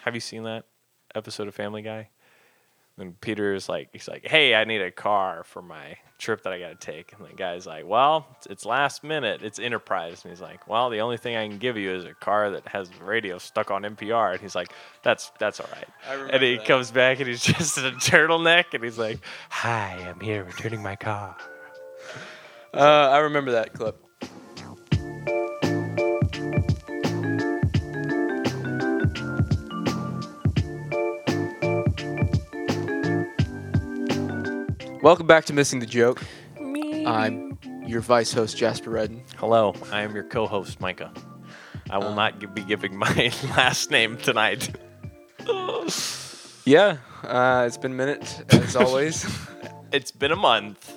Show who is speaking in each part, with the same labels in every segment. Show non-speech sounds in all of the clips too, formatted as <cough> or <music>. Speaker 1: have you seen that episode of Family Guy? And Peter is like, he's like, hey, I need a car for my trip that I got to take. And the guy's like, well, it's- it's last minute. It's Enterprise. And he's like, well, the only thing I can give you is a car that has radio stuck on NPR. And he's like, that's that's all right.
Speaker 2: I remember
Speaker 1: and he
Speaker 2: that.
Speaker 1: comes back and he's <laughs> just in a turtleneck and he's like, hi, I'm here returning my car.
Speaker 2: Uh, I remember that clip. Welcome back to Missing the Joke. I'm your vice host, Jasper Redden.
Speaker 1: Hello, I am your co-host Micah. I will not gi- be giving my <laughs> last name tonight.
Speaker 2: Yeah, uh, it's been a minute, as always.
Speaker 1: it's been a month.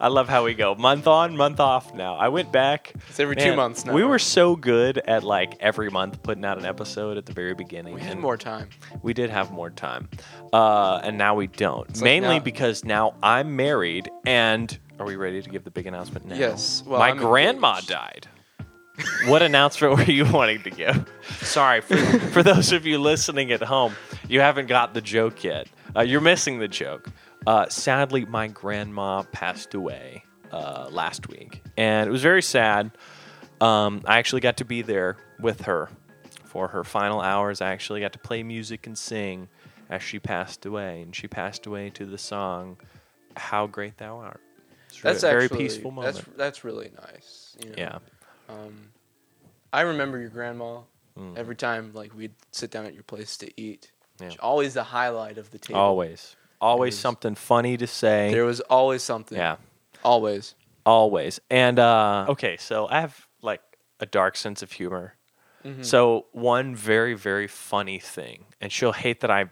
Speaker 1: I love how we go month on, month off now. I went back.
Speaker 2: It's every two months now.
Speaker 1: We were so good at like every month putting out an episode at the very beginning.
Speaker 2: <laughs> we had
Speaker 1: and
Speaker 2: more time.
Speaker 1: We did have more time, uh, and now we don't.
Speaker 2: like
Speaker 1: Mainly
Speaker 2: now-
Speaker 1: because now I'm married, and are we ready to give the big announcement now?
Speaker 2: Yes, well,
Speaker 1: my
Speaker 2: I'm
Speaker 1: grandma
Speaker 2: engaged.
Speaker 1: died. what announcement were you wanting to give? Sorry for, for those of you listening at home, you haven't got the joke yet. Uh, you're missing the joke. Uh, sadly, my grandma passed away uh, last week, and it was very sad. Um, I actually got to be there with her for her final hours. I actually got to play music and sing as she passed away, and she passed away to the song "How Great Thou Art." It's
Speaker 2: That's
Speaker 1: a very
Speaker 2: actually,
Speaker 1: peaceful moment.
Speaker 2: That's, that's really nice. you know.
Speaker 1: yeah,
Speaker 2: Um, I remember your grandma. Every time, like we'd sit down at your place to eat.
Speaker 1: Mm. Yeah.
Speaker 2: She- Always the highlight of the table.
Speaker 1: always, always
Speaker 2: was-
Speaker 1: something funny to say.
Speaker 2: There was always something.
Speaker 1: yeah,
Speaker 2: Always.
Speaker 1: always. And uh, okay, so I have like a dark sense of humor.
Speaker 2: Mm-hmm.
Speaker 1: So one very very funny thing, and she'll hate that I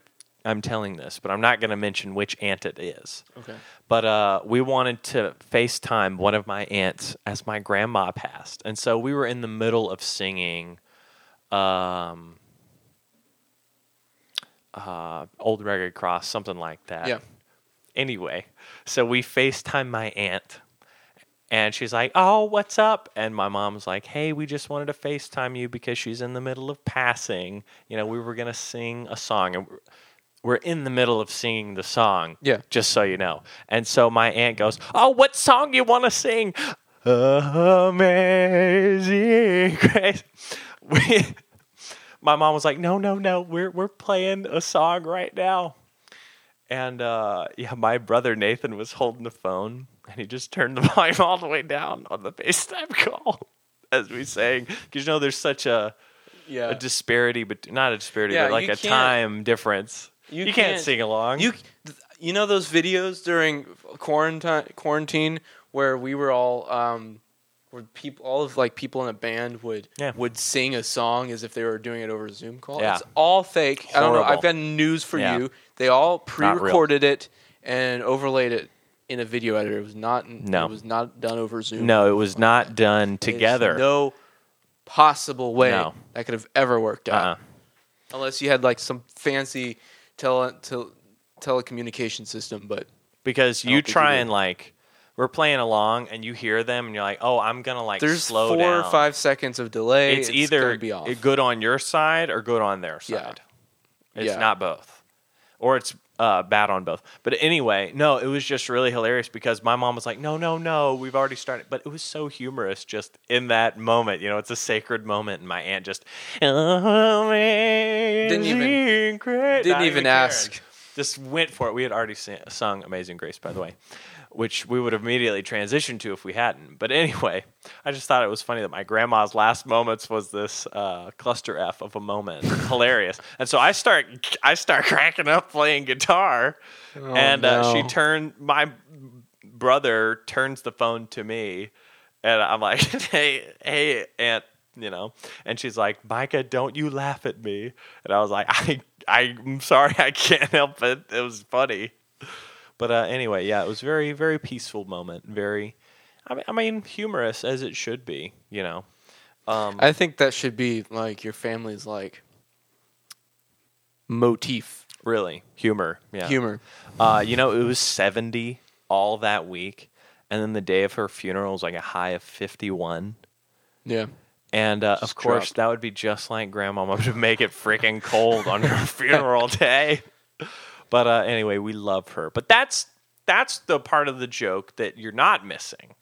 Speaker 1: I'm telling this, but I'm not going to mention which aunt it is.
Speaker 2: Okay.
Speaker 1: But uh, we wanted to FaceTime one of my aunts as my grandma passed. And so we were in the middle of singing um, uh, Old Ragged Cross, something like that.
Speaker 2: Yeah.
Speaker 1: Anyway, so we FaceTime my aunt. And she's like, "Oh, what's up?" And my mom's like, "Hey, we just wanted to FaceTime you because she's in the middle of passing. You know, we were gonna sing a song, and we're- we're in the middle of singing the song.
Speaker 2: Yeah.
Speaker 1: just so you know." And so my aunt goes, "Oh, what song you want to sing?" Amazing Grace. <laughs> We, my mom was like, "No, no, no. We're we're playing a song right now." And uh, yeah, my brother Nathan was holding the phone and he just turned the <laughs> volume all the way down on the FaceTime call as we sang. Because you know, there's such a,
Speaker 2: Yeah.
Speaker 1: a disparity, but not a disparity,
Speaker 2: Yeah,
Speaker 1: but like
Speaker 2: you
Speaker 1: a
Speaker 2: can't-
Speaker 1: time difference. You, can't, sing along.
Speaker 2: You th- you know those videos during quarantine quarantine where we were all um where people all of like people in a band would
Speaker 1: Yeah.
Speaker 2: would sing a song as if they were doing it over a Zoom call.
Speaker 1: Yeah.
Speaker 2: It's all fake. I don't know.
Speaker 1: Horrible.
Speaker 2: I've got news for
Speaker 1: Yeah.
Speaker 2: you. They all
Speaker 1: real.
Speaker 2: pre-recorded it and overlaid it in a video editor. It was not
Speaker 1: No.
Speaker 2: it was not done over Zoom.
Speaker 1: no, it was not done
Speaker 2: There's
Speaker 1: together.
Speaker 2: no possible way
Speaker 1: No.
Speaker 2: that could have ever worked out
Speaker 1: uh-uh.
Speaker 2: unless you had like some fancy tele, tele telecommunication system. But
Speaker 1: because
Speaker 2: I don't
Speaker 1: you
Speaker 2: think you
Speaker 1: try
Speaker 2: did.
Speaker 1: and like we're playing along and you hear them and you're like, oh, I'm gonna like
Speaker 2: there's
Speaker 1: slow
Speaker 2: four
Speaker 1: down.
Speaker 2: or five seconds of delay.
Speaker 1: It's, either
Speaker 2: gonna be off.
Speaker 1: good on your side or good on their
Speaker 2: Yeah.
Speaker 1: side. It's
Speaker 2: Yeah.
Speaker 1: not both, or it's uh, bad on both. But anyway, no, it was just really hilarious because my mom was like, "No, no, no, we've already started," but it was so humorous just in that moment. You know, it's a sacred moment, and my aunt just didn't
Speaker 2: even- didn't even ask.
Speaker 1: Just went for it. We had already sing, sung "Amazing Grace," by the way, which we would have immediately transitioned to if we hadn't. But anyway, I just thought it was funny that my grandma's last moments was this uh, cluster f of a moment, hilarious. And so I start, I start <laughs> cracking up playing guitar, and uh, she
Speaker 2: no.
Speaker 1: turned my brother turns the phone to me, and I'm like, <laughs> "Hey, hey, aunt." You know, and she's like, "Micah, don't you laugh at me?" And I was like, <laughs> "I, I'm sorry, I can't help it. It was funny." But uh, anyway, yeah, it was very, very peaceful moment. Very, I mean, I mean, humorous as it should be. You know, um,
Speaker 2: I think that should be like your family's like motif
Speaker 1: really humor. Yeah,
Speaker 2: humor.
Speaker 1: Uh, you know, it was seventy all that week, and then the day of her funeral was like a high of fifty-one.
Speaker 2: Yeah,
Speaker 1: And uh, of
Speaker 2: Just
Speaker 1: course,
Speaker 2: drop.
Speaker 1: that would be just like Grandmama <laughs> to make it freaking cold on her funeral day. But uh, anyway, we love her. But that's that's the part of the joke that you're not missing.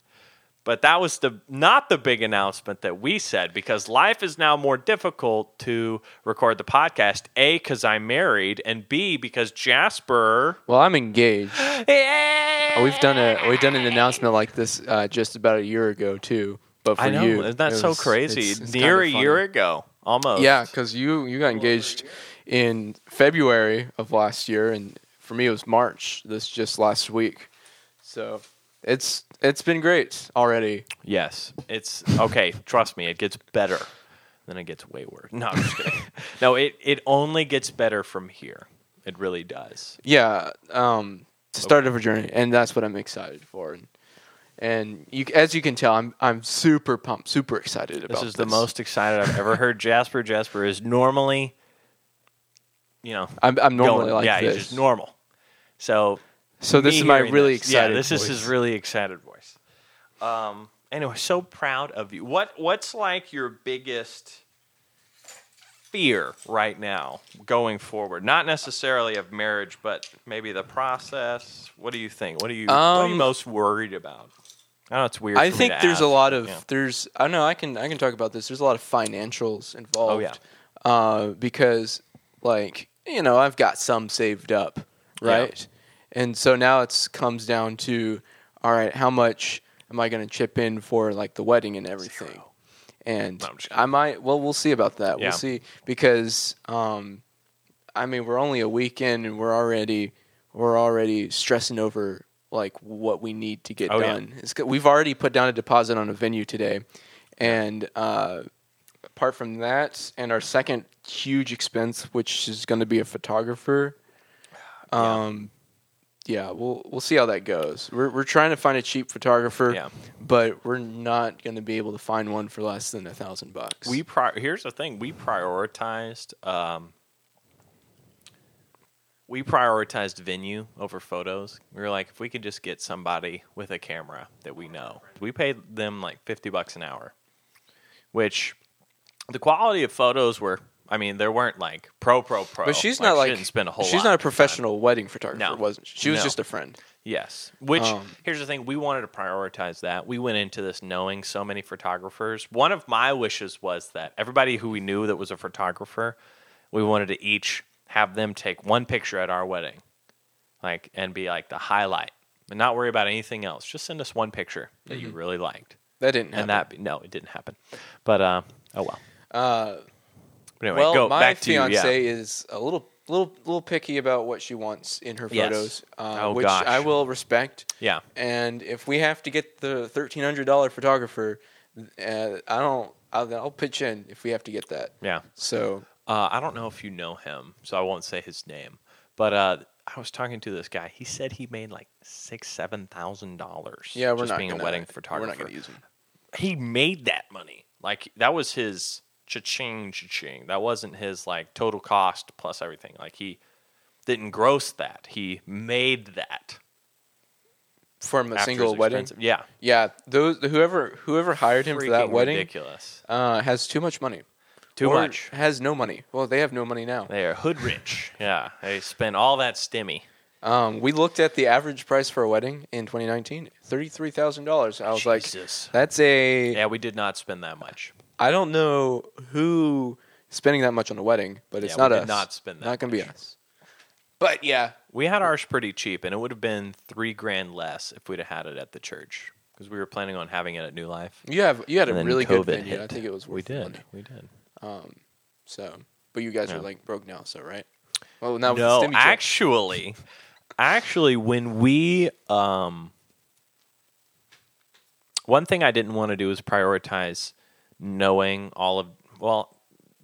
Speaker 1: But that was the not the big announcement that we said because life is now more difficult to record the podcast. A because I'm married, and B because Jasper.
Speaker 2: Well, I'm engaged.
Speaker 1: Hey!
Speaker 2: Oh, We've done a we've done an announcement like this uh, just about a year ago too. But for
Speaker 1: I know.
Speaker 2: you,
Speaker 1: Isn't that
Speaker 2: it
Speaker 1: so
Speaker 2: was-
Speaker 1: crazy?
Speaker 2: it's- it's
Speaker 1: Near
Speaker 2: kinda
Speaker 1: a
Speaker 2: funny.
Speaker 1: year ago, almost.
Speaker 2: Yeah, because you you got engaged in February of last year, and for me it was March. This just last week, so it's it's been great already.
Speaker 1: Yes. It's okay. trust me, it gets better. Then it gets way worse. No, I'm just
Speaker 2: <laughs>
Speaker 1: kidding. no, it, it only gets better from here. It really does.
Speaker 2: Yeah, um, it's the start of a journey, and that's what I'm excited for. And, and you, as you can tell, I'm I'm super pumped, super excited about
Speaker 1: This is the most excited I've ever heard Jasper. Jasper is normally, you know,
Speaker 2: I'm, I'm normally
Speaker 1: going-
Speaker 2: like
Speaker 1: yeah,
Speaker 2: this.
Speaker 1: he's just normal. So
Speaker 2: so this
Speaker 1: me
Speaker 2: is my
Speaker 1: hearing
Speaker 2: really
Speaker 1: this.
Speaker 2: excited.
Speaker 1: Yeah, this is his
Speaker 2: voice.
Speaker 1: really excited voice. Um. Anyway, so proud of you. What What's like your biggest fear right now going forward? Not necessarily of marriage, but maybe the process. What do you think? What are you, what are you
Speaker 2: Um,
Speaker 1: most worried about? I know it's weird.
Speaker 2: I
Speaker 1: for me
Speaker 2: think
Speaker 1: to
Speaker 2: there's a
Speaker 1: ask,
Speaker 2: lot
Speaker 1: but,
Speaker 2: of
Speaker 1: yeah.
Speaker 2: there's I don't know I can I can talk about this. There's a lot of financials involved.
Speaker 1: Oh, yeah.
Speaker 2: Uh, because like you know I've got some saved up,
Speaker 1: Yeah.
Speaker 2: right? And so now it's comes down to all right, how much am I going to chip in for like the wedding and everything? And
Speaker 1: No, I'm just kidding.
Speaker 2: I might well we'll see about that.
Speaker 1: Yeah.
Speaker 2: We'll see because um, I mean we're only a week in and we're already we're already stressing over like what we need to get
Speaker 1: Oh, yeah.
Speaker 2: done. It's good. We've already put down a deposit on a venue today, and uh, apart from that, and our second huge expense, which is going to be
Speaker 1: <sighs>
Speaker 2: a photographer. Um, yeah. we'll we'll see how that goes. We're we're trying to find a cheap photographer,
Speaker 1: Yeah.
Speaker 2: but we're not going to be able to find one for less than a thousand bucks.
Speaker 1: We pri- here's the thing: we prioritized um, we prioritized venue over photos. We were like, if we could just get somebody with a camera that we know, we paid them like fifty bucks an hour, which the quality of photos were. I mean, there weren't like pro pro pro.
Speaker 2: but she's not
Speaker 1: she
Speaker 2: like
Speaker 1: didn't spend a whole.
Speaker 2: She's
Speaker 1: lot
Speaker 2: not a
Speaker 1: of time.
Speaker 2: professional wedding photographer,
Speaker 1: No.
Speaker 2: wasn't she? She was
Speaker 1: No.
Speaker 2: just a friend.
Speaker 1: Yes. Which
Speaker 2: Um,
Speaker 1: here's the thing, we wanted to prioritize that. We went into this knowing so many photographers. One of my wishes was that everybody who we knew that was a photographer, we wanted to each have them take one picture at our wedding. Like and be like the highlight. And not worry about anything else. Just send us one picture that you really liked.
Speaker 2: That Mm-hmm. didn't happen.
Speaker 1: And that be, no, it didn't happen. But uh oh well.
Speaker 2: Uh,
Speaker 1: But anyway,
Speaker 2: well,
Speaker 1: go
Speaker 2: my
Speaker 1: back to you.
Speaker 2: fiance
Speaker 1: Yeah.
Speaker 2: is a little, little, little picky about what she wants in her
Speaker 1: Yes.
Speaker 2: photos, uh,
Speaker 1: Oh,
Speaker 2: which
Speaker 1: gosh.
Speaker 2: I will respect.
Speaker 1: yeah.
Speaker 2: And if we have to get the thirteen hundred dollar photographer, uh, I don't. I'll, I'll pitch in if we have to get that.
Speaker 1: Yeah.
Speaker 2: So
Speaker 1: Uh, I don't know if you know him, so I won't say his name. But uh, I was talking to this guy. He said he made like six, seven thousand dollars.
Speaker 2: yeah, we're
Speaker 1: just
Speaker 2: not
Speaker 1: being
Speaker 2: gonna,
Speaker 1: a wedding
Speaker 2: We're
Speaker 1: photographer.
Speaker 2: not going to use him.
Speaker 1: he made that money. Like that was his cha-ching, cha-ching. That wasn't his like total cost plus everything. Like he didn't gross that. He made that
Speaker 2: from a
Speaker 1: after
Speaker 2: single
Speaker 1: his
Speaker 2: wedding.
Speaker 1: expensive- Yeah,
Speaker 2: Yeah, those whoever whoever hired him for that
Speaker 1: Freaking
Speaker 2: wedding
Speaker 1: ridiculous.
Speaker 2: uh, has too much money.
Speaker 1: Too
Speaker 2: Or
Speaker 1: much.
Speaker 2: has no money. Well, they have no money now.
Speaker 1: They are hood rich. yeah, they spent all that stimmy.
Speaker 2: Um, we looked at the average price for a wedding in 2019, thirty-three thousand dollars. I was
Speaker 1: Jesus.
Speaker 2: like, "That's a
Speaker 1: Yeah, we did not spend that much.
Speaker 2: I don't know who is spending that much on a wedding, but it's
Speaker 1: Yeah, we
Speaker 2: not
Speaker 1: did
Speaker 2: us.
Speaker 1: not spend that
Speaker 2: Not gonna be
Speaker 1: much.
Speaker 2: us. But yeah,
Speaker 1: We had ours pretty cheap, and it would have been three grand less if we'd have had it at the church because we were planning on having it at New Life.
Speaker 2: you have you had
Speaker 1: And
Speaker 2: a
Speaker 1: then
Speaker 2: really
Speaker 1: COVID
Speaker 2: good venue.
Speaker 1: hit.
Speaker 2: I think it was worth
Speaker 1: We
Speaker 2: the
Speaker 1: did,
Speaker 2: money.
Speaker 1: we did.
Speaker 2: So, but you guys
Speaker 1: Yeah.
Speaker 2: are like broke now, so right? Well,
Speaker 1: No,
Speaker 2: now with the stimmy check.
Speaker 1: actually, actually, when we um, one thing I didn't want to do was prioritize knowing all of well,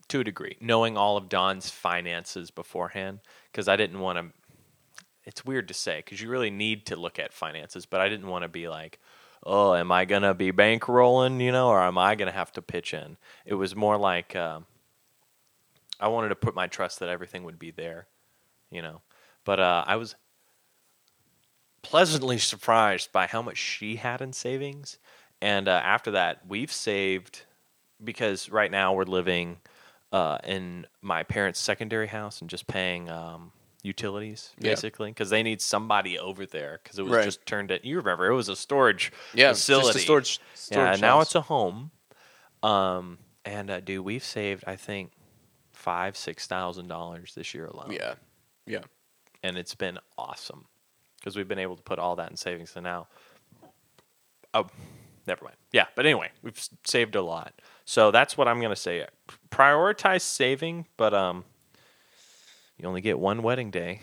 Speaker 1: to a degree, knowing all of Don's finances beforehand because I didn't want to. It's weird to say because you really need to look at finances, but I didn't want to be like, oh, am I gonna be bankrolling, you know, or am I gonna have to pitch in? It was more like. um I wanted to put my trust that everything would be there, you know. But uh, I was pleasantly surprised by how much she had in savings, and uh, after that, we've saved because right now we're living uh, in my parents' secondary house and just paying um, utilities
Speaker 2: Yeah.
Speaker 1: basically because they need somebody over there because it was
Speaker 2: Right.
Speaker 1: just turned it. You remember it was a storage
Speaker 2: Yeah, just a
Speaker 1: facility,
Speaker 2: storage- storage
Speaker 1: yeah, now
Speaker 2: house.
Speaker 1: it's a home. Um, and uh, dude, we've saved I think five six thousand dollars this year alone.
Speaker 2: Yeah. Yeah.
Speaker 1: and it's been awesome because we've been able to put all that in savings. So now, oh, never mind. Yeah, but anyway, we've s- saved a lot. So that's what I'm gonna say. Prioritize saving, but um, you only get one wedding day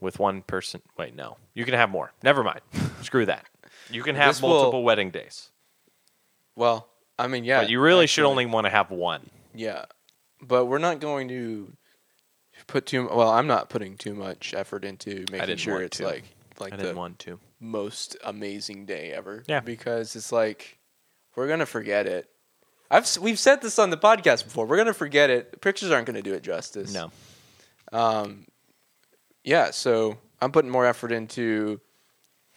Speaker 1: with one person. Wait, no, you can have more. Never mind. <laughs> Screw that. You can have
Speaker 2: This will-
Speaker 1: multiple wedding days,
Speaker 2: Well, I mean, yeah.
Speaker 1: but you really should
Speaker 2: actually.
Speaker 1: only want to have one.
Speaker 2: Yeah, but we're not going to put too. Well, I'm not putting too much effort into making
Speaker 1: didn't
Speaker 2: sure
Speaker 1: want
Speaker 2: it's
Speaker 1: to.
Speaker 2: like
Speaker 1: I
Speaker 2: like
Speaker 1: didn't
Speaker 2: the
Speaker 1: want to.
Speaker 2: most amazing day ever.
Speaker 1: Yeah.
Speaker 2: because it's like we're gonna forget it. I've s- we've said this on the podcast before. We're gonna forget it. Pictures aren't gonna do it justice.
Speaker 1: No.
Speaker 2: Um. Yeah, so I'm putting more effort into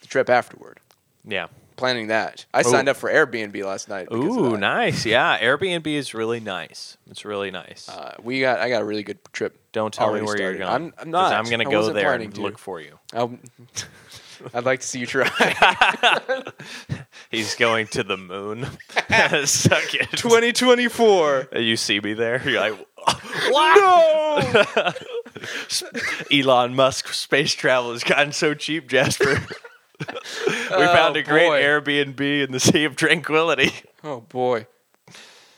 Speaker 2: the trip afterward,
Speaker 1: Yeah.
Speaker 2: planning that. I
Speaker 1: Oh.
Speaker 2: signed up for Airbnb last night. because of
Speaker 1: Ooh,
Speaker 2: that.
Speaker 1: nice. Yeah, Airbnb is really nice. It's really nice.
Speaker 2: Uh, we got. I got a really good trip.
Speaker 1: Don't tell me
Speaker 2: already
Speaker 1: where you're
Speaker 2: started.
Speaker 1: going.
Speaker 2: I'm, I'm
Speaker 1: 'cause
Speaker 2: not.
Speaker 1: I'm going
Speaker 2: I
Speaker 1: to go
Speaker 2: wasn't
Speaker 1: there
Speaker 2: planning
Speaker 1: and
Speaker 2: to.
Speaker 1: look for
Speaker 2: <laughs>
Speaker 1: you. <laughs>
Speaker 2: Um, I'd like to see you try. <laughs>
Speaker 1: He's going to the moon. <laughs> Suck it. Uh,
Speaker 2: 2024.
Speaker 1: You see me there? You're like, <laughs>
Speaker 2: no.
Speaker 1: Elon Musk space travel has gotten so cheap, Jasper. <laughs> we
Speaker 2: Oh,
Speaker 1: found a great
Speaker 2: boy.
Speaker 1: Airbnb in the Sea of Tranquility.
Speaker 2: Oh boy.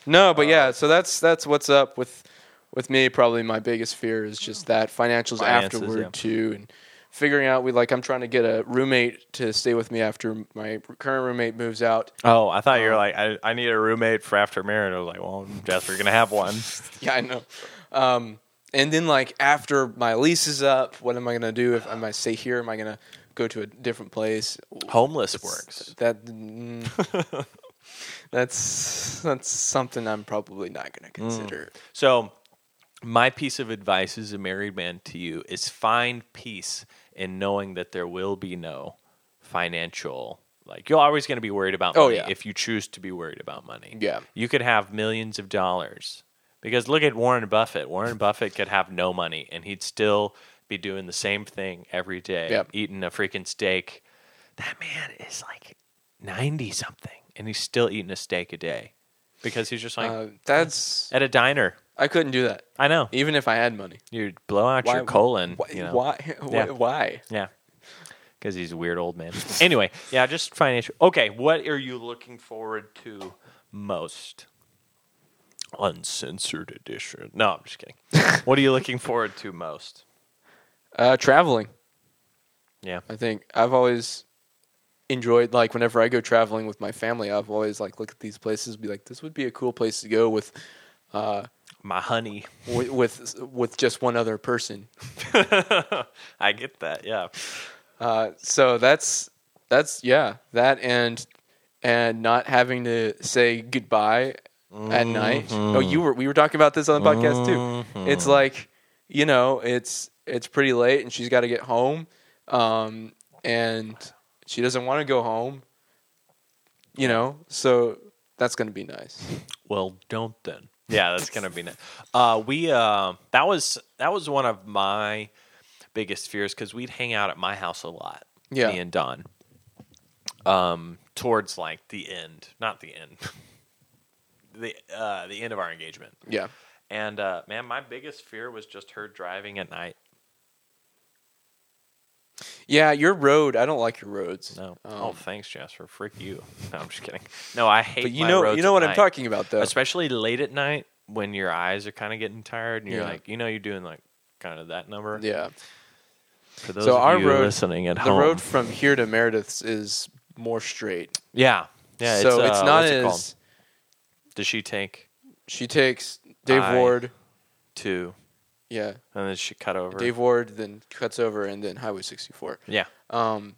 Speaker 2: No, but yeah. So that's that's what's up with with me. Probably my biggest fear is just that
Speaker 1: Finances,
Speaker 2: financials afterward
Speaker 1: yeah.
Speaker 2: too, and figuring out. We like I'm trying to get a roommate to stay with me after my current roommate moves out. <laughs>
Speaker 1: Oh, I thought you were like, I, I need a roommate for after marriage. I was like, well, Jasper, you're going to have one.
Speaker 2: Yeah, I know. Um, and then like after my lease is up, what am I gonna do? If am I stay here? Am I gonna go to a different place?
Speaker 1: Homeless works.
Speaker 2: That mm, <laughs> that's that's something I'm probably not going to consider.
Speaker 1: So, my piece of advice as a married man to you is find peace in knowing that there will be no financial. Like you're always going to be worried about
Speaker 2: Oh,
Speaker 1: money
Speaker 2: yeah.
Speaker 1: if you choose to be worried about money.
Speaker 2: Yeah.
Speaker 1: you could have millions of dollars because look at Warren Buffett. Warren Buffett could have no money and he'd still be doing the same thing every day,
Speaker 2: Yep.
Speaker 1: eating a freaking steak. That man is like ninety something, and he's still eating a steak a day because he's just like
Speaker 2: Uh, that's
Speaker 1: at a diner.
Speaker 2: I couldn't do that
Speaker 1: I know.
Speaker 2: even if I had money.
Speaker 1: You'd blow out
Speaker 2: Why-
Speaker 1: your colon.
Speaker 2: Why?
Speaker 1: you know?
Speaker 2: Why? <laughs>
Speaker 1: Yeah.
Speaker 2: why- Why?
Speaker 1: Yeah. Because he's a weird old man. anyway, yeah, just financial. Okay, what are you looking forward to most? Uncensored edition. No, I'm just <laughs> kidding. what are you looking forward to most?
Speaker 2: Uh, traveling.
Speaker 1: Yeah.
Speaker 2: I think I've always enjoyed like whenever I go traveling with my family, I've always like looked at these places, be like, this would be a cool place to go with, uh,
Speaker 1: My honey.
Speaker 2: with with, with just one other person.
Speaker 1: <laughs> I get that. Yeah.
Speaker 2: Uh, so that's that's yeah that and and not having to say goodbye at night.
Speaker 1: Mm-hmm.
Speaker 2: Oh, you were we were talking about this on the podcast too. It's like you know it's it's pretty late and she's got to get home, um, and she doesn't want to go home. You know, so that's gonna
Speaker 1: <laughs>
Speaker 2: be nice.
Speaker 1: Well, don't then. Yeah, that's gonna <laughs> be nice. Uh, we uh, that was that was one of my biggest fears because we'd hang out at my house a lot.
Speaker 2: Yeah.
Speaker 1: me and Don. Um, towards like the end, not the end, <laughs> the uh, the end of our engagement.
Speaker 2: Yeah,
Speaker 1: And uh, man, my biggest fear was just her driving at night.
Speaker 2: yeah. Your road, I don't like your roads.
Speaker 1: No, oh
Speaker 2: Um,
Speaker 1: thanks, Jasper. Frick you. <laughs> No, I'm just kidding. No, I hate.
Speaker 2: but you
Speaker 1: my
Speaker 2: know
Speaker 1: roads
Speaker 2: you know
Speaker 1: at
Speaker 2: what I'm
Speaker 1: night.
Speaker 2: talking about though.
Speaker 1: especially late at night when your eyes are kind of getting tired and you're
Speaker 2: Yeah.
Speaker 1: like, you know, you're doing like kind of that number.
Speaker 2: Yeah.
Speaker 1: For those
Speaker 2: So
Speaker 1: of
Speaker 2: our
Speaker 1: you
Speaker 2: road-
Speaker 1: listening at
Speaker 2: the
Speaker 1: home,
Speaker 2: road from here to Meredith's is more straight.
Speaker 1: yeah, yeah.
Speaker 2: so
Speaker 1: uh,
Speaker 2: it's, not
Speaker 1: what's
Speaker 2: as
Speaker 1: it called? Does she take
Speaker 2: she takes Dave
Speaker 1: I-
Speaker 2: Ward,
Speaker 1: two
Speaker 2: yeah,
Speaker 1: and then she cut over?
Speaker 2: Dave Ward, then cuts over and then Highway 64.
Speaker 1: yeah,
Speaker 2: Um,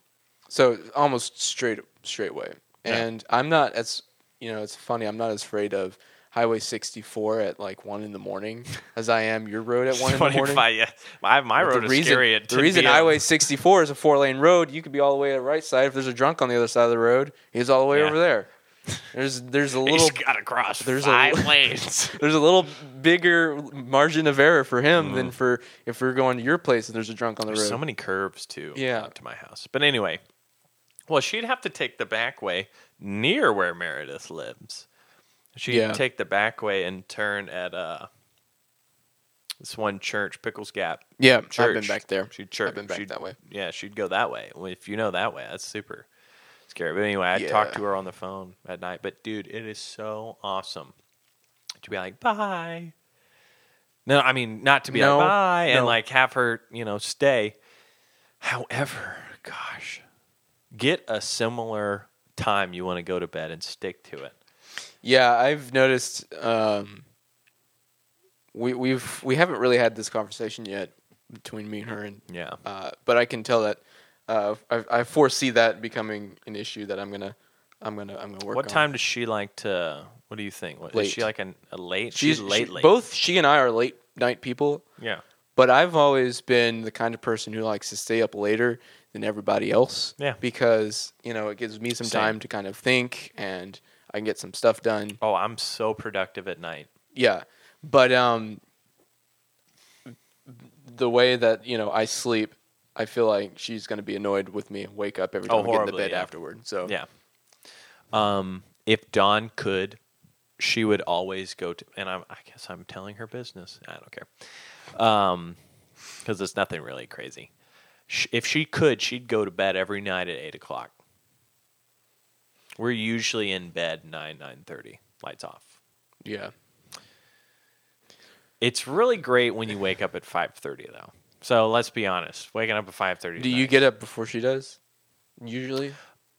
Speaker 2: so almost straight straight way.
Speaker 1: Yeah.
Speaker 2: And I'm not as you know, it's funny. I'm not as afraid of Highway 64 at like one in the
Speaker 1: <laughs>
Speaker 2: morning as I am your road at one in the morning.
Speaker 1: 25, yeah. My, my
Speaker 2: But
Speaker 1: road
Speaker 2: the
Speaker 1: is
Speaker 2: reason,
Speaker 1: scary. At
Speaker 2: the
Speaker 1: 10
Speaker 2: reason
Speaker 1: PM.
Speaker 2: Highway 64 is a four lane road. You could be all the way to the right side. If there's a drunk on the other side of the road, he's all the way
Speaker 1: Yeah.
Speaker 2: over there. There's there's
Speaker 1: <laughs>
Speaker 2: a
Speaker 1: He's
Speaker 2: little
Speaker 1: got to cross
Speaker 2: there's a
Speaker 1: five
Speaker 2: <laughs> little-
Speaker 1: lanes.
Speaker 2: there's a little bigger margin of error for him than for if we're going to your place and there's a drunk on the road.
Speaker 1: Mm. There's so many curves too.
Speaker 2: Yeah.
Speaker 1: up to my house. But anyway, well, she'd have to take the back way near where Meredith lives. She'd
Speaker 2: Yeah.
Speaker 1: take the back way and turn at uh this one church, Pickles Gap.
Speaker 2: yeah, I've
Speaker 1: Church.
Speaker 2: been back there.
Speaker 1: She'd church.
Speaker 2: I've been back
Speaker 1: she'd-
Speaker 2: that way.
Speaker 1: Yeah, she'd go that way. Well, If you know that way, that's super scary. But anyway, I'd talk
Speaker 2: Yeah.
Speaker 1: to her on the phone at night. But dude, it is so awesome to be like, bye. No, I mean not to be
Speaker 2: No,
Speaker 1: like bye and
Speaker 2: no.
Speaker 1: like have her, you know, stay. However, gosh, get a similar time you want to go to bed and stick to it.
Speaker 2: Yeah, I've noticed. Um, we we've we haven't really had this conversation yet between me and her, and
Speaker 1: Yeah.
Speaker 2: uh, but I can tell that uh, I, I foresee that becoming an issue that I'm gonna I'm gonna I'm gonna work.
Speaker 1: What
Speaker 2: on.
Speaker 1: time does she like to? What do you think? What, is
Speaker 2: Late.
Speaker 1: she like an, a late?
Speaker 2: She's
Speaker 1: She's, late,
Speaker 2: she-
Speaker 1: late.
Speaker 2: Both she and I are late night people,
Speaker 1: Yeah.
Speaker 2: but I've always been the kind of person who likes to stay up later than everybody else.
Speaker 1: Yeah.
Speaker 2: Because you know it gives me some
Speaker 1: Same.
Speaker 2: time to kind of think, and I can get some stuff done.
Speaker 1: Oh, I'm so productive at night.
Speaker 2: Yeah, but um, the way that you know I sleep, I feel like she's going to be annoyed with me. and Wake up every time
Speaker 1: Oh,
Speaker 2: I get into
Speaker 1: horribly,
Speaker 2: bed
Speaker 1: yeah.
Speaker 2: afterward. So
Speaker 1: Yeah. Um, if Dawn could, she would always go to, and I'm, I guess I'm telling her business. I don't care. Um, because it's nothing really crazy. Sh- if she could, she'd go to bed every night at eight o'clock. We're usually in bed nine nine thirty. Lights off.
Speaker 2: yeah,
Speaker 1: It's really great when you wake up at five thirty though. So let's be honest. Waking up at five thirty.
Speaker 2: Do you get up before she does? Usually,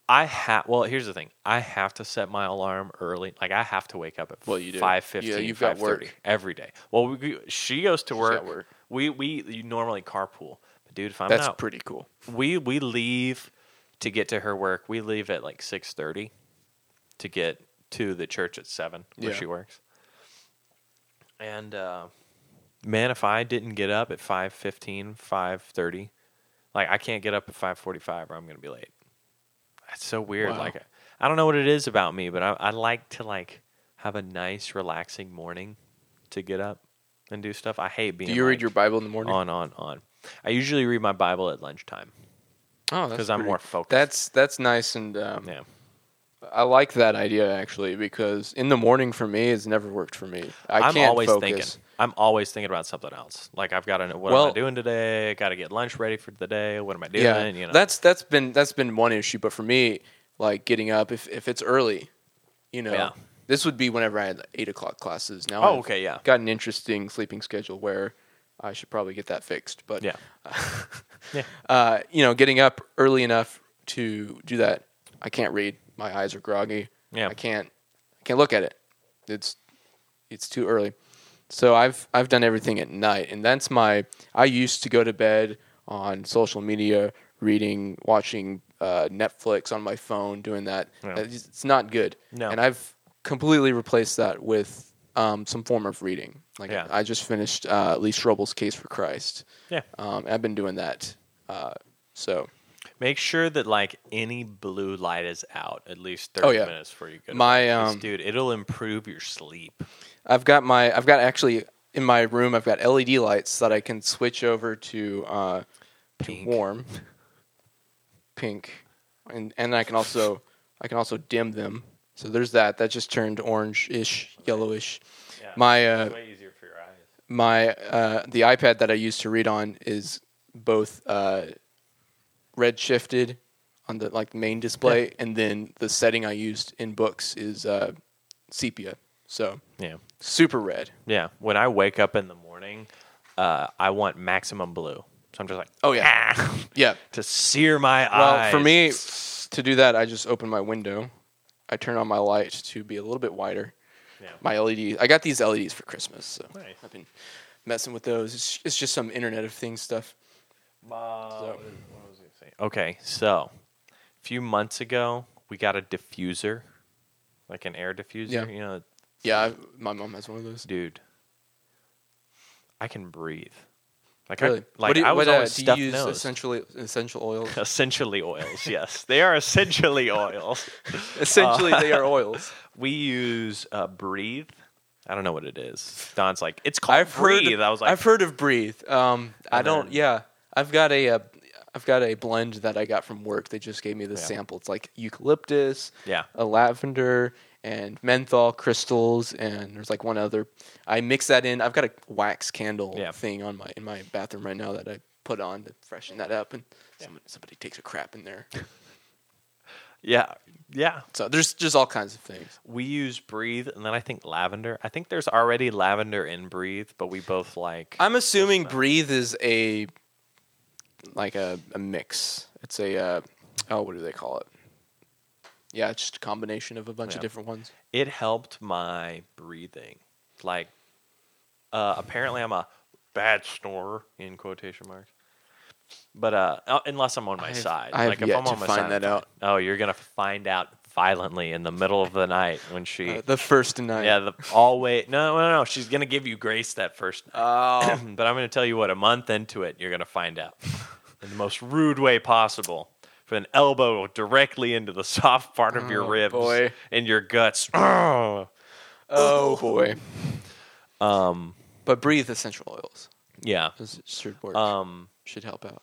Speaker 1: I have. Well, here's the thing. I have to set my alarm early. Like I have to wake up at
Speaker 2: Well, you do.
Speaker 1: five fifteen.
Speaker 2: Yeah, you've got work.
Speaker 1: every day. Well, we, we- she goes to
Speaker 2: got
Speaker 1: work.
Speaker 2: work.
Speaker 1: We we you normally carpool, but dude, if I'm
Speaker 2: that's
Speaker 1: not,
Speaker 2: pretty cool.
Speaker 1: we we leave to get to her work. We leave at like six thirty to get to the church at seven where
Speaker 2: Yeah.
Speaker 1: she works. And uh, man, if I didn't get up at 5.15, 5.30, like I can't get up at five forty five or I'm gonna be late. That's so weird.
Speaker 2: Wow.
Speaker 1: Like I don't know what it is about me, but I, I like to like have a nice, relaxing morning to get up and do stuff. I hate being
Speaker 2: Do you
Speaker 1: like,
Speaker 2: read your Bible in the morning?
Speaker 1: on on on. I usually read my Bible at lunchtime.
Speaker 2: oh, that's
Speaker 1: 'cause I'm
Speaker 2: pretty-
Speaker 1: more focused.
Speaker 2: That's that's nice, and um,
Speaker 1: Yeah.
Speaker 2: I like that idea actually because in the morning for me has never worked for me. I
Speaker 1: I am
Speaker 2: can't
Speaker 1: always
Speaker 2: focus.
Speaker 1: thinking. I'm always thinking about something else. Like I've got to know what am
Speaker 2: Well-
Speaker 1: I doing today? Got to get lunch ready for the day. What am I doing?
Speaker 2: yeah,
Speaker 1: you know.
Speaker 2: that's that's been that's been one issue. But for me, like getting up if if it's early, you know,
Speaker 1: Yeah.
Speaker 2: this would be whenever I had eight o'clock classes. Now,
Speaker 1: Oh,
Speaker 2: I've
Speaker 1: okay,
Speaker 2: <laughs>
Speaker 1: yeah.
Speaker 2: got an interesting sleeping schedule where I should probably get that fixed. But
Speaker 1: yeah. yeah.
Speaker 2: <laughs> uh, you know, getting up early enough to do that, I can't read. My eyes are groggy.
Speaker 1: Yeah.
Speaker 2: I can't. I can't look at it. It's it's too early. So I've I've done everything at night, and that's my. I used to go to bed on social media, reading, watching uh, Netflix on my phone, doing that.
Speaker 1: Yeah.
Speaker 2: It's it's not good.
Speaker 1: No.
Speaker 2: And I've completely replaced that with um, some form of reading. Like
Speaker 1: Yeah.
Speaker 2: I just finished uh, Lee Strobel's Case for Christ.
Speaker 1: Yeah.
Speaker 2: Um, I've been doing that. Uh, so
Speaker 1: Make sure that like any blue light is out at least 30
Speaker 2: Oh, yeah.
Speaker 1: minutes before you go. To
Speaker 2: My,
Speaker 1: bed. 'Cause,
Speaker 2: um,
Speaker 1: dude, it'll improve your sleep.
Speaker 2: I've got my I've got actually in my room I've got LED lights that I can switch over to uh, to
Speaker 1: Pink.
Speaker 2: warm pink, and and I can also I can also dim them. So there's that. That just turned orange ish, yellowish.
Speaker 1: Yeah.
Speaker 2: My uh,
Speaker 1: way easier for your eyes.
Speaker 2: my uh, the iPad that I used to read on is both uh, red shifted on the like main display, and then the setting I used in books is uh, sepia, so
Speaker 1: Yeah.
Speaker 2: super red.
Speaker 1: Yeah. When I wake up in the morning, uh, I want maximum blue. So I'm just like,
Speaker 2: Oh yeah,
Speaker 1: "Ah," <laughs>
Speaker 2: yeah.
Speaker 1: to sear my
Speaker 2: Well,
Speaker 1: eyes.
Speaker 2: for me to do that, I just open my window, I turn on my light to be a little bit wider.
Speaker 1: Yeah.
Speaker 2: My LED, I got these LEDs for Christmas, so
Speaker 1: Nice.
Speaker 2: I've been messing with those. It's, it's just some Internet of Things stuff.
Speaker 1: Uh,
Speaker 2: So-
Speaker 1: Okay, so a few months ago, we got a diffuser, like an air diffuser.
Speaker 2: Yeah.
Speaker 1: You know,
Speaker 2: Yeah, I, my mom has one of those.
Speaker 1: dude, I can breathe. Like,
Speaker 2: Really?
Speaker 1: I, like
Speaker 2: what do you,
Speaker 1: I was
Speaker 2: what, uh,
Speaker 1: always
Speaker 2: do you
Speaker 1: stuffed Uh,
Speaker 2: use
Speaker 1: nose.
Speaker 2: essentially essential
Speaker 1: <laughs>
Speaker 2: oils?
Speaker 1: essentially oils. yes, they are essentially oils.
Speaker 2: <laughs> essentially, they are oils.
Speaker 1: We use uh, breathe. I don't know what it is. Don's like it's <laughs> called
Speaker 2: I've
Speaker 1: breathe.
Speaker 2: heard.
Speaker 1: I was like,
Speaker 2: I've heard of breathe. Um, I
Speaker 1: And
Speaker 2: don't.
Speaker 1: then-
Speaker 2: yeah, I've got a. Uh, I've got a blend that I got from work. They just gave me the
Speaker 1: Yeah.
Speaker 2: sample. It's like eucalyptus,
Speaker 1: yeah,
Speaker 2: a lavender, and menthol crystals, and there's like one other. I mix that in. I've got a wax candle
Speaker 1: Yeah.
Speaker 2: thing on my in my bathroom right now that I put on to freshen that up, and someone, somebody takes a crap in there.
Speaker 1: yeah, yeah.
Speaker 2: So there's just all kinds of things.
Speaker 1: We use breathe, and then I think lavender. I think there's already lavender in breathe, but we both like.
Speaker 2: I'm assuming breathe is a like a, a mix. It's a uh, oh, what do they call it? Yeah, it's just a combination of a bunch
Speaker 1: Yeah.
Speaker 2: of different ones.
Speaker 1: it helped my breathing. Like, uh, apparently I'm a bad snorer in quotation marks. But uh, uh, unless I'm on my
Speaker 2: I have-
Speaker 1: side,
Speaker 2: I have
Speaker 1: like if
Speaker 2: yet
Speaker 1: I'm
Speaker 2: to
Speaker 1: on my
Speaker 2: find
Speaker 1: side,
Speaker 2: that out.
Speaker 1: Oh, you're gonna find out violently in the middle of the night when she.
Speaker 2: Uh, the first night.
Speaker 1: yeah, the always no, no, no. She's gonna give you grace that first night.
Speaker 2: Oh,
Speaker 1: <laughs>
Speaker 2: <coughs>
Speaker 1: but I'm gonna tell you what. A month into it, you're gonna find
Speaker 2: <laughs>
Speaker 1: out in the most rude way possible. With an elbow directly into the <laughs> soft part of your
Speaker 2: Oh,
Speaker 1: ribs
Speaker 2: boy.
Speaker 1: and your guts. <clears throat> Oh.
Speaker 2: oh boy.
Speaker 1: Um,
Speaker 2: But breathe essential oils.
Speaker 1: yeah.
Speaker 2: This should work.
Speaker 1: Um,
Speaker 2: should help out.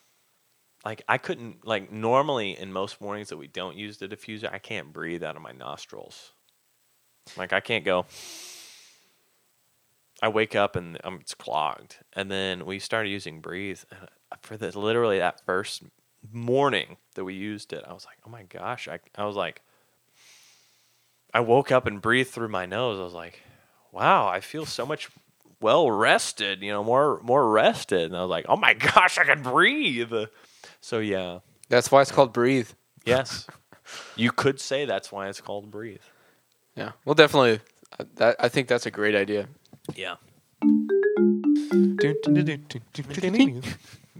Speaker 1: like I couldn't like normally in most mornings that we don't use the diffuser, I can't breathe out of my nostrils. Like I can't go. I wake up and um, it's clogged, and then we started using breathe and for the literally that first morning that we used it. I was like, oh my gosh! I I was like, I woke up and breathed through my nose. I was like, wow, I feel so much well rested, you know, more more rested. And I was like, oh my <laughs> gosh, I can breathe. So yeah,
Speaker 2: That's why it's called breathe.
Speaker 1: yes, you could say that's why it's called breathe.
Speaker 2: Yeah. Well, definitely. uh, That, I think that's a great idea.
Speaker 1: Yeah.
Speaker 2: That's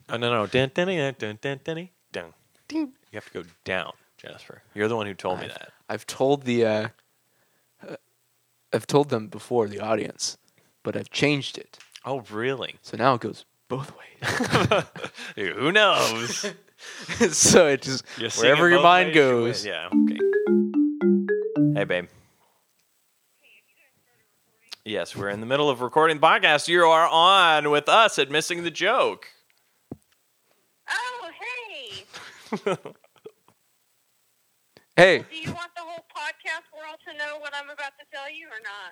Speaker 1: Oh no no. Dun, dun, dun, dun, dun, dun, dun. You have to go down, Jasper. You're the one who told me
Speaker 2: I've-
Speaker 1: that.
Speaker 2: I've told the, uh, uh, I've told them before the audience, but I've changed it.
Speaker 1: Oh <laughs> really?
Speaker 2: So now it goes both ways.
Speaker 1: Dude, who knows?
Speaker 2: <laughs> so it just
Speaker 1: You're seeing
Speaker 2: wherever
Speaker 1: it
Speaker 2: your
Speaker 1: both
Speaker 2: mind
Speaker 1: ways, you win.
Speaker 2: goes.
Speaker 1: Yeah. Okay. Hey, babe. Yes, we're in the middle of recording the podcast. You are on with us at Missing the Joke.
Speaker 3: Oh, hey!
Speaker 2: Hey,
Speaker 3: Do you want the whole podcast world to know what I'm about to tell you or not?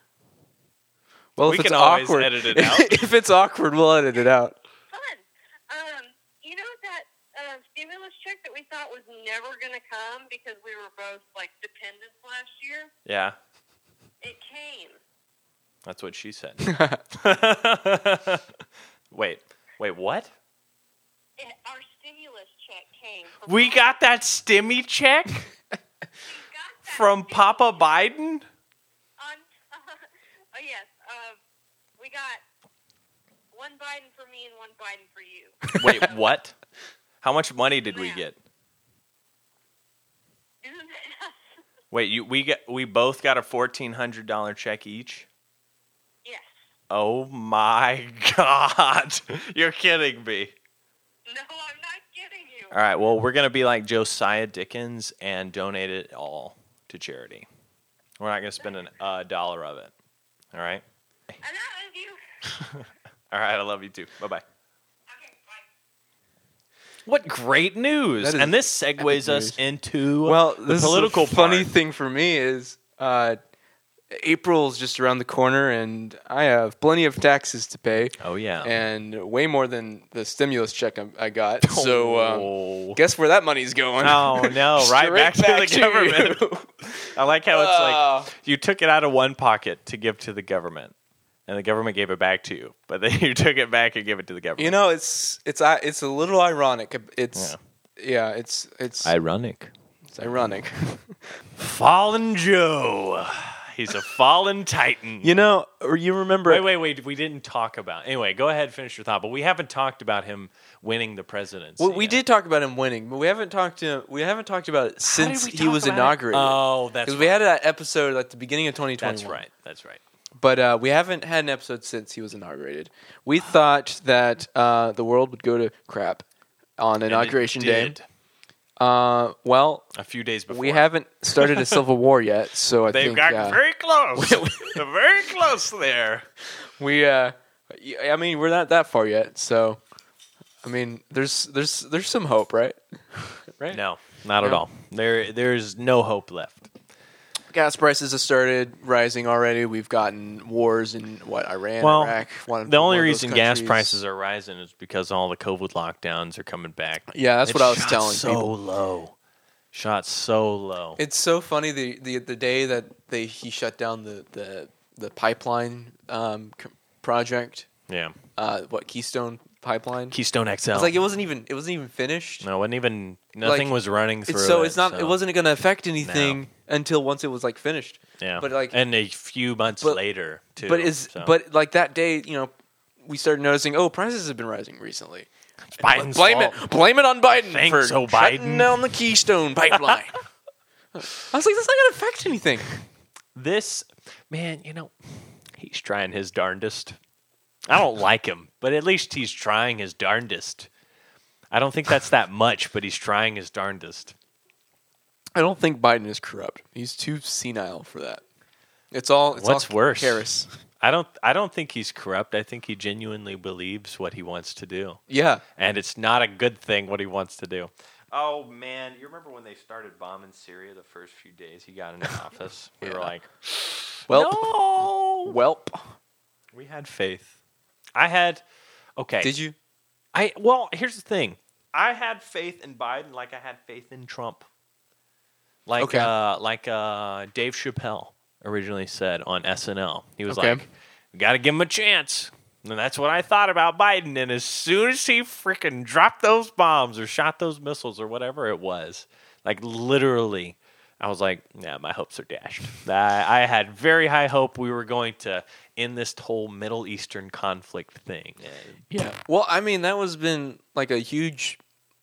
Speaker 2: well,
Speaker 1: We
Speaker 2: if it's
Speaker 1: can always
Speaker 2: awkward,
Speaker 1: edit it out.
Speaker 2: <laughs> if it's awkward, we'll edit it out. <laughs>
Speaker 3: Fun. Um, you know that uh, stimulus check that we thought was never going to come because we were both like dependents last year?
Speaker 1: Yeah,
Speaker 3: It came.
Speaker 1: that's what she said. <laughs> wait, wait, what?
Speaker 3: It, our stimulus check came. From
Speaker 1: We got that stimmy check
Speaker 3: We got that
Speaker 1: from
Speaker 3: stimulus
Speaker 1: Papa Biden?
Speaker 3: On, <laughs> oh yes. Um, we got one Biden for me and one Biden for you. <laughs>
Speaker 1: Wait, what? How much money did we
Speaker 3: Yeah.
Speaker 1: get?
Speaker 3: Isn't that-
Speaker 1: Wait, you we get we both got a fourteen hundred dollar check each.
Speaker 3: <laughs> yes.
Speaker 1: Oh my <laughs> god. You're kidding me.
Speaker 3: No, I'm not kidding you.
Speaker 1: All right, well, we're going to be like Josiah Dickens and donate it all to charity. We're not going to spend a uh, dollar of it. All right?
Speaker 3: I love you.
Speaker 1: All right, I love you too. Bye-bye.
Speaker 3: Okay, bye.
Speaker 1: What great news.
Speaker 2: That is
Speaker 1: And this segues us
Speaker 2: epic news.
Speaker 1: into
Speaker 2: Well,
Speaker 1: the
Speaker 2: this
Speaker 1: political
Speaker 2: is a funny
Speaker 1: part.
Speaker 2: thing for me is uh, April's just around the corner, and I have plenty of taxes to pay,
Speaker 1: Oh yeah.
Speaker 2: and way more than the stimulus check I, I got.
Speaker 1: <laughs>
Speaker 2: <laughs> So
Speaker 1: Oh.
Speaker 2: um, guess where that money's going?
Speaker 1: Oh,
Speaker 2: <laughs>
Speaker 1: no, right
Speaker 2: Straight
Speaker 1: back to the
Speaker 2: you.
Speaker 1: <laughs> government. I like how it's
Speaker 2: <laughs> Ah.
Speaker 1: like you took it out of one pocket to give to the government, and the government gave it back to you, but then <laughs> you took it back and gave it to the government.
Speaker 2: you know, it's it's i- it's a little ironic. It's yeah, it's it's,
Speaker 1: ironic.
Speaker 2: it's
Speaker 1: <laughs>
Speaker 2: ironic.
Speaker 1: Fallen Joe. He's a fallen titan.
Speaker 2: you know, or you remember?
Speaker 1: wait, wait, wait. We didn't talk about. Anyway, go ahead, finish your thought. But we haven't talked about him winning the presidency.
Speaker 2: Well, we
Speaker 1: yet.
Speaker 2: did talk about him winning, but we haven't talked to we haven't talked about it
Speaker 1: How did
Speaker 2: since
Speaker 1: we
Speaker 2: he
Speaker 1: talk
Speaker 2: was
Speaker 1: about it?
Speaker 2: inaugurated.
Speaker 1: Oh, that's
Speaker 2: Because
Speaker 1: right.
Speaker 2: we had that episode at the beginning of 2021.
Speaker 1: that's right. That's right.
Speaker 2: But uh, we haven't had an episode since he was inaugurated. We thought that uh, the world would go to crap on
Speaker 1: And it
Speaker 2: inauguration day.
Speaker 1: did
Speaker 2: Uh, well,
Speaker 1: A few days before.
Speaker 2: we haven't started
Speaker 1: <laughs>
Speaker 2: a civil war yet, so I
Speaker 1: They've
Speaker 2: think
Speaker 1: gotten
Speaker 2: uh,
Speaker 1: very
Speaker 2: <laughs>
Speaker 1: close. They're very close there.
Speaker 2: we. Uh, y- I mean, we're not that far yet, so I mean, there's there's there's some
Speaker 1: <laughs>
Speaker 2: hope, right? right.
Speaker 1: No, not at
Speaker 2: No.
Speaker 1: all. There, there's no hope left.
Speaker 2: Gas prices have started rising already. We've gotten wars in what Iran,
Speaker 1: Well,
Speaker 2: Iraq. One,
Speaker 1: The only
Speaker 2: one of those
Speaker 1: reason gas
Speaker 2: countries.
Speaker 1: prices are rising is because all the COVID lockdowns are coming back.
Speaker 2: Yeah, that's
Speaker 1: It
Speaker 2: what I was
Speaker 1: shot
Speaker 2: telling
Speaker 1: So
Speaker 2: people.
Speaker 1: low, shot so low.
Speaker 2: It's so funny the the, the day that they he shut down the the the pipeline um, c- project.
Speaker 1: yeah,
Speaker 2: Uh, what Keystone pipeline?
Speaker 1: Keystone XL.
Speaker 2: It's like it wasn't even it wasn't even finished.
Speaker 1: no, it wasn't even nothing
Speaker 2: Like,
Speaker 1: was running through.
Speaker 2: It's so
Speaker 1: it,
Speaker 2: it's not
Speaker 1: so,
Speaker 2: it wasn't going to affect anything until once it was like finished.
Speaker 1: Yeah,
Speaker 2: but, like-
Speaker 1: and a few months
Speaker 2: but-
Speaker 1: later too.
Speaker 2: but is
Speaker 1: so.
Speaker 2: but like that day, you know, we started noticing. Oh, prices have been rising recently.
Speaker 1: It's Biden's
Speaker 2: blame
Speaker 1: fault.
Speaker 2: it. Blame it on Biden
Speaker 1: Thanks,
Speaker 2: for
Speaker 1: oh,
Speaker 2: shutting
Speaker 1: Biden.
Speaker 2: down the Keystone
Speaker 1: <laughs>
Speaker 2: pipeline. I was like, that's not going to affect anything.
Speaker 1: This man, you know, he's trying his darndest. I don't like him, but at least he's trying his darndest. I don't think that's that much, but he's trying his darndest.
Speaker 2: I don't think Biden is corrupt. He's too senile for that. It's all. It's
Speaker 1: What's
Speaker 2: all
Speaker 1: worse?
Speaker 2: Harris.
Speaker 1: I don't I don't think he's corrupt. I think he genuinely believes what he wants to do.
Speaker 2: Yeah.
Speaker 1: And it's not a good thing what he wants to do. Oh man, you remember when they started bombing Syria the first few days he <laughs> got into office? We
Speaker 2: Yeah.
Speaker 1: were like,
Speaker 2: Welp.
Speaker 1: "No!"
Speaker 2: Welp.
Speaker 1: We had faith. I had Okay.
Speaker 2: Did you?
Speaker 1: I well, here's the thing. I had faith in Biden like I had faith in Trump. Like
Speaker 2: Okay.
Speaker 1: uh like uh Dave Chappelle originally said on SNL. He was
Speaker 2: Okay.
Speaker 1: like, We gotta give him a chance. And that's what I thought about Biden. And as soon as he freaking dropped those bombs or shot those missiles or whatever it was, like literally, I was like, nah, my hopes are dashed. I, I had very high hope we were going to end this whole Middle Eastern conflict thing. And
Speaker 2: Yeah. Well, I mean, that was been like a huge.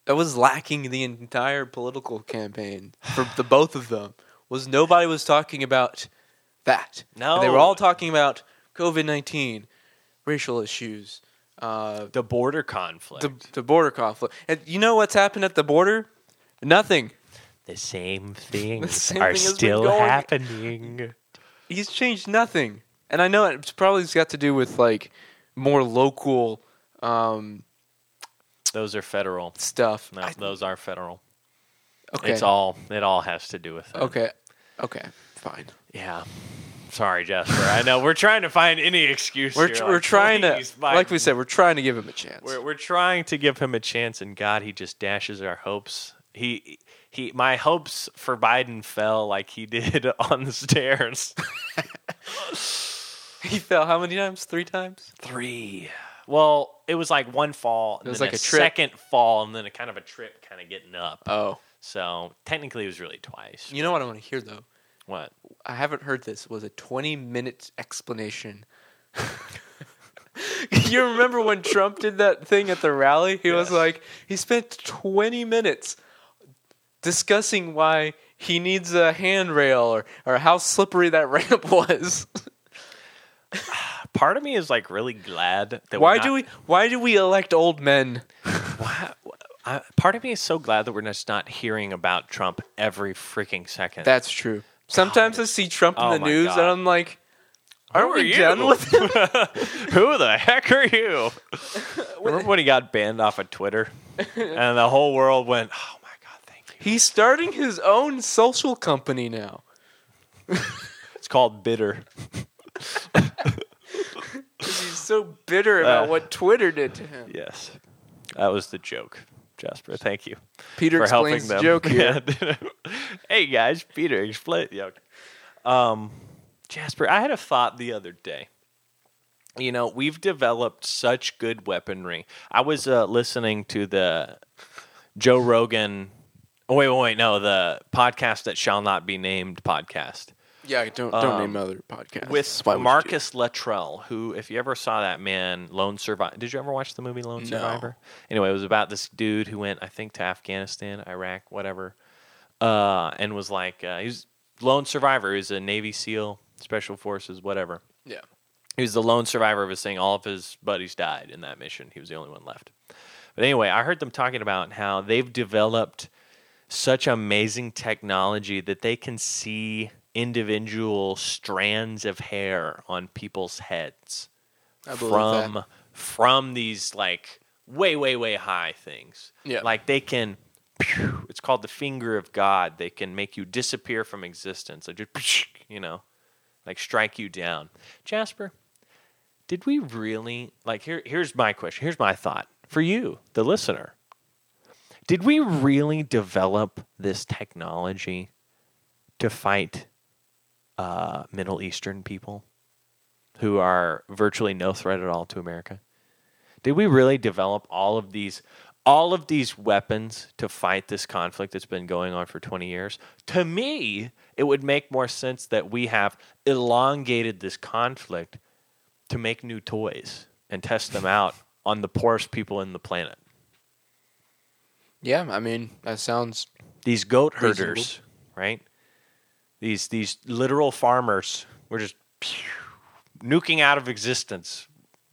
Speaker 2: That was lacking the entire political campaign for the both of them. Was nobody was talking about that?
Speaker 1: No.
Speaker 2: they were all talking about COVID nineteen, racial issues, uh,
Speaker 1: the border conflict.
Speaker 2: the the border conflict. And you know what's happened at the border? Nothing.
Speaker 1: the same
Speaker 2: <laughs>
Speaker 1: things
Speaker 2: same
Speaker 1: are
Speaker 2: thing has been
Speaker 1: still
Speaker 2: going-
Speaker 1: happening.
Speaker 2: He's changed nothing. And I know it's probably got to do with like more local um,
Speaker 1: Those are federal.
Speaker 2: stuff.
Speaker 1: No,
Speaker 2: I-
Speaker 1: those are federal.
Speaker 2: okay.
Speaker 1: It's all. It all has to do with. It.
Speaker 2: okay. Okay. Fine.
Speaker 1: Yeah. Sorry, Jasper. I know we're trying to find any excuse.
Speaker 2: We're,
Speaker 1: here,
Speaker 2: tr-
Speaker 1: like,
Speaker 2: we're trying to,
Speaker 1: please, Biden.
Speaker 2: like we said, we're trying to give him a chance.
Speaker 1: we're, <laughs> we're trying to give him a chance, and God, he just dashes our hopes. He he. My hopes for Biden fell like he did <laughs> on the stairs.
Speaker 2: he fell how many times? Three times?
Speaker 1: Three. Well, it was like one fall. And
Speaker 2: It was
Speaker 1: then
Speaker 2: like
Speaker 1: a,
Speaker 2: a trip.
Speaker 1: second fall, and then a kind of a trip, kind of getting up.
Speaker 2: Oh.
Speaker 1: So technically, it was really twice.
Speaker 2: You know what I want to hear, though?
Speaker 1: What?
Speaker 2: I haven't heard this, was a 20 minute explanation. <laughs> you remember when Trump did that thing at the rally? He was
Speaker 1: Yes.
Speaker 2: like, he spent 20 minutes discussing why he needs a handrail or, or how slippery that <laughs> ramp was.
Speaker 1: Part of me is like really glad that.
Speaker 2: why
Speaker 1: we're not,
Speaker 2: do we why do we elect old men?
Speaker 1: Why, I, part of me is so glad that we're just not hearing about Trump every freaking second.
Speaker 2: That's true. Sometimes I see Trump in
Speaker 1: Oh
Speaker 2: the
Speaker 1: my
Speaker 2: news
Speaker 1: God.
Speaker 2: and I'm like,
Speaker 1: Who
Speaker 2: aren't we done with him?
Speaker 1: <laughs> Who the heck are you? Remember when he got banned off of Twitter, and the whole world went, "Oh my God, thank you."
Speaker 2: He's starting his own social company now.
Speaker 1: It's called bitter.
Speaker 2: He's so bitter about
Speaker 1: Uh,
Speaker 2: what Twitter did to him.
Speaker 1: Yes, that was the joke, Jasper. Thank you.
Speaker 2: Peter
Speaker 1: for helping
Speaker 2: explains
Speaker 1: them.
Speaker 2: the joke here.
Speaker 1: <laughs> Yeah. hey guys, Peter, explain. Yeah, okay. Um, Jasper, I had a thought the other day. You know, we've developed such good weaponry. I was uh, listening to the Joe Rogan. Oh, wait, wait, wait, no, the podcast that shall not be named podcast
Speaker 2: Yeah, don't don't
Speaker 1: Um,
Speaker 2: name other podcasts.
Speaker 1: with
Speaker 2: Why would you do
Speaker 1: Marcus Luttrell, who, if you ever saw that man, Lone Survivor, did you ever watch the movie Lone
Speaker 2: No.
Speaker 1: Survivor? Anyway, it was about this dude who went, I think, to Afghanistan, Iraq, whatever, uh, and was like, uh, he was Lone Survivor, he was a Navy SEAL, Special Forces, whatever.
Speaker 2: Yeah.
Speaker 1: He was the lone survivor of his thing. All of his buddies died in that mission. He was the only one left. But anyway, I heard them talking about how they've developed such amazing technology that they can see individual strands of hair on people's heads
Speaker 2: I believe
Speaker 1: from
Speaker 2: that.
Speaker 1: from these like way way way high things.
Speaker 2: Yeah.
Speaker 1: Like they can pew, it's called the finger of God. They can make you disappear from existence. Like just psh, you know, like strike you down. Jasper, did we really like here here's my question. Here's my thought for you, the listener. Did we really develop this technology to fight uh, Middle Eastern people? who are virtually no threat at all to America? Did we really develop all of these all of these weapons to fight this conflict that's been going on for 20 years? To me, it would make more sense that we have elongated this conflict to make new toys and test them out on the poorest people in the planet.
Speaker 2: Yeah, I mean, that sounds
Speaker 1: These goat
Speaker 2: Reasonable.
Speaker 1: herders, right? These these literal farmers were just <laughs> pew, nuking out of existence,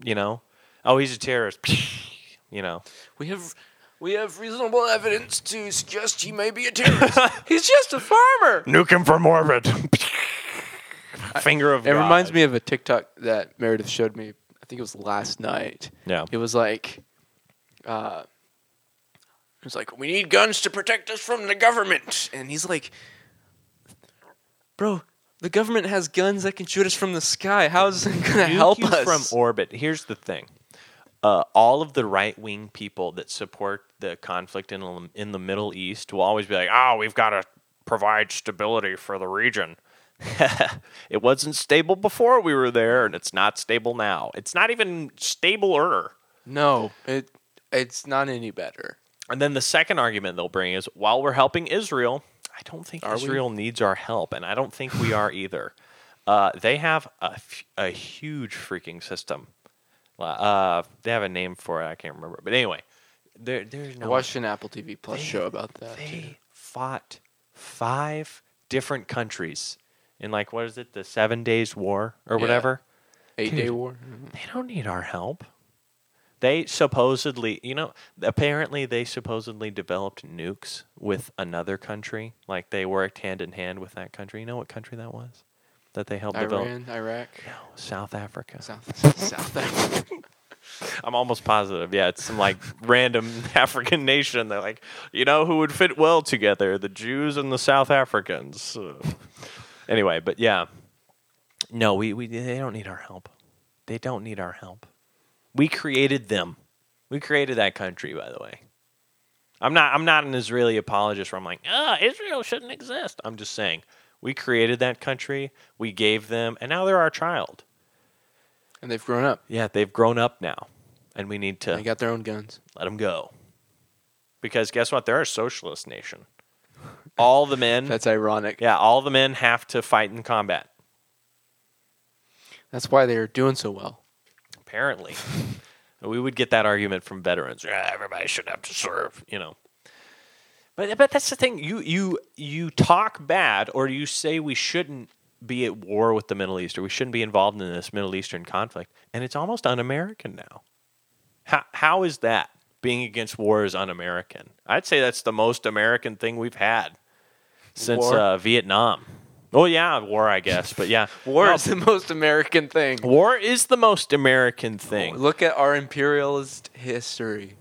Speaker 1: you know. Oh, he's a terrorist. <laughs> Pew, you know.
Speaker 2: We have we have reasonable evidence to suggest he may be
Speaker 1: <laughs>
Speaker 2: a terrorist. He's just a farmer.
Speaker 1: Nuke him from orbit. <laughs> Finger of
Speaker 2: It reminds me of a TikTok that Meredith showed me. I think it was last night.
Speaker 1: Yeah.
Speaker 2: It was like, uh, it was like we need guns to protect us from the government, and he's like, bro. The government has guns that can shoot us from the sky. How is it going to
Speaker 1: Nuke
Speaker 2: help
Speaker 1: you
Speaker 2: us?
Speaker 1: from orbit. Here's the thing. Uh, all of the right wing people that support the conflict in the- in the Middle East will always be like, "Oh, we've got to provide stability for the region." <laughs> it wasn't stable before we were there, and it's not stable now. It's not even stabler.
Speaker 2: no, it it's not any better.
Speaker 1: And then the second argument they'll bring is while we're helping Israel, I don't think
Speaker 2: Are we?
Speaker 1: Israel needs our help, and I don't think we
Speaker 2: <laughs>
Speaker 1: are either. Uh, they have a, f- a huge freaking system. Uh, they have a name for it. I can't remember. But anyway, there, there's
Speaker 2: I
Speaker 1: no.
Speaker 2: watched an Apple TV Plus
Speaker 1: They-
Speaker 2: show about that. too.
Speaker 1: They fought five different countries in, like, what is it, the Seven Days War or
Speaker 2: Yeah.
Speaker 1: whatever?
Speaker 2: Eight
Speaker 1: Dude.
Speaker 2: Day War.
Speaker 1: They don't need our help. They supposedly, you know, apparently they supposedly developed nukes with another country. Like they worked hand in hand with that country. You know what country that was? That they helped develop?
Speaker 2: Iran, Iraq,
Speaker 1: No, South Africa.
Speaker 2: South South Africa.
Speaker 1: I'm almost positive. Yeah, it's some like random <laughs> African nation. They're like, you know, who would fit well together? The Jews and the South Africans. Uh, anyway, but yeah, no, we, we they don't need our help. They don't need our help. We created them. We created that country, by the way. I'm not I'm not an Israeli apologist where I'm like, ah, Israel shouldn't exist. I'm just saying we created that country. We gave them, and now they're our child.
Speaker 2: And they've grown up.
Speaker 1: Yeah, they've grown up now, and we need to
Speaker 2: They got their own guns.
Speaker 1: let them go. Because guess what? They're a socialist nation. All the men,
Speaker 2: <laughs> That's ironic.
Speaker 1: yeah, all the men have to fight in combat.
Speaker 2: That's why they're doing so well.
Speaker 1: Apparently, <laughs> we would get that argument from veterans. Yeah, everybody should have to serve, you know. But but that's the thing. You you you talk bad, or you say we shouldn't be at war with the Middle East, or we shouldn't be involved in this Middle Eastern conflict, and it's almost un-American now. How how is that? Being against war is un-American. I'd say that's the most American thing we've had since
Speaker 2: War?
Speaker 1: uh, Vietnam. Oh yeah, war I guess, but yeah,
Speaker 2: <laughs> War
Speaker 1: No,
Speaker 2: is the most American thing.
Speaker 1: war is the most American thing.
Speaker 2: Look at our imperialist history.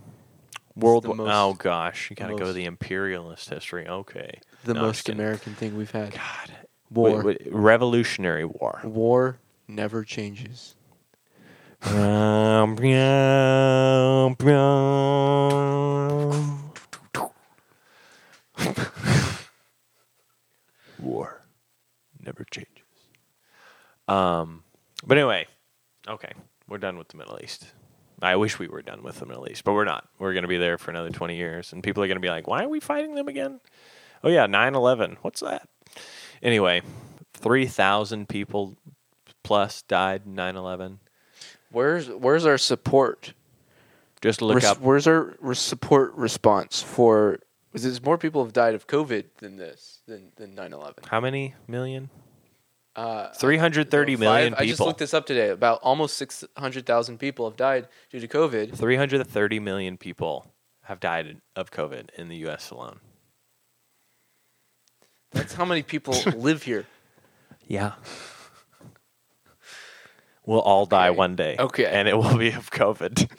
Speaker 1: World
Speaker 2: the
Speaker 1: War.
Speaker 2: most-
Speaker 1: Oh gosh, you gotta go to
Speaker 2: most-
Speaker 1: the imperialist history. Okay,
Speaker 2: The
Speaker 1: No, I'm just
Speaker 2: most
Speaker 1: kidding.
Speaker 2: American thing we've had.
Speaker 1: God
Speaker 2: War.
Speaker 1: Wait, wait, Revolutionary War.
Speaker 2: War never changes.
Speaker 1: <laughs> Brum, brum, brum. War never changes. Um, but anyway, okay, we're done with the Middle East. I wish we were done with the Middle East, but we're not. We're going to be there for another 20 years, and people are going to be like, why are we fighting them again? Oh, yeah, 9 11. What's that? Anyway, 3,000 people plus died in 9 11.
Speaker 2: Where's where's our support?
Speaker 1: Just look
Speaker 2: Res-
Speaker 1: up.
Speaker 2: Where's our res- support response for? Because more people have died of COVID than this than than nine eleven.
Speaker 1: How many million?
Speaker 2: uh,
Speaker 1: Three hundred thirty
Speaker 2: five-
Speaker 1: million
Speaker 2: I just
Speaker 1: people.
Speaker 2: looked this up today. About almost six hundred thousand people have died due to COVID.
Speaker 1: Three hundred thirty million people have died of COVID in the U.S. alone.
Speaker 2: That's how
Speaker 1: <laughs>
Speaker 2: many people live here.
Speaker 1: Yeah. <laughs> We'll all die
Speaker 2: Okay.
Speaker 1: one day.
Speaker 2: Okay.
Speaker 1: And it will be of COVID.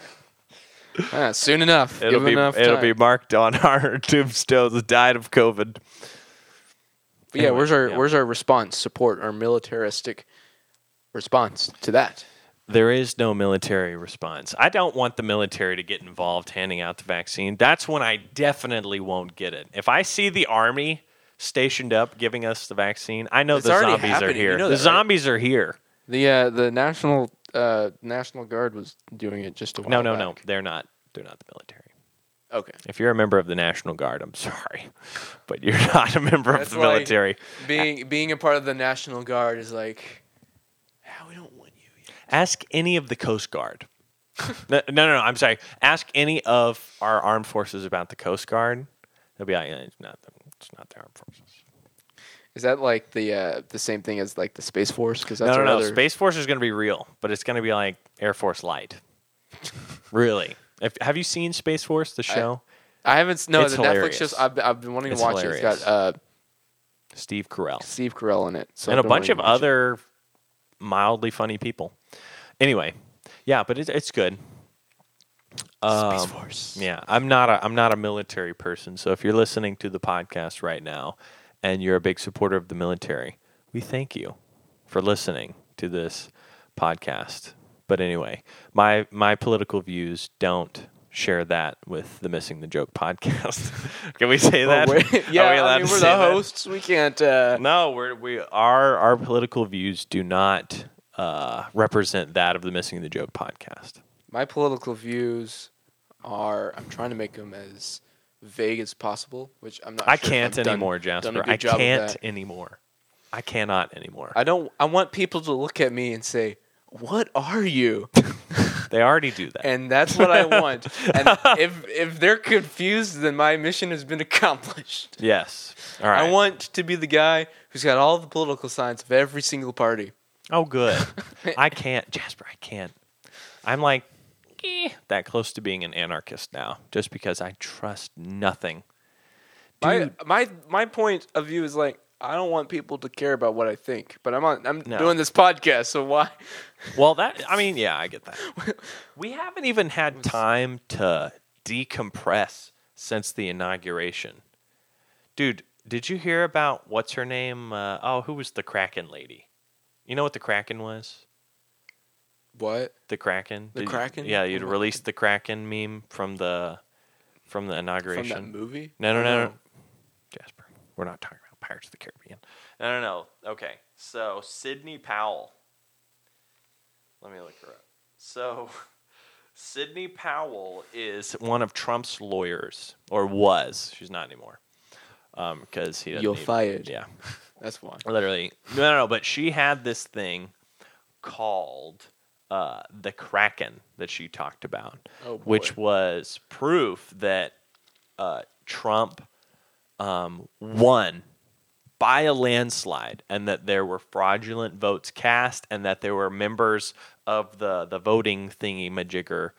Speaker 2: Ah, soon enough.
Speaker 1: It'll
Speaker 2: Give
Speaker 1: be
Speaker 2: enough
Speaker 1: it'll
Speaker 2: time.
Speaker 1: be marked on <laughs> our tombstones. Died of COVID.
Speaker 2: But yeah,
Speaker 1: Anyway,
Speaker 2: where's our
Speaker 1: yeah.
Speaker 2: where's our response support our militaristic response to that?
Speaker 1: There is no military response. I don't want the military to get involved handing out the vaccine. That's when I definitely won't get it. If I see the army stationed up giving us the vaccine, I know
Speaker 2: It's
Speaker 1: the
Speaker 2: already
Speaker 1: zombies are
Speaker 2: happening. You
Speaker 1: here.
Speaker 2: know
Speaker 1: the
Speaker 2: that, right?
Speaker 1: zombies are here.
Speaker 2: The uh, the national uh, national guard was doing it just a while.
Speaker 1: No, no, no.
Speaker 2: back.
Speaker 1: They're not. They're not the military.
Speaker 2: Okay,
Speaker 1: If you're a member of the National Guard, I'm <laughs> sorry, but you're not a member of
Speaker 2: That's
Speaker 1: the
Speaker 2: why-
Speaker 1: military.
Speaker 2: being being a part of the national guard is like, how we don't want you. Yet.
Speaker 1: Ask any of the Coast Guard. no, no, no, no, I'm sorry. Ask any of our armed forces about the Coast Guard. They'll be like, "Eh, it's not, the, it's not the armed forces.
Speaker 2: Is that like the uh, the same thing as like the space force? Because
Speaker 1: No,
Speaker 2: that's
Speaker 1: no, no.
Speaker 2: another-
Speaker 1: Space Force is going to be real, but it's going to be like Air Force
Speaker 2: <laughs>
Speaker 1: Light. really? If, have you seen Space Force, the show?
Speaker 2: I haven't. s- No,
Speaker 1: It's
Speaker 2: the
Speaker 1: hilarious.
Speaker 2: Netflix shows. I've, I've been wanting to
Speaker 1: It's
Speaker 2: watch it.
Speaker 1: hilarious.
Speaker 2: It's got uh,
Speaker 1: Steve Carell.
Speaker 2: Steve Carell in it, so
Speaker 1: and a
Speaker 2: I've been
Speaker 1: bunch
Speaker 2: wanting
Speaker 1: of
Speaker 2: to watch it.
Speaker 1: other mildly funny people. Anyway, yeah, but it's it's good. Um,
Speaker 2: space force.
Speaker 1: yeah, <laughs> I'm not a I'm not a military person, so if you're listening to the podcast right now and you're a big supporter of the military, we thank you for listening to this podcast. But anyway, my my political views don't share that with the missing the joke podcast. <laughs> Can we say that?
Speaker 2: Oh, wait.
Speaker 1: <laughs>
Speaker 2: yeah,
Speaker 1: Are we allowed
Speaker 2: I mean,
Speaker 1: to
Speaker 2: we're
Speaker 1: say
Speaker 2: the
Speaker 1: that?
Speaker 2: hosts. We can't. Uh,
Speaker 1: No, we're, we our our political views do not uh, represent that of the Missing the Joke podcast.
Speaker 2: my political views are I'm trying to make them as vague as possible, which I'm not.
Speaker 1: I
Speaker 2: sure if
Speaker 1: can't
Speaker 2: I've done-
Speaker 1: anymore,
Speaker 2: done a
Speaker 1: Jasper.
Speaker 2: good
Speaker 1: I
Speaker 2: job of
Speaker 1: can't
Speaker 2: that.
Speaker 1: anymore. I cannot anymore.
Speaker 2: I don't. I want people to look at me and say, "What are you?"
Speaker 1: they already do that.
Speaker 2: And that's what I want.
Speaker 1: <laughs>
Speaker 2: And if if they're confused, then my mission has been <laughs> accomplished.
Speaker 1: yes. All right.
Speaker 2: I want to be the guy who's got all the political science of every single party.
Speaker 1: Oh,
Speaker 2: <laughs>
Speaker 1: good. I can't, Jasper. I can't. I'm like eh, that close to being an anarchist now, just because I trust nothing.
Speaker 2: My
Speaker 1: Dude.
Speaker 2: my my point of view is like I don't want people to care about what I think, but I'm on, I'm
Speaker 1: No.
Speaker 2: doing this podcast, so why?
Speaker 1: Well, that I mean, yeah, I
Speaker 2: <laughs>
Speaker 1: get that. We haven't even had time to decompress since the inauguration. Dude, did you hear about what's her name? Uh, oh, who was the Kraken lady? You know what the Kraken was?
Speaker 2: What?
Speaker 1: The Kraken.
Speaker 2: The
Speaker 1: Did-
Speaker 2: Kraken?
Speaker 1: Yeah, you'd
Speaker 2: Oh my
Speaker 1: released the Kraken meme from the from the
Speaker 2: From
Speaker 1: inauguration.
Speaker 2: that movie?
Speaker 1: No, no,
Speaker 2: Oh,
Speaker 1: no, no. Jasper, we're not talking about Pirates of the Caribbean. No, no, no. Okay, so Sydney Powell. Let me look her up. So, <laughs> Sydney Powell is one of Trump's lawyers, or was. She's not anymore. Because he doesn't.
Speaker 2: You're
Speaker 1: even-
Speaker 2: fired.
Speaker 1: Yeah,
Speaker 2: That's why.
Speaker 1: literally. No, no, no. But she had this thing called uh, the Kraken that she talked about
Speaker 2: Oh, boy.
Speaker 1: which was proof that uh, Trump um, won by a landslide and that there were fraudulent votes cast and that there were members of the, the voting thingy majigger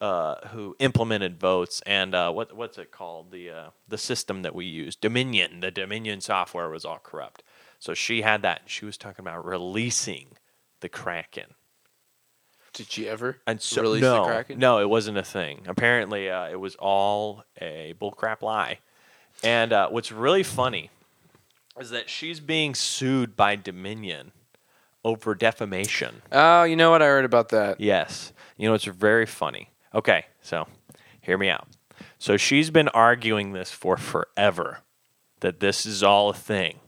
Speaker 1: uh, who implemented votes and uh, what what's it called the uh, the system that we use Dominion the Dominion software was all corrupt so she had that and she was talking about releasing the Kraken
Speaker 2: did she ever
Speaker 1: and so
Speaker 2: release
Speaker 1: no,
Speaker 2: the Kraken?
Speaker 1: no, it wasn't a thing. Apparently, uh, it was all a bullcrap lie. And uh, what's really funny is that she's being sued by Dominion over defamation.
Speaker 2: Oh, you know what? I heard about that.
Speaker 1: Yes. You know, it's very funny. Okay, so hear me out. So she's been arguing this for forever that this is all a thing.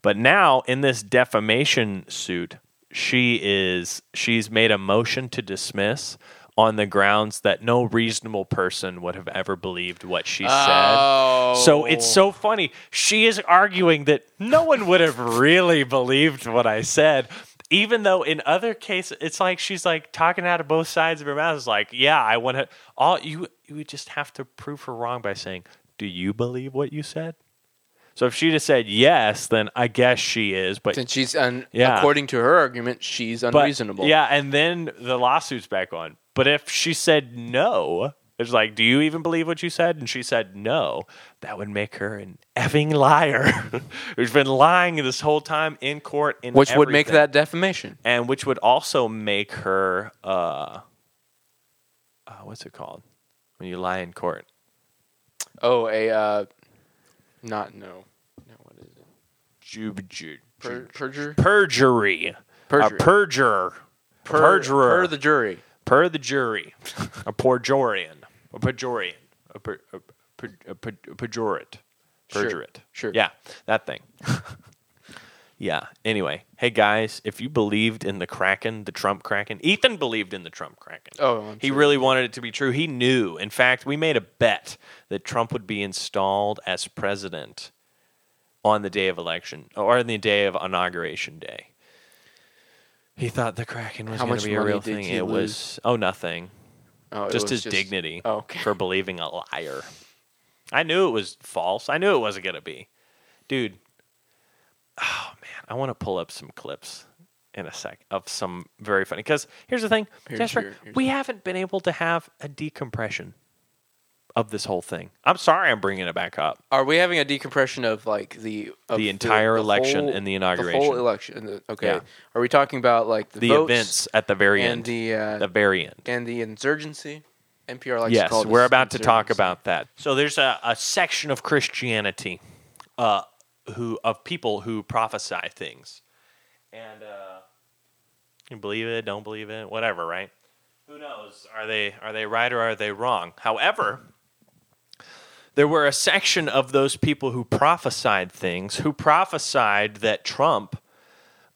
Speaker 1: But now in this defamation suit, she is she's made a motion to dismiss on the grounds that no reasonable person would have ever believed what she
Speaker 2: Oh,
Speaker 1: said. So it's so funny. She is arguing that no one would have really believed what I said, even though in other cases it's like she's like talking out of both sides of her mouth. It's like, yeah, I want to. All you you would just have to prove her wrong by saying, "Do you believe what you said?" So if she'd have said yes, then I guess she is. But
Speaker 2: Since she's, un-
Speaker 1: Yeah.
Speaker 2: according to her argument, she's
Speaker 1: but-
Speaker 2: unreasonable.
Speaker 1: yeah, and then the lawsuit's back on. But if she said no, it's like, do you even believe what you said? And she said no. That would make her an effing liar <laughs> who's been lying this whole time in court. In
Speaker 2: which would make
Speaker 1: everything.
Speaker 2: that defamation.
Speaker 1: and which would also make her uh, uh what's it called when you lie in court
Speaker 2: Oh, a uh, not no. No, what is it?
Speaker 1: Ju- ju-
Speaker 2: Per- perjure.
Speaker 1: perjury
Speaker 2: Perjury.
Speaker 1: a perjurer a perjurer
Speaker 2: Per the jury.
Speaker 1: per the jury a perjorian a perjorian a, per, a, per, a, per, a perjurate
Speaker 2: Sure.
Speaker 1: perjurate
Speaker 2: Sure.
Speaker 1: yeah that
Speaker 2: <laughs>
Speaker 1: thing yeah anyway hey guys if you believed in the kraken the trump kraken ethan believed in the trump kraken
Speaker 2: Oh, I'm
Speaker 1: He
Speaker 2: sure.
Speaker 1: really wanted it to be true. He knew. In fact, we made a bet that Trump would be installed as president on the day of election or on the day of inauguration day. He thought the Kraken was
Speaker 2: How
Speaker 1: going
Speaker 2: much
Speaker 1: to be a
Speaker 2: money
Speaker 1: real
Speaker 2: did
Speaker 1: thing.
Speaker 2: he
Speaker 1: It was oh nothing,
Speaker 2: Oh, it
Speaker 1: just
Speaker 2: was
Speaker 1: his dignity
Speaker 2: Oh, okay.
Speaker 1: for believing a liar. I knew it was false. I knew it wasn't going to be, dude. Oh man, I want to pull up some clips in a sec of some very funny. Because here's the thing,
Speaker 2: Here's
Speaker 1: Jasper,
Speaker 2: your- here's
Speaker 1: we haven't been able to have a decompression of this whole thing. I'm sorry, I'm bringing it back up.
Speaker 2: Are we having a decompression of like the of
Speaker 1: The entire election
Speaker 2: whole-
Speaker 1: and the
Speaker 2: The
Speaker 1: inauguration.
Speaker 2: whole election. the- Okay.
Speaker 1: Yeah.
Speaker 2: Are we talking about like the,
Speaker 1: The
Speaker 2: votes
Speaker 1: events at the very
Speaker 2: and
Speaker 1: end,
Speaker 2: the uh,
Speaker 1: the very end.
Speaker 2: and the insurgency? NPR likes to
Speaker 1: Yes,
Speaker 2: call it
Speaker 1: we're about to talk
Speaker 2: insurgency.
Speaker 1: about that. So there's a, a section of Christianity, uh, who of people who prophesy things, and uh, you believe it, don't believe it, whatever, right? Who knows? Are they are they right or are they wrong? However, there were a section of those people who prophesied things, who prophesied that Trump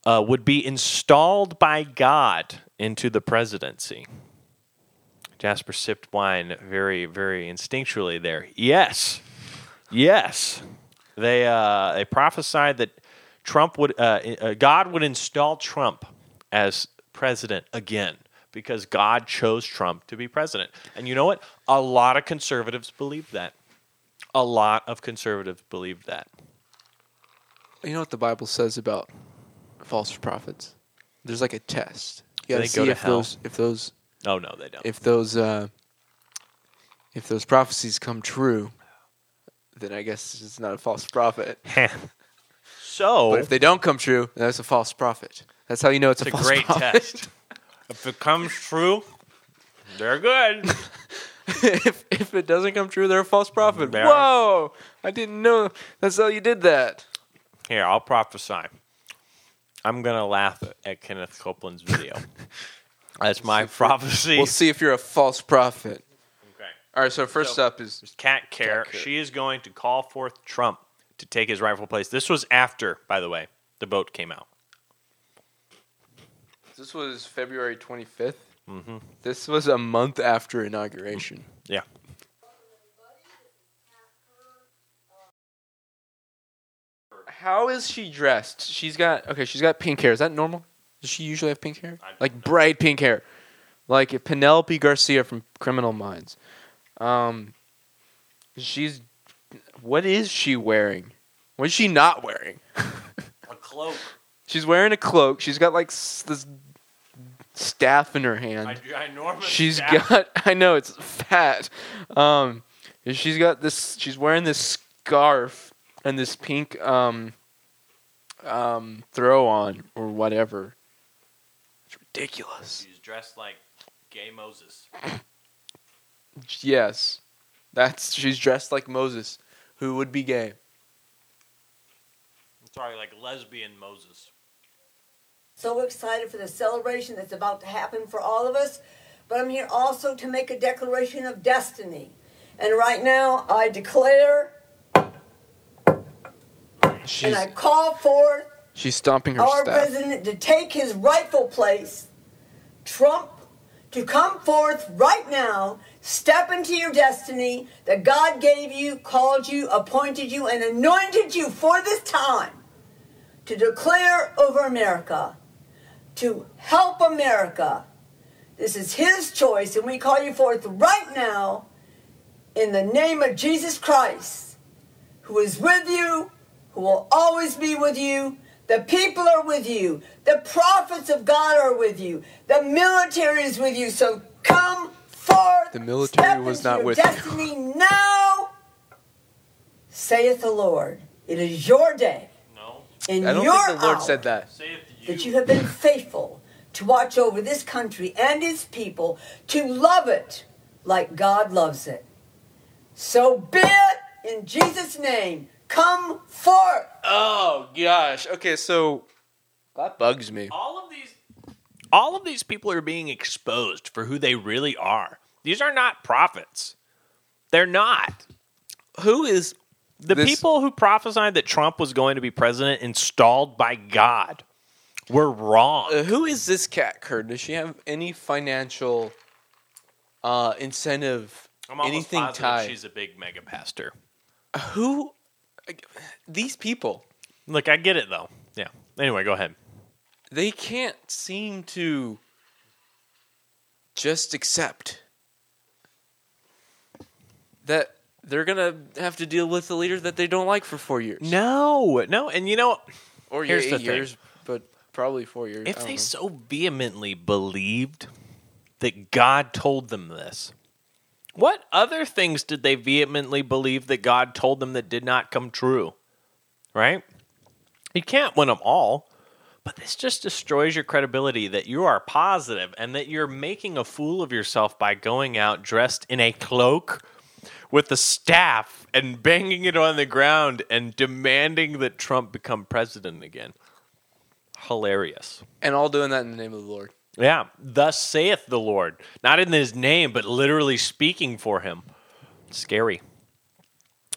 Speaker 1: uh, would be installed by God into the presidency. Jasper sipped wine very, very instinctually there. Yes. Yes. They, uh, they prophesied that Trump would, uh, uh, God would install Trump as president again because God chose Trump to be president. And you know what? A lot of conservatives believe that. A lot of conservatives believe that.
Speaker 2: You know what the Bible says about false prophets? There's like a test. You
Speaker 1: Do
Speaker 2: gotta
Speaker 1: they
Speaker 2: see
Speaker 1: go to
Speaker 2: if
Speaker 1: hell?
Speaker 2: those if those
Speaker 1: Oh, no, they don't.
Speaker 2: if those uh, if those prophecies come true, then I guess it's not a false prophet.
Speaker 1: <laughs> so,
Speaker 2: But if they don't come true, then that's a false prophet. That's how you know it's,
Speaker 1: it's a
Speaker 2: false
Speaker 1: great
Speaker 2: prophet.
Speaker 1: test. If it comes true, they're good.
Speaker 2: <laughs> if if it doesn't come true, they're a false prophet.
Speaker 1: They are.
Speaker 2: Whoa! I didn't know that's how you did that.
Speaker 1: Here, I'll prophesy. I'm gonna laugh at Kenneth Copeland's
Speaker 2: <laughs>
Speaker 1: video. That's my prophecy.
Speaker 2: We'll see if you're a false prophet.
Speaker 1: Okay.
Speaker 2: All right. So first
Speaker 1: So-
Speaker 2: up is
Speaker 1: There's Cat Care.
Speaker 2: Cat Care.
Speaker 1: She is going to call forth Trump to take his rightful place. This was after, by the way, the vote came out.
Speaker 2: this was February 25th.
Speaker 1: Mhm.
Speaker 2: This was a month after inauguration.
Speaker 1: Yeah.
Speaker 2: How is she dressed? She's got okay. She's got pink hair. Is that normal? Does she usually have pink hair?
Speaker 1: I don't
Speaker 2: Like
Speaker 1: know.
Speaker 2: bright pink hair, like if Penelope Garcia from Criminal Minds. Um, she's. What is she wearing? What is she not wearing?
Speaker 1: A cloak.
Speaker 2: She's wearing a cloak. She's got like s- this staff in her hand.
Speaker 1: ginormous.
Speaker 2: She's got <laughs> I know it's fat. Um she's got this she's wearing this scarf and this pink um um throw on or whatever. It's ridiculous.
Speaker 1: <laughs> She's dressed like gay Moses.
Speaker 2: Yes. That's she's dressed like Moses who would be gay.
Speaker 1: Sorry, like lesbian Moses.
Speaker 4: so excited for the celebration that's about to happen for all of us, but I'm here also to make a declaration of destiny. And right now, I declare
Speaker 2: She's
Speaker 4: and I call forth
Speaker 2: she's stomping her
Speaker 4: our
Speaker 2: staff.
Speaker 4: president to take his rightful place, Trump, to come forth right now, step into your destiny that God gave you, called you, appointed you, and anointed you for this time to declare over America, to help America. This is his choice, and we call you forth right now in the name of Jesus Christ, who is with you, who will always be with you. The people are with you. The prophets of God are with you. The military is with you. So come forth.
Speaker 2: The military
Speaker 4: step
Speaker 2: was
Speaker 4: into
Speaker 2: not
Speaker 4: your
Speaker 2: with you.
Speaker 4: destiny now, saith the Lord. It is your day.
Speaker 1: No.
Speaker 4: In
Speaker 2: I don't
Speaker 4: your
Speaker 2: think the Lord
Speaker 4: hour
Speaker 2: said that.
Speaker 1: Say it to
Speaker 4: that you have been faithful to watch over this country and its people, to love it like God loves it. So be it in Jesus' name. Come forth.
Speaker 2: Oh gosh. Okay, so that bugs me.
Speaker 1: all of these all of these people are being exposed for who they really are these are not prophets they're not
Speaker 2: Who is
Speaker 1: the
Speaker 2: This-
Speaker 1: people who prophesied that trump was going to be president installed by god were wrong
Speaker 2: uh, who is this cat Kurt? Does she have any financial uh incentive anything tied?
Speaker 1: a big mega pastor
Speaker 2: who these people
Speaker 1: look i get it though yeah anyway go ahead
Speaker 2: they can't seem to just accept that they're gonna have to deal with a leader that they don't like for four years
Speaker 1: no no and you know
Speaker 2: or
Speaker 1: Here's
Speaker 2: eight
Speaker 1: the thing.
Speaker 2: years but probably four years I
Speaker 1: if
Speaker 2: don't
Speaker 1: they
Speaker 2: know.
Speaker 1: so vehemently believed that God told them this, what other things did they vehemently believe that God told them that did not come true? Right? You can't win them all, but this just destroys your credibility that you are positive and that you're making a fool of yourself by going out dressed in a cloak with a staff and banging it on the ground and demanding that Trump become president again. Hilarious.
Speaker 2: and all doing that in the name of the lord
Speaker 1: Yeah. Thus saith the Lord. Not in his name, but literally speaking for him. Scary.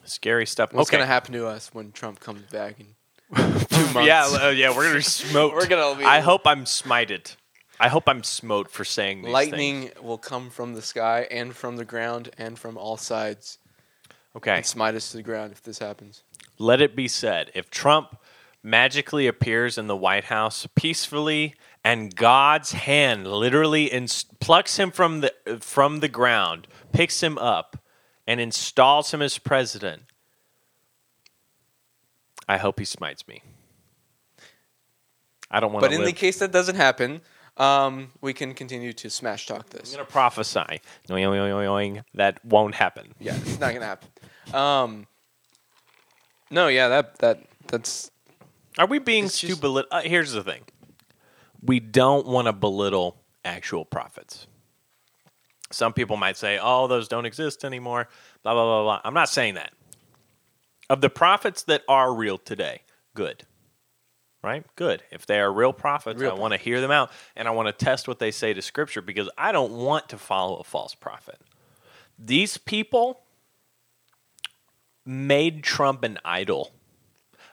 Speaker 1: Scary stuff.
Speaker 2: what's
Speaker 1: okay.
Speaker 2: gonna happen to us when trump comes
Speaker 1: <laughs>
Speaker 2: back in two months
Speaker 1: Yeah, uh, yeah, we're
Speaker 2: <laughs>
Speaker 1: gonna be smoked.
Speaker 2: We're gonna be-
Speaker 1: I hope I'm smited. I hope I'm smote for saying these
Speaker 2: lightning
Speaker 1: things.
Speaker 2: will come from the sky and from the ground and from all sides
Speaker 1: Okay.
Speaker 2: and smite us to the ground if this happens
Speaker 1: Let it be said if Trump magically appears in the White House peacefully and God's hand literally ins- plucks him from the from the ground, picks him up and installs him as president. I hope he smites me. I don't want
Speaker 2: But
Speaker 1: to
Speaker 2: in
Speaker 1: live.
Speaker 2: the case that doesn't happen, um, we can continue to smash talk
Speaker 1: I'm
Speaker 2: this.
Speaker 1: going to prophesy. Oing, oing, oing, oing. That won't happen.
Speaker 2: Yeah, it's not gonna happen. Um, no, yeah, that that that's
Speaker 1: Are we being
Speaker 2: It's
Speaker 1: too
Speaker 2: just-
Speaker 1: belittle? Uh, here's the thing: we don't want to belittle actual prophets. Some people might say, "Oh, those don't exist anymore." Blah blah blah blah. I'm not saying that. Of the prophets that are real today, good, right? Good. If they are real prophets,
Speaker 2: Real
Speaker 1: I want to hear them out, and I want to test what they say to Scripture because I don't want to follow a false prophet. These people made Trump an idol.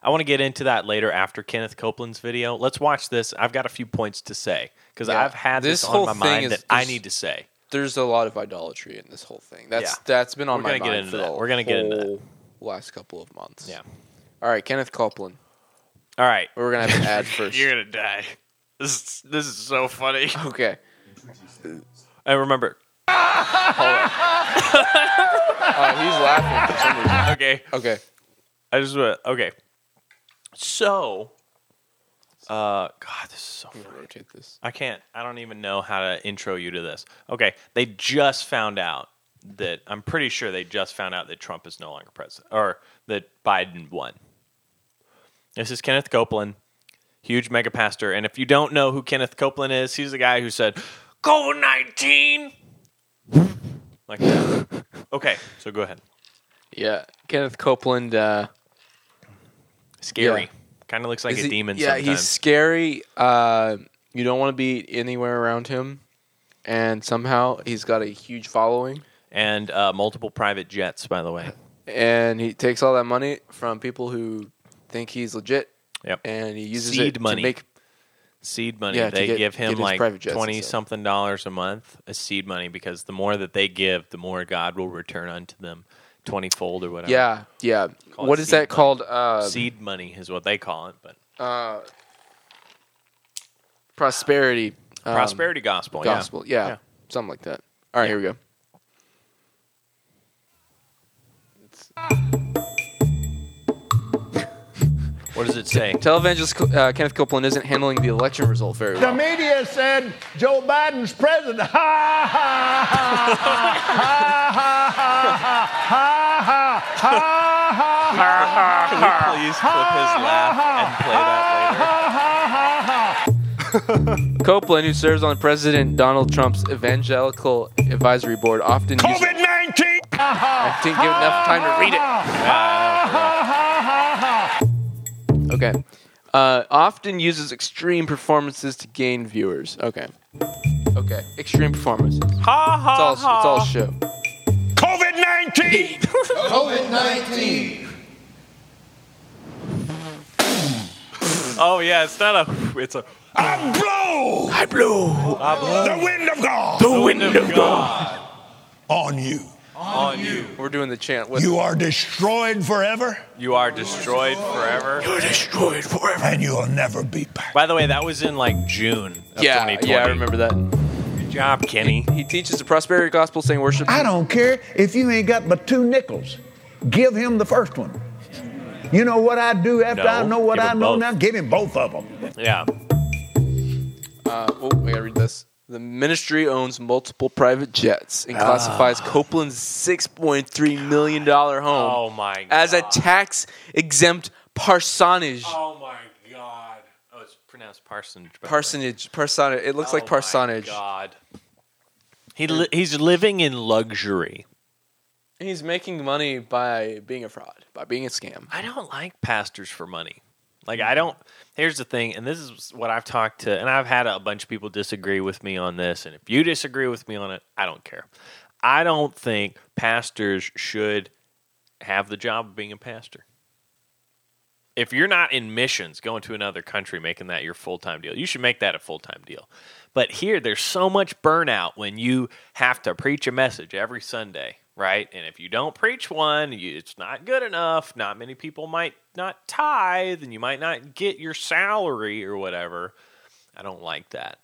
Speaker 1: I want to get into that later after Kenneth Copeland's video. Let's watch this. I've got a few points to say because
Speaker 2: Yeah.
Speaker 1: I've had this,
Speaker 2: This
Speaker 1: on
Speaker 2: whole
Speaker 1: my
Speaker 2: thing
Speaker 1: mind
Speaker 2: is
Speaker 1: that I
Speaker 2: just-
Speaker 1: need to say.
Speaker 2: there's a lot of idolatry in this whole thing. That's
Speaker 1: Yeah.
Speaker 2: that's been on
Speaker 1: We're
Speaker 2: my
Speaker 1: gonna get
Speaker 2: mind
Speaker 1: into
Speaker 2: for
Speaker 1: that.
Speaker 2: the
Speaker 1: We're gonna get into that.
Speaker 2: whole last couple of months.
Speaker 1: Yeah.
Speaker 2: All right, Kenneth Copeland.
Speaker 1: All right.
Speaker 2: We're gonna have
Speaker 1: <laughs>
Speaker 2: an ad first.
Speaker 1: You're gonna die. This is, this is so <laughs> funny.
Speaker 2: Okay.
Speaker 1: And remember,
Speaker 2: Uh, he's laughing for some reason.
Speaker 1: okay,
Speaker 2: Okay.
Speaker 1: I just want okay. So, uh, God, this is so
Speaker 2: I'm gonna
Speaker 1: funny.
Speaker 2: rotate this.
Speaker 1: I can't. I don't even know how to intro you to this. Okay, they just found out that I'm pretty sure they just found out that Trump is no longer president or that Biden won. This is Kenneth Copeland, huge mega pastor, and if you don't know who Kenneth Copeland is, he's the guy who said COVID nineteen like that. Okay, so go ahead.
Speaker 2: Yeah, Kenneth Copeland. Uh,
Speaker 1: Scary.
Speaker 2: Yeah.
Speaker 1: Kind of looks like
Speaker 2: Is
Speaker 1: a
Speaker 2: he-
Speaker 1: demon
Speaker 2: Yeah,
Speaker 1: sometimes.
Speaker 2: he's scary. Uh, you don't want to be anywhere around him. And somehow he's got a huge following.
Speaker 1: and uh, multiple private jets, by the way.
Speaker 2: And he takes all that money from people who think he's legit.
Speaker 1: Yep.
Speaker 2: And he uses
Speaker 1: Seed
Speaker 2: it
Speaker 1: money.
Speaker 2: to make.
Speaker 1: seed money.
Speaker 2: Yeah, to
Speaker 1: they
Speaker 2: get-
Speaker 1: give
Speaker 2: get
Speaker 1: him
Speaker 2: his
Speaker 1: like
Speaker 2: private jets and
Speaker 1: twenty
Speaker 2: stuff.
Speaker 1: something dollars a month as seed money because the more that they give, the more God will return unto them twentyfold or whatever.
Speaker 2: Yeah, yeah.
Speaker 1: Call it
Speaker 2: What is
Speaker 1: seed
Speaker 2: that
Speaker 1: money.
Speaker 2: called? Uh,
Speaker 1: seed money is what they call it, but
Speaker 2: uh, prosperity. um,
Speaker 1: prosperity gospel.
Speaker 2: Gospel. Yeah.
Speaker 1: Yeah.
Speaker 2: something like that. All right,
Speaker 1: Yeah.
Speaker 2: here we go.
Speaker 1: What does it say?
Speaker 2: Televangelist uh, Kenneth Copeland isn't handling the election result very
Speaker 5: The
Speaker 2: well.
Speaker 5: media said Joe Biden's president. Ha ha ha ha ha ha ha ha ha ha.
Speaker 2: <laughs>
Speaker 1: Can we please clip his laugh and play
Speaker 2: <laughs>
Speaker 1: that
Speaker 2: Copeland, who serves on President Donald Trump's Evangelical Advisory Board, often uses-
Speaker 5: COVID 19!
Speaker 2: I didn't give enough time to read it. Okay.
Speaker 5: <laughs>
Speaker 2: Uh, often uses extreme performances to gain viewers. Okay. Okay. Extreme performances. It's
Speaker 1: later? Ha
Speaker 2: all,
Speaker 1: ha
Speaker 2: it's all
Speaker 1: ha!
Speaker 2: show.
Speaker 5: COVID 19!
Speaker 1: Oh yeah, it's not a. It's a.
Speaker 5: I blow! I blow! The wind of God!
Speaker 1: The wind of God
Speaker 5: On you.
Speaker 1: on you.
Speaker 2: We're doing the chant. With
Speaker 5: You are destroyed forever,
Speaker 1: You are destroyed forever.
Speaker 5: and you'll never be back.
Speaker 1: By the way, that was in like June of
Speaker 2: yeah,
Speaker 1: 2020.
Speaker 2: yeah, I remember that.
Speaker 1: Good job, Kenny.
Speaker 2: He teaches the prosperity gospel, saying worship.
Speaker 5: I don't care if you ain't got but two nickels. Give him the first one. You know what I do after
Speaker 1: No,
Speaker 5: I know what
Speaker 1: give
Speaker 5: I
Speaker 1: him
Speaker 5: know
Speaker 1: both.
Speaker 5: now? Give him both of them.
Speaker 1: Yeah.
Speaker 2: Um, Uh, oh, I gotta read this. The ministry owns multiple private jets and classifies
Speaker 1: Ah.
Speaker 2: Copeland's $6.3 million dollar home
Speaker 1: Oh my.
Speaker 2: as a
Speaker 1: God.
Speaker 2: tax exempt parsonage.
Speaker 1: Oh my god. Oh, it's pronounced parsonage. by the way.
Speaker 2: Parsonage. Parsonage. It looks
Speaker 1: Oh
Speaker 2: like parsonage.
Speaker 1: My god. He li- he's living in luxury.
Speaker 2: He's making money by being a fraud, by being a scam.
Speaker 1: I don't like pastors for money. Like I don't. Here's the thing, and this is what I've talked to, and I've had a bunch of people disagree with me on this. And if you disagree with me on it, I don't care. I don't think pastors should have the job of being a pastor. If you're not in missions, going to another country, making that your full time deal, you should make that a full time deal. But here, there's so much burnout when you have to preach a message every Sunday, right? And if you don't preach one, you, it's not good enough. Not many people might not tithe, and you might not get your salary or whatever. I don't like that.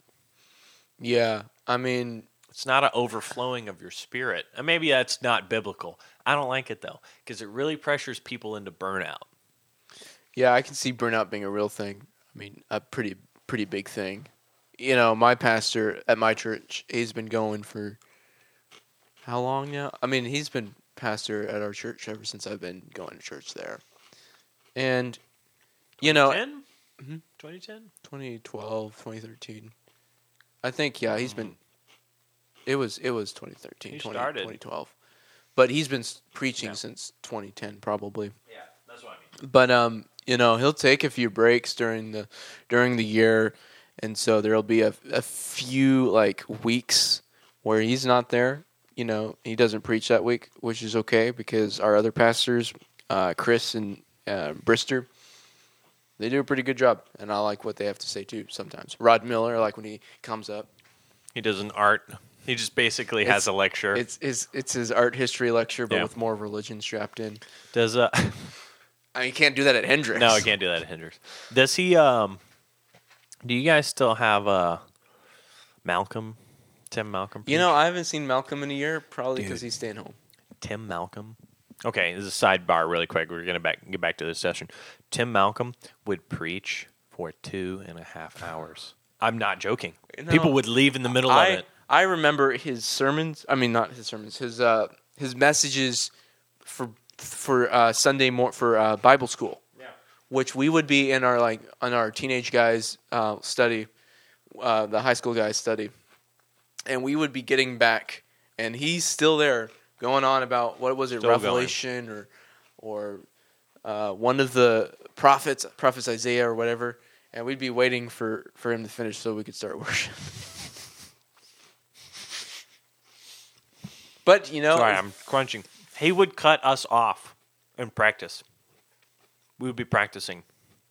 Speaker 2: Yeah, I mean,
Speaker 1: It's not an overflowing of your spirit. And maybe that's not biblical. I don't like it though, because it really pressures people into burnout.
Speaker 2: yeah, I can see burnout being a real thing. I mean, a pretty pretty big thing. You know, my pastor at my church, he's been going for how long now? I mean, he's been pastor at our church ever since I've been going to church there. And you know,
Speaker 1: 10? 2010?
Speaker 2: 2012, 2013. I think yeah, he's been. It was it was 2013,
Speaker 1: He
Speaker 2: 20,
Speaker 1: started.
Speaker 2: 2012, but he's been s- preaching
Speaker 1: Yeah.
Speaker 2: since 2010 probably.
Speaker 1: Yeah, that's what I mean.
Speaker 2: But um, you know, he'll take a few breaks during the during the year, and so there'll be a a few like weeks where he's not there. You know, he doesn't preach that week, which is okay because our other pastors, uh, Chris and uh, Brister, they do a pretty good job, and I like what they have to say too. Sometimes Rod Miller, like when he comes up,
Speaker 1: He does an art. He just basically has
Speaker 2: It's-
Speaker 1: a lecture.
Speaker 2: it's his it's his art history lecture, but
Speaker 1: Yeah.
Speaker 2: with more religion strapped in.
Speaker 1: does uh
Speaker 2: I mean, you can't do that at Hendrix.
Speaker 1: <laughs> No, I can't do that at Hendrix. Does he um do you guys still have uh Malcolm? Tim Malcolm?
Speaker 2: You know, I haven't seen Malcolm in a year, probably
Speaker 1: Dude.
Speaker 2: because he's staying home.
Speaker 1: Tim Malcolm. Okay, this is a sidebar really quick. We're gonna back get back to this session. Tim Malcolm would preach for two and a half hours. I'm not joking.
Speaker 2: No.
Speaker 1: People would leave in the middle
Speaker 2: I,
Speaker 1: of it.
Speaker 2: I remember his sermons. I mean, not his sermons. His uh, his messages for for uh, Sunday more for uh, Bible school, yeah. which we would be in our like on our teenage guys uh, study, uh, the high school guys study, and we would be getting back, and he's still there going on about what was it
Speaker 1: Still going.
Speaker 2: Revelation or or uh, one of the prophets, prophets Isaiah or whatever. And we'd be waiting for, for him to finish so we could start <laughs> worship. But you know,
Speaker 1: Sorry, I'm crunching. He would cut us off in practice. We would be practicing.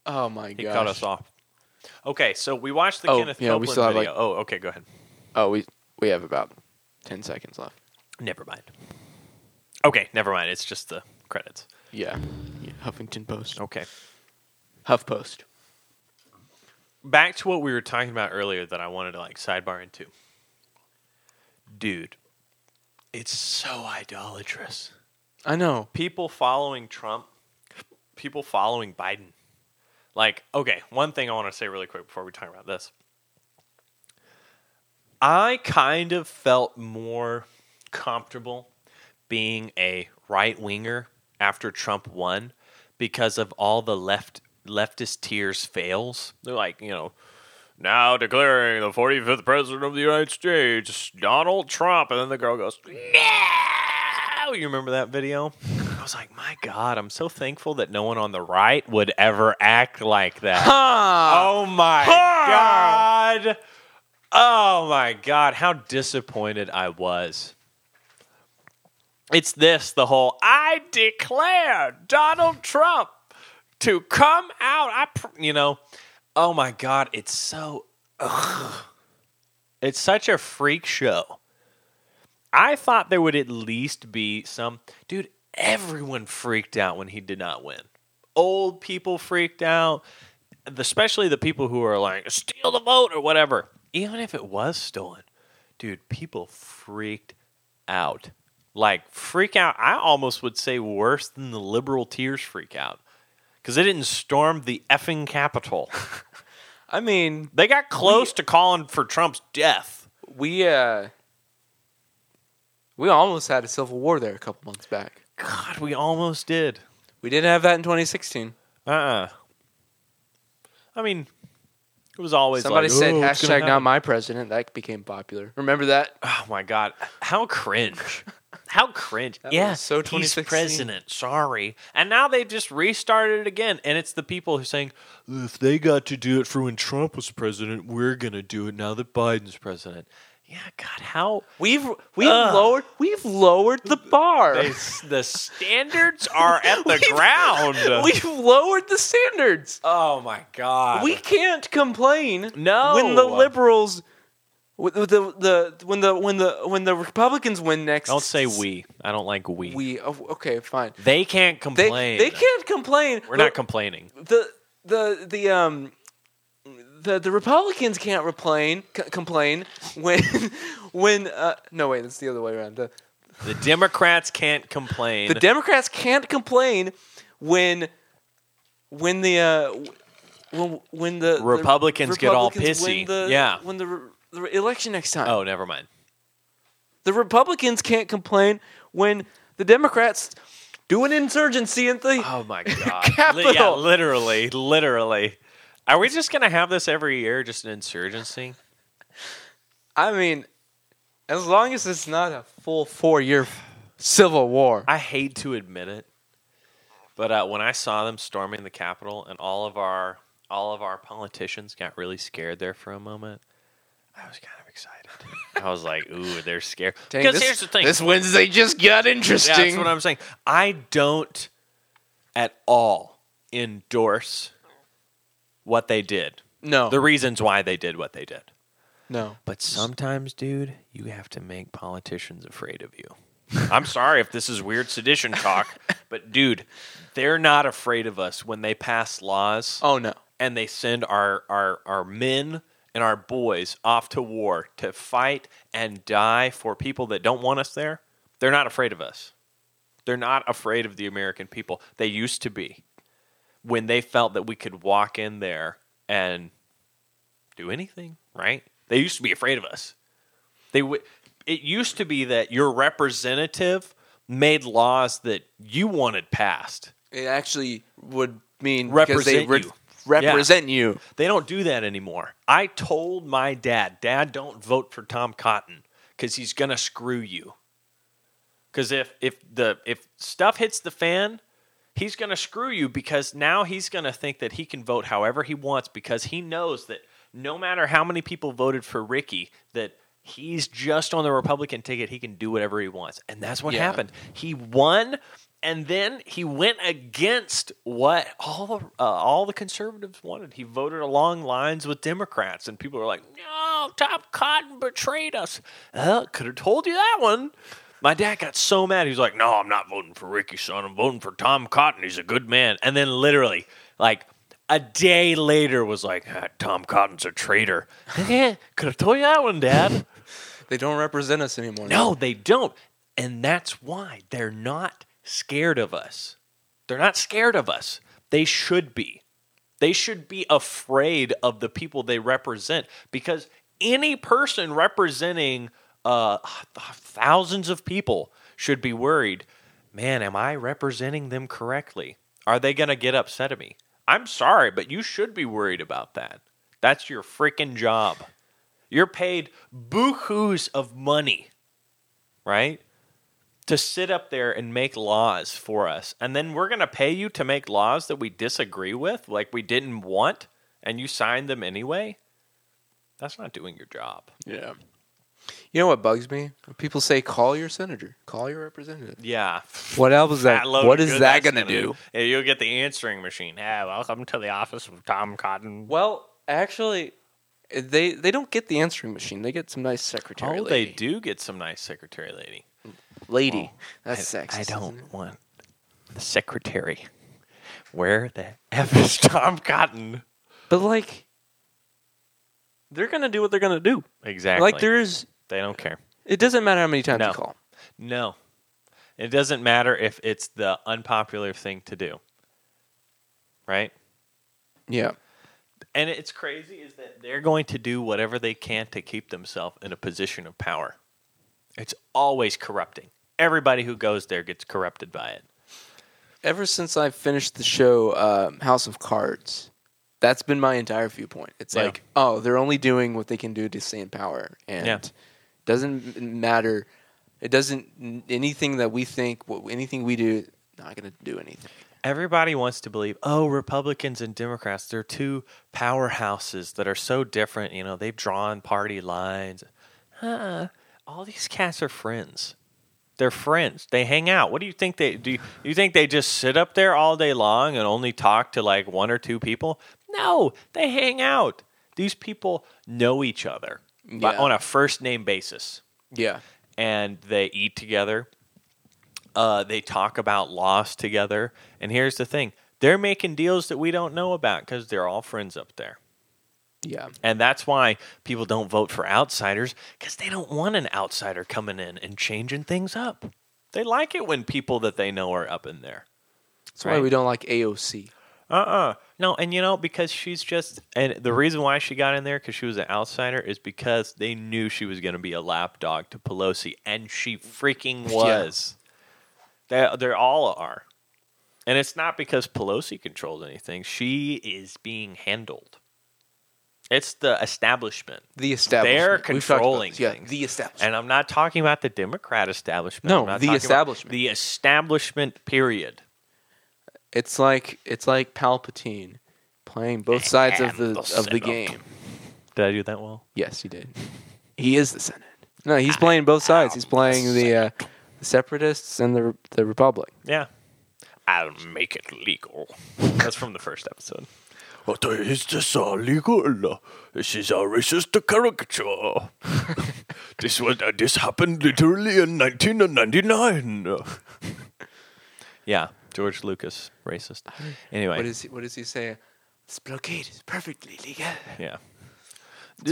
Speaker 2: oh my
Speaker 1: He
Speaker 2: god,
Speaker 1: cut us off. Okay, so we watched the
Speaker 2: Oh,
Speaker 1: Kenneth
Speaker 2: yeah, we
Speaker 1: Copeland
Speaker 2: still have,
Speaker 1: video.
Speaker 2: like-
Speaker 1: oh, okay, go ahead.
Speaker 2: Oh, we we have about ten seconds left.
Speaker 1: Never mind. Okay, never mind. It's just the credits.
Speaker 2: Yeah, yeah. Huffington Post,
Speaker 1: Okay.
Speaker 2: Huff Post.
Speaker 1: back to what we were talking about earlier that I wanted to like sidebar into. Dude, it's so idolatrous.
Speaker 2: I know.
Speaker 1: People following Trump, people following Biden. Like, okay, one thing I want to say really quick before we talk about this. I kind of felt more comfortable being a right winger after Trump won because of all the left leftist tears fails. They're like, you know, now declaring the 45th president of the United States, Donald Trump. And then the girl goes, no! You remember that video? I was like, my God, I'm so thankful that no one on the right would ever act like that. Oh my God. Oh my God. How disappointed I was. It's this the whole I declare Donald Trump to come out. I, pr-, you know, oh my God. It's so, ugh. it's such a freak show. I thought there would at least be some dude. Everyone freaked out when he did not win. Old people freaked out, especially the people who are like steal the vote or whatever. Even if it was stolen, dude, people freaked out. Like freak out. I almost would say worse than the liberal tears freak out because they didn't storm the effing Capitol.
Speaker 2: I mean,
Speaker 1: they got close to calling for Trump's death.
Speaker 2: we uh, we almost had a civil war there a couple months back.
Speaker 1: God, we almost did.
Speaker 2: We didn't have that in 2016.
Speaker 1: Uh. uh I mean, it was always
Speaker 2: Somebody
Speaker 1: like,
Speaker 2: said
Speaker 1: "Oh, it's gonna
Speaker 2: hashtag not
Speaker 1: happen."
Speaker 2: my president. That became popular. Remember that?
Speaker 1: Oh my god, how
Speaker 2: <laughs>
Speaker 1: cringe! How cringe!
Speaker 2: That
Speaker 1: yeah,
Speaker 2: was so
Speaker 1: he's
Speaker 2: 2016.
Speaker 1: president. Sorry, and now they've just restarted it again, and it's the people who are saying if they got to do it for when Trump was president, we're gonna do it now that Biden's president. Yeah, God,
Speaker 2: <laughs>
Speaker 1: how
Speaker 2: We've we've
Speaker 1: Ugh.
Speaker 2: lowered we've lowered the bar. <laughs>
Speaker 1: they, the standards are at the ground.
Speaker 2: <laughs> We've lowered the standards.
Speaker 1: oh my god,
Speaker 2: We can't complain.
Speaker 1: No.
Speaker 2: when the liberals, with the, the the when the when the when the Republicans win next.
Speaker 1: don't say we. I don't like we.
Speaker 2: We oh, okay, fine.
Speaker 1: They can't
Speaker 2: They
Speaker 1: complain.
Speaker 2: they can't complain.
Speaker 1: We're
Speaker 2: The-
Speaker 1: not complaining.
Speaker 2: the the the um the the Republicans can't complain c- complain when <laughs> when uh no wait that's the other way around the
Speaker 1: The Democrats can't complain.
Speaker 2: the Democrats can't complain when when the uh w- when when the the
Speaker 1: Republicans get all
Speaker 2: Republicans win
Speaker 1: pissy.
Speaker 2: the-
Speaker 1: Yeah.
Speaker 2: when the, re- the re- election next time
Speaker 1: oh, never mind.
Speaker 2: the Republicans can't complain when the Democrats do an insurgency and the
Speaker 1: Oh
Speaker 2: <laughs>
Speaker 1: my god!
Speaker 2: Capital.
Speaker 1: yeah, literally, literally. Are we just gonna have this every year? Just an insurgency?
Speaker 2: I mean, as long as it's not a full four year civil war.
Speaker 1: I hate to admit it, but uh, when I saw them storming the Capitol and all of our all of our politicians got really scared there for a moment, I was kind of excited. I was like, "Ooh, they're scared."
Speaker 2: Dang,
Speaker 1: because
Speaker 2: this-
Speaker 1: here's the thing:
Speaker 2: This Wednesday just got
Speaker 1: Yeah,
Speaker 2: interesting.
Speaker 1: that's what I'm saying. I don't at all endorse what they did,
Speaker 2: no,
Speaker 1: the reasons why they did what they did.
Speaker 2: no.
Speaker 1: But sometimes, dude, you have to make politicians afraid of you. <laughs> I'm sorry if this is weird sedition talk, but dude, they're not afraid of us when they pass laws
Speaker 2: Oh no.
Speaker 1: and they send our, our, our men and our boys off to war to fight and die for people that don't want us there. They're not afraid of us. They're not afraid of the American people. They used to be when they felt that we could walk in there and do anything, right? They used to be afraid of us. They would. It used to be that your representative made laws that you wanted passed.
Speaker 2: It actually would mean because they
Speaker 1: Represent
Speaker 2: re-
Speaker 1: you.
Speaker 2: represent you.
Speaker 1: They don't do that anymore. I told my dad, Dad, don't vote for Tom Cotton because he's gonna screw you. Because if if the if stuff hits the fan, he's gonna screw you because now he's gonna think that he can vote however he wants because he knows that no matter how many people voted for Ricky, that he's just on the Republican ticket, he can do whatever he wants, and that's what
Speaker 2: Yeah.
Speaker 1: happened. He won. And then he went against what all the uh, all the conservatives wanted. He voted along lines with Democrats, and people were like, "No, Tom Cotton betrayed us." Uh, could have told you that one. My dad got so mad. He was like, "No, I'm not voting for Ricky, son. I'm voting for Tom Cotton. He's a good man." And then literally, like a day later, was like, "Ah, "Tom Cotton's a traitor." <laughs> could have told you that one, Dad.
Speaker 2: They don't represent us anymore.
Speaker 1: No, they don't. And that's why they're not scared of us. They're not scared of us. They should be. They should be afraid of the people they represent because any person representing uh, thousands of people should be worried. Man, am I representing them correctly? Are they going to get upset at me? I'm sorry, but you should be worried about that. That's your freaking job. You're paid boohoos of money, right? To sit up there and make laws for us. And then we're going to pay you to make laws that we disagree with, like we didn't want, and you signed them anyway? That's not doing your job.
Speaker 2: Yeah. You know what bugs me? When people say, "Call your senator, call your representative."
Speaker 1: Yeah.
Speaker 2: What else is that?
Speaker 1: load
Speaker 2: What
Speaker 1: of
Speaker 2: is
Speaker 1: good
Speaker 2: that
Speaker 1: that's
Speaker 2: going to do?
Speaker 1: Yeah, you'll get the answering machine. Yeah, welcome to the office of Tom Cotton.
Speaker 2: Well, actually, they they don't get the answering machine. They get some nice secretary.
Speaker 1: Oh,
Speaker 2: lady.
Speaker 1: they do get some nice secretary lady.
Speaker 2: Lady,
Speaker 1: I-
Speaker 2: that's sexist.
Speaker 1: I
Speaker 2: isn't
Speaker 1: don't want the secretary. Where the F is Tom Cotton?
Speaker 2: it? But like, they're going to do what they're going to do.
Speaker 1: Exactly.
Speaker 2: Like, there's.
Speaker 1: they don't care.
Speaker 2: It doesn't matter how many times
Speaker 1: No.
Speaker 2: you call.
Speaker 1: No. It doesn't matter if it's the unpopular thing to do. Right?
Speaker 2: Yeah.
Speaker 1: And it's crazy is that they're going to do whatever they can to keep themselves in a position of power. It's always corrupting. Everybody who goes there gets corrupted by it.
Speaker 2: Ever since I finished the show um, House of Cards, that's been my entire viewpoint. It's
Speaker 1: Yeah.
Speaker 2: like, oh, they're only doing what they can do to stay in power, and
Speaker 1: Yeah.
Speaker 2: doesn't m- matter. It doesn't anything that we think, what anything we do, not going to do anything.
Speaker 1: Everybody wants to believe, oh, Republicans and Democrats, they're two powerhouses that are so different. You know, they've drawn party lines. Huh. All these cats are friends. They're friends. They hang out. What do you think they do? You, you think they just sit up there all day long and only talk to like one or two people? No, they hang out. These people know each other by-
Speaker 2: Yeah.
Speaker 1: on a first name basis
Speaker 2: Yeah,
Speaker 1: and they eat together. Uh, they talk about loss together. And here's the thing they're making deals that we don't know about because they're all friends up there.
Speaker 2: yeah,
Speaker 1: And that's why people don't vote for outsiders because they don't want an outsider coming in and changing things up. They like it when people that they know are up in there.
Speaker 2: that's why
Speaker 1: Right.
Speaker 2: we don't like AOC.
Speaker 1: Uh-uh. No, and you know because she's just and the reason why she got in there cuz she was an outsider is because they knew she was going to be a lapdog to Pelosi and she
Speaker 2: <laughs>
Speaker 1: freaking was. They they all are. And it's not because Pelosi controls anything. She is being handled. It's the establishment.
Speaker 2: The establishment. We've talked about
Speaker 1: controlling
Speaker 2: this. Yeah,
Speaker 1: things.
Speaker 2: the establishment.
Speaker 1: And I'm not talking about the Democrat establishment.
Speaker 2: No,
Speaker 1: I'm not
Speaker 2: the
Speaker 1: talking about
Speaker 2: establishment.
Speaker 1: The establishment period.
Speaker 2: It's like it's like Palpatine playing both sides of the
Speaker 1: the
Speaker 2: of the
Speaker 1: Senate.
Speaker 2: game.
Speaker 1: Did I do that well?
Speaker 2: Yes, he did. <laughs> He is the Senate. No, he's playing both sides. He's playing the, uh, the separatists and the the Republic.
Speaker 1: Yeah. I'll make it legal. That's from the first episode.
Speaker 6: What is this uh, legal? This is a racist caricature. <laughs> this was uh, this happened literally in 1999.
Speaker 1: Yeah. George Lucas, racist. Anyway.
Speaker 2: What is he, what does he say? This blockade is perfectly legal.
Speaker 1: yeah.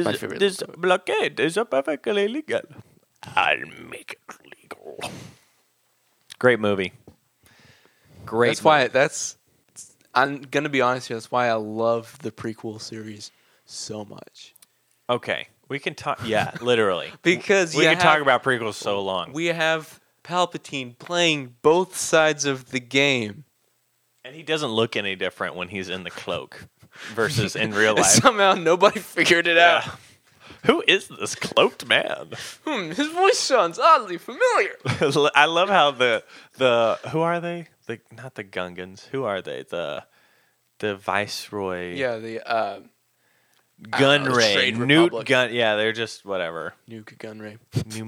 Speaker 2: my favorite
Speaker 1: this blockade is perfectly legal.
Speaker 6: I'll make it legal.
Speaker 1: Great movie. Great.
Speaker 2: That's why that's. I'm gonna be honest with you. That's why I love the prequel series so much
Speaker 1: movie. Okay. We can talk. Yeah, <laughs> literally.
Speaker 2: because
Speaker 1: we
Speaker 2: you
Speaker 1: can talk
Speaker 2: have-
Speaker 1: about prequels so long.
Speaker 2: we have Palpatine playing both sides of the
Speaker 1: <laughs>
Speaker 2: game.
Speaker 1: and he doesn't look any different when he's in the cloak versus in <laughs> real life.
Speaker 2: <laughs> Somehow nobody figured it out. <laughs>
Speaker 1: Yeah. Who is this cloaked man?
Speaker 2: Hmm, his voice sounds oddly familiar.
Speaker 1: <laughs> I love how the the who are they? The not the Gungans. Who are they? The the Viceroy
Speaker 2: yeah, the uh,
Speaker 1: Gunray.
Speaker 2: Trade
Speaker 1: Newt
Speaker 2: Republic.
Speaker 1: Gun yeah, they're just whatever.
Speaker 2: nuke gunray.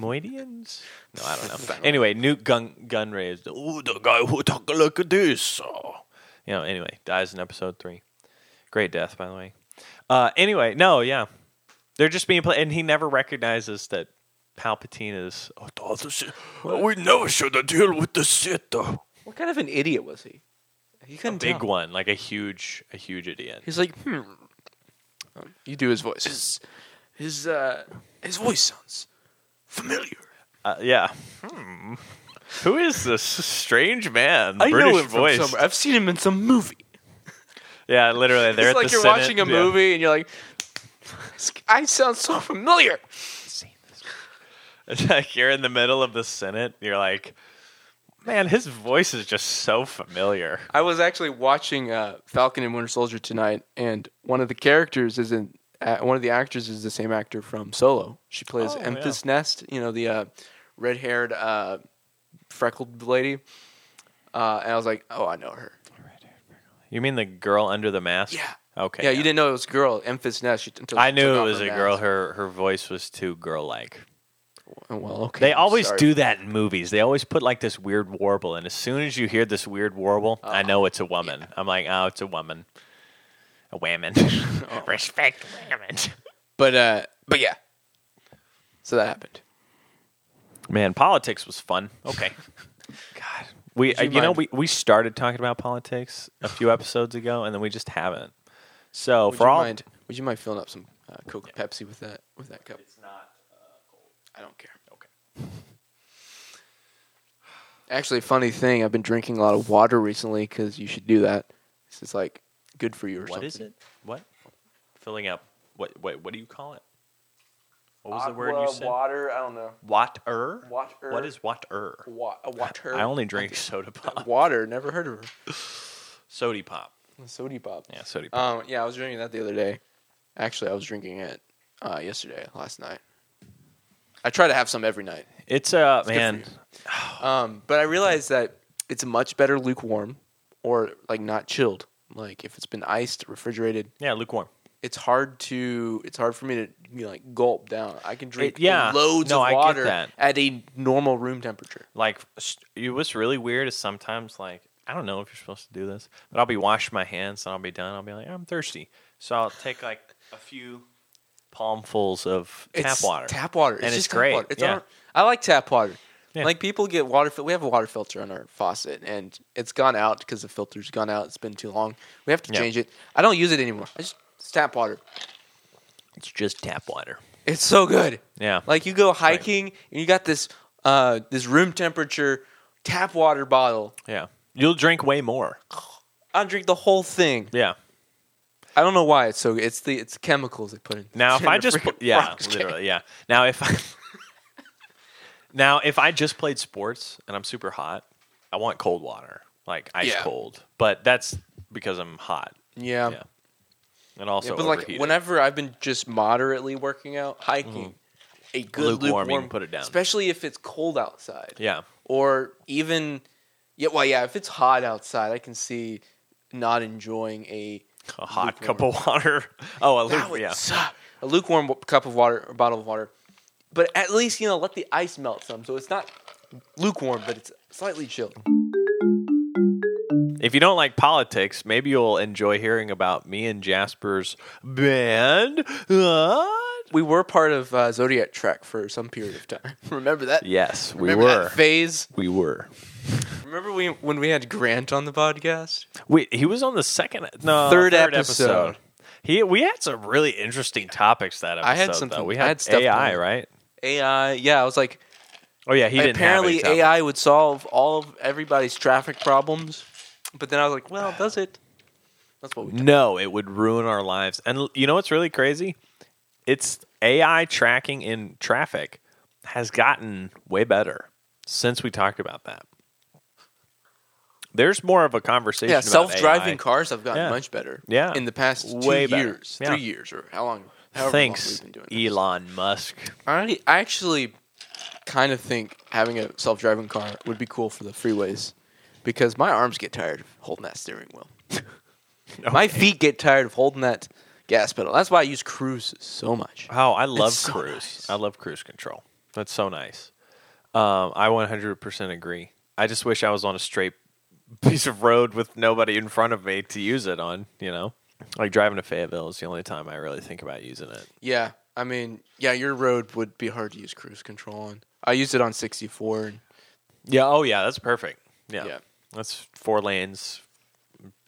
Speaker 1: Pneumoidians? No, I don't know.
Speaker 2: <laughs> don't know.
Speaker 1: anyway, Newt Gun Gunray is the
Speaker 6: Ooh, the guy who talk like this. uh,
Speaker 1: you know, anyway, dies in episode three. Great death, by the way. Uh anyway, no, yeah. They're just being played and he never recognizes that Palpatine is
Speaker 6: the other si- we never should deal with the Sith. uh.
Speaker 2: What kind of an idiot was he? He couldn't
Speaker 1: big
Speaker 2: tell.
Speaker 1: one, like a huge a huge idiot.
Speaker 2: He's like, hmm. Um, You do his voice. His his uh his voice sounds familiar.
Speaker 1: Uh, yeah. Hmm. Who is this strange man?
Speaker 2: I
Speaker 1: British
Speaker 2: know him
Speaker 1: voice.
Speaker 2: from somewhere. I've seen him in some movie.
Speaker 1: Yeah, literally. They're at
Speaker 2: it's like
Speaker 1: the
Speaker 2: you're
Speaker 1: Senate.
Speaker 2: watching a
Speaker 1: Yeah.
Speaker 2: movie and you're like, <laughs> I sound so familiar.
Speaker 1: <laughs> It's like you're in the middle of the Senate. You're like, man, his voice is just so familiar.
Speaker 2: I was actually watching uh, Falcon and Winter Soldier tonight, and one of the characters is in. Uh, one of the actors is the same actor from Solo. She plays
Speaker 1: Oh,
Speaker 2: Emphas Nest, you know the uh, red-haired, uh, freckled lady. Uh, and I was like, oh, I know her.
Speaker 1: You mean the girl under the mask?
Speaker 2: Yeah.
Speaker 1: Okay.
Speaker 2: yeah, you didn't know it was a girl. Emphas Nest. She t- took-
Speaker 1: I knew
Speaker 2: took
Speaker 1: it
Speaker 2: off
Speaker 1: was
Speaker 2: her
Speaker 1: a
Speaker 2: mask.
Speaker 1: girl. Her her voice was too girl like.
Speaker 2: Oh, Well, okay.
Speaker 1: They always
Speaker 2: sorry.
Speaker 1: do that in movies. They always put like this weird warble, and as soon as you hear this weird warble,
Speaker 2: Uh-huh.
Speaker 1: I know it's a woman. I'm like, oh, it's a woman. A
Speaker 2: <laughs>
Speaker 1: woman. <laughs> Respect women.
Speaker 2: But uh, but yeah. So that happened.
Speaker 1: Man, politics was fun. Okay. God. We, uh,
Speaker 2: Do
Speaker 1: you,
Speaker 2: you
Speaker 1: know,
Speaker 2: mind-
Speaker 1: we, we started talking about politics a few episodes ago, and then we just haven't. So,
Speaker 2: Would
Speaker 1: for
Speaker 2: you
Speaker 1: all.
Speaker 2: mind? Would you mind filling up some uh, Coke Pepsi with that with that cup?
Speaker 1: It's not
Speaker 2: I don't care. Okay. <sighs> Actually, funny thing, I've been drinking a lot of water recently because you should do that. This is like good for you or
Speaker 1: What
Speaker 2: something.
Speaker 1: is it? What? Filling up. What? What? What do you call it? What was the word you said?
Speaker 2: Water. I don't know.
Speaker 1: Water.
Speaker 2: Water.
Speaker 1: What is water?
Speaker 2: Wa- a water.
Speaker 1: <laughs> I only drink <laughs> soda pop.
Speaker 2: <laughs> water. Never heard of her.
Speaker 1: Sody pop.
Speaker 2: Sody pop.
Speaker 1: Yeah, sody pop.
Speaker 2: Um. Yeah, I was drinking that the other day. Actually, I was drinking it uh, yesterday, last night. I try to have some every night.
Speaker 1: it's uh,
Speaker 2: good for
Speaker 1: man.
Speaker 2: Um, but I realized that it's much better lukewarm or like not chilled. Like if it's been iced, refrigerated,
Speaker 1: Yeah, lukewarm.
Speaker 2: it's hard to it's hard for me to you know, like gulp down. I can drink
Speaker 1: It- yeah.
Speaker 2: loads
Speaker 1: No, I
Speaker 2: of
Speaker 1: get
Speaker 2: water
Speaker 1: that.
Speaker 2: at a normal room temperature.
Speaker 1: Like, s- you- what's really weird is sometimes like I don't know if you're supposed to do this, but I'll be washing my hands and I'll be done. I'll be like, I'm thirsty, so I'll take like a few palmfuls of tap
Speaker 2: it's
Speaker 1: water.
Speaker 2: Tap water. It's
Speaker 1: And it's
Speaker 2: just tap
Speaker 1: great,
Speaker 2: water. It's
Speaker 1: yeah.
Speaker 2: our- I like tap water.
Speaker 1: Yeah.
Speaker 2: Like people get water. fil- We have a water filter on our faucet, and it's gone out because the filter's gone out. It's been too long. We have to
Speaker 1: Yeah.
Speaker 2: change it. I don't use it anymore. I just it's tap water.
Speaker 1: It's just tap water.
Speaker 2: It's so good.
Speaker 1: Yeah.
Speaker 2: Like you go hiking and you got this uh this room temperature tap water bottle.
Speaker 1: Yeah, you'll drink way more.
Speaker 2: I drink the whole thing.
Speaker 1: Yeah.
Speaker 2: I don't know why it's so it's the it's chemicals they put in.
Speaker 1: Now, if
Speaker 2: <laughs> in
Speaker 1: I
Speaker 2: the
Speaker 1: just
Speaker 2: freaking
Speaker 1: pl- yeah,
Speaker 2: rocks.
Speaker 1: literally yeah. Now if I <laughs> now if I just played sports and I'm super hot, I want cold water, like ice
Speaker 2: Yeah.
Speaker 1: cold. But that's because I'm hot.
Speaker 2: Yeah.
Speaker 1: yeah, and also
Speaker 2: Yeah, but like
Speaker 1: overheated. Mm-hmm.
Speaker 2: whenever I've been just moderately working out, hiking, a
Speaker 1: Lukewarm,
Speaker 2: good
Speaker 1: you
Speaker 2: lukewarm,
Speaker 1: can put it down.
Speaker 2: Especially if it's cold outside.
Speaker 1: yeah,
Speaker 2: Or even yeah, well yeah, if it's hot outside, I can see not enjoying a
Speaker 1: a hot
Speaker 2: lukewarm.
Speaker 1: cup of water. <laughs> Oh, a
Speaker 2: That
Speaker 1: luke,
Speaker 2: would
Speaker 1: yeah,
Speaker 2: suck. A lukewarm w- cup of water or bottle of water. But at least, you know, let the ice melt some. So it's not lukewarm, but it's slightly chilled.
Speaker 1: If you don't like politics, maybe you'll enjoy hearing about me and Jasper's band. What?
Speaker 2: We were part of uh, Zodiac Trek for some period of time. <laughs> Remember that?
Speaker 1: Yes, we
Speaker 2: Remember
Speaker 1: were.
Speaker 2: that phase?
Speaker 1: we were.
Speaker 2: Remember we, when we had Grant on the podcast?
Speaker 1: Wait, he was on the second, no,
Speaker 2: Third episode.
Speaker 1: He, we had some really interesting topics that episode.
Speaker 2: I had
Speaker 1: Though.
Speaker 2: something-
Speaker 1: We
Speaker 2: I
Speaker 1: had,
Speaker 2: had stuff
Speaker 1: AI,
Speaker 2: going.
Speaker 1: right?
Speaker 2: AI, yeah, I was like,
Speaker 1: Oh yeah, he didn't.
Speaker 2: apparently
Speaker 1: have any topic.
Speaker 2: AI would solve all of everybody's traffic problems. But then I was like, well, does it? That's what we
Speaker 1: No, it would ruin our lives. And l- you know what's really crazy? It's AI tracking in traffic has gotten way better since we talked about that. There's more of a conversation.
Speaker 2: Yeah,
Speaker 1: about
Speaker 2: self-driving
Speaker 1: AI.
Speaker 2: cars have gotten
Speaker 1: Yeah.
Speaker 2: much better.
Speaker 1: Yeah.
Speaker 2: in the past
Speaker 1: Way
Speaker 2: two
Speaker 1: better.
Speaker 2: years,
Speaker 1: Yeah.
Speaker 2: three years, or how long? However
Speaker 1: Thanks,
Speaker 2: long we've been doing this.
Speaker 1: Elon Musk.
Speaker 2: I, I actually kind of think having a self-driving car would be cool for the freeways because my arms get tired of holding that steering
Speaker 1: <laughs>
Speaker 2: wheel. My feet get tired of holding that gas pedal. That's why I use cruise so much.
Speaker 1: Oh, I love
Speaker 2: so
Speaker 1: cruise.
Speaker 2: nice.
Speaker 1: I love cruise control. That's so nice. Um, I 100% agree. I just wish I was on a straight <laughs> piece of road with nobody in front of me to use it on, you know? Like driving to Fayetteville is the only time I really think about using it.
Speaker 2: Yeah, I mean, yeah, your road would be hard to use cruise control on. I used it on 64. And,
Speaker 1: Yeah. Oh, yeah. That's perfect. Yeah.
Speaker 2: Yeah.
Speaker 1: That's four lanes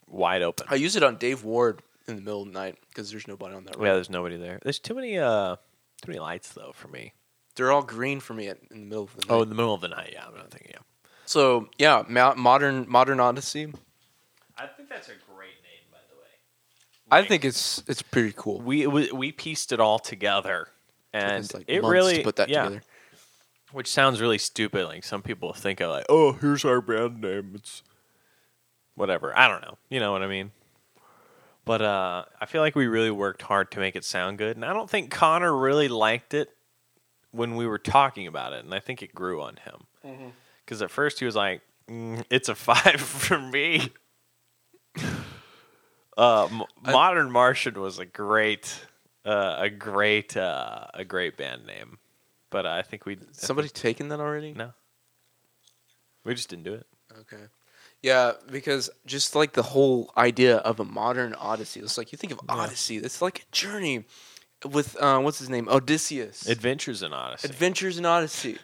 Speaker 1: wide open.
Speaker 2: I used it on Dave Ward in the middle of the night because there's nobody on that road.
Speaker 1: Yeah. There's nobody there. There's too many, uh, too many lights though for me.
Speaker 2: They're all green for me at, in the middle of the night.
Speaker 1: Oh, in the middle of the night. Yeah. I'm not thinking. Yeah.
Speaker 2: So yeah, mo- modern modern Odyssey.
Speaker 1: I think that's a great name, by the way.
Speaker 2: I think it's it's pretty cool.
Speaker 1: we we, we pieced it all together, and
Speaker 2: It's like
Speaker 1: it
Speaker 2: months
Speaker 1: really
Speaker 2: to put that
Speaker 1: yeah,
Speaker 2: together.
Speaker 1: which sounds really stupid. Like some people think of like oh,
Speaker 6: Oh, here's our brand name. It's
Speaker 1: whatever. I don't know. You know what I mean? But uh, I feel like we really worked hard to make it sound good, and I don't think Connor really liked it when we were talking about it, and I think it grew on him because at first he was like, mm, "It's a <laughs> five for me." uh, M- Modern Martian was a great, uh, a great, uh, a great band name, but I think we
Speaker 2: Somebody taken that already?
Speaker 1: no, we just didn't do it.
Speaker 2: Okay. Yeah, because just like the whole idea of a modern Odyssey, it's like you think of Odyssey, it's like a journey with uh, what's his name, Odysseus,
Speaker 1: Adventures in Odyssey.
Speaker 2: Adventures in Odyssey.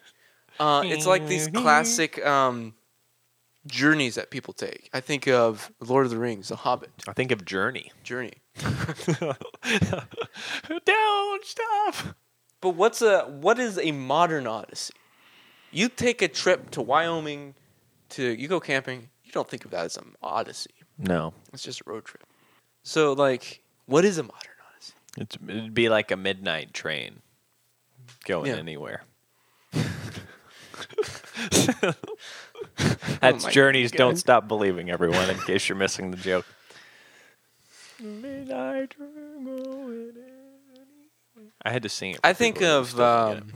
Speaker 2: Uh, it's like these classic um, journeys that people take. I think of Lord of the Rings, The Hobbit
Speaker 1: I think of Journey.
Speaker 2: journey. <laughs>
Speaker 1: Don't stop.
Speaker 2: But what's a what is a modern Odyssey? You take a trip to Wyoming, to you go camping. You don't think of that as an Odyssey.
Speaker 1: No,
Speaker 2: It's just a road trip. So like, what is a modern Odyssey?
Speaker 1: it's, it'd be like a midnight train going
Speaker 2: Yeah. <laughs>
Speaker 1: anywhere.
Speaker 2: Oh
Speaker 1: That's
Speaker 2: Oh my
Speaker 1: journeys.
Speaker 2: God.
Speaker 1: Don't stop believing, everyone. In case you're missing the joke. Midnight train going anywhere. I had to sing it.
Speaker 2: I
Speaker 1: for
Speaker 2: think
Speaker 1: people who
Speaker 2: of
Speaker 1: still don't get
Speaker 2: um,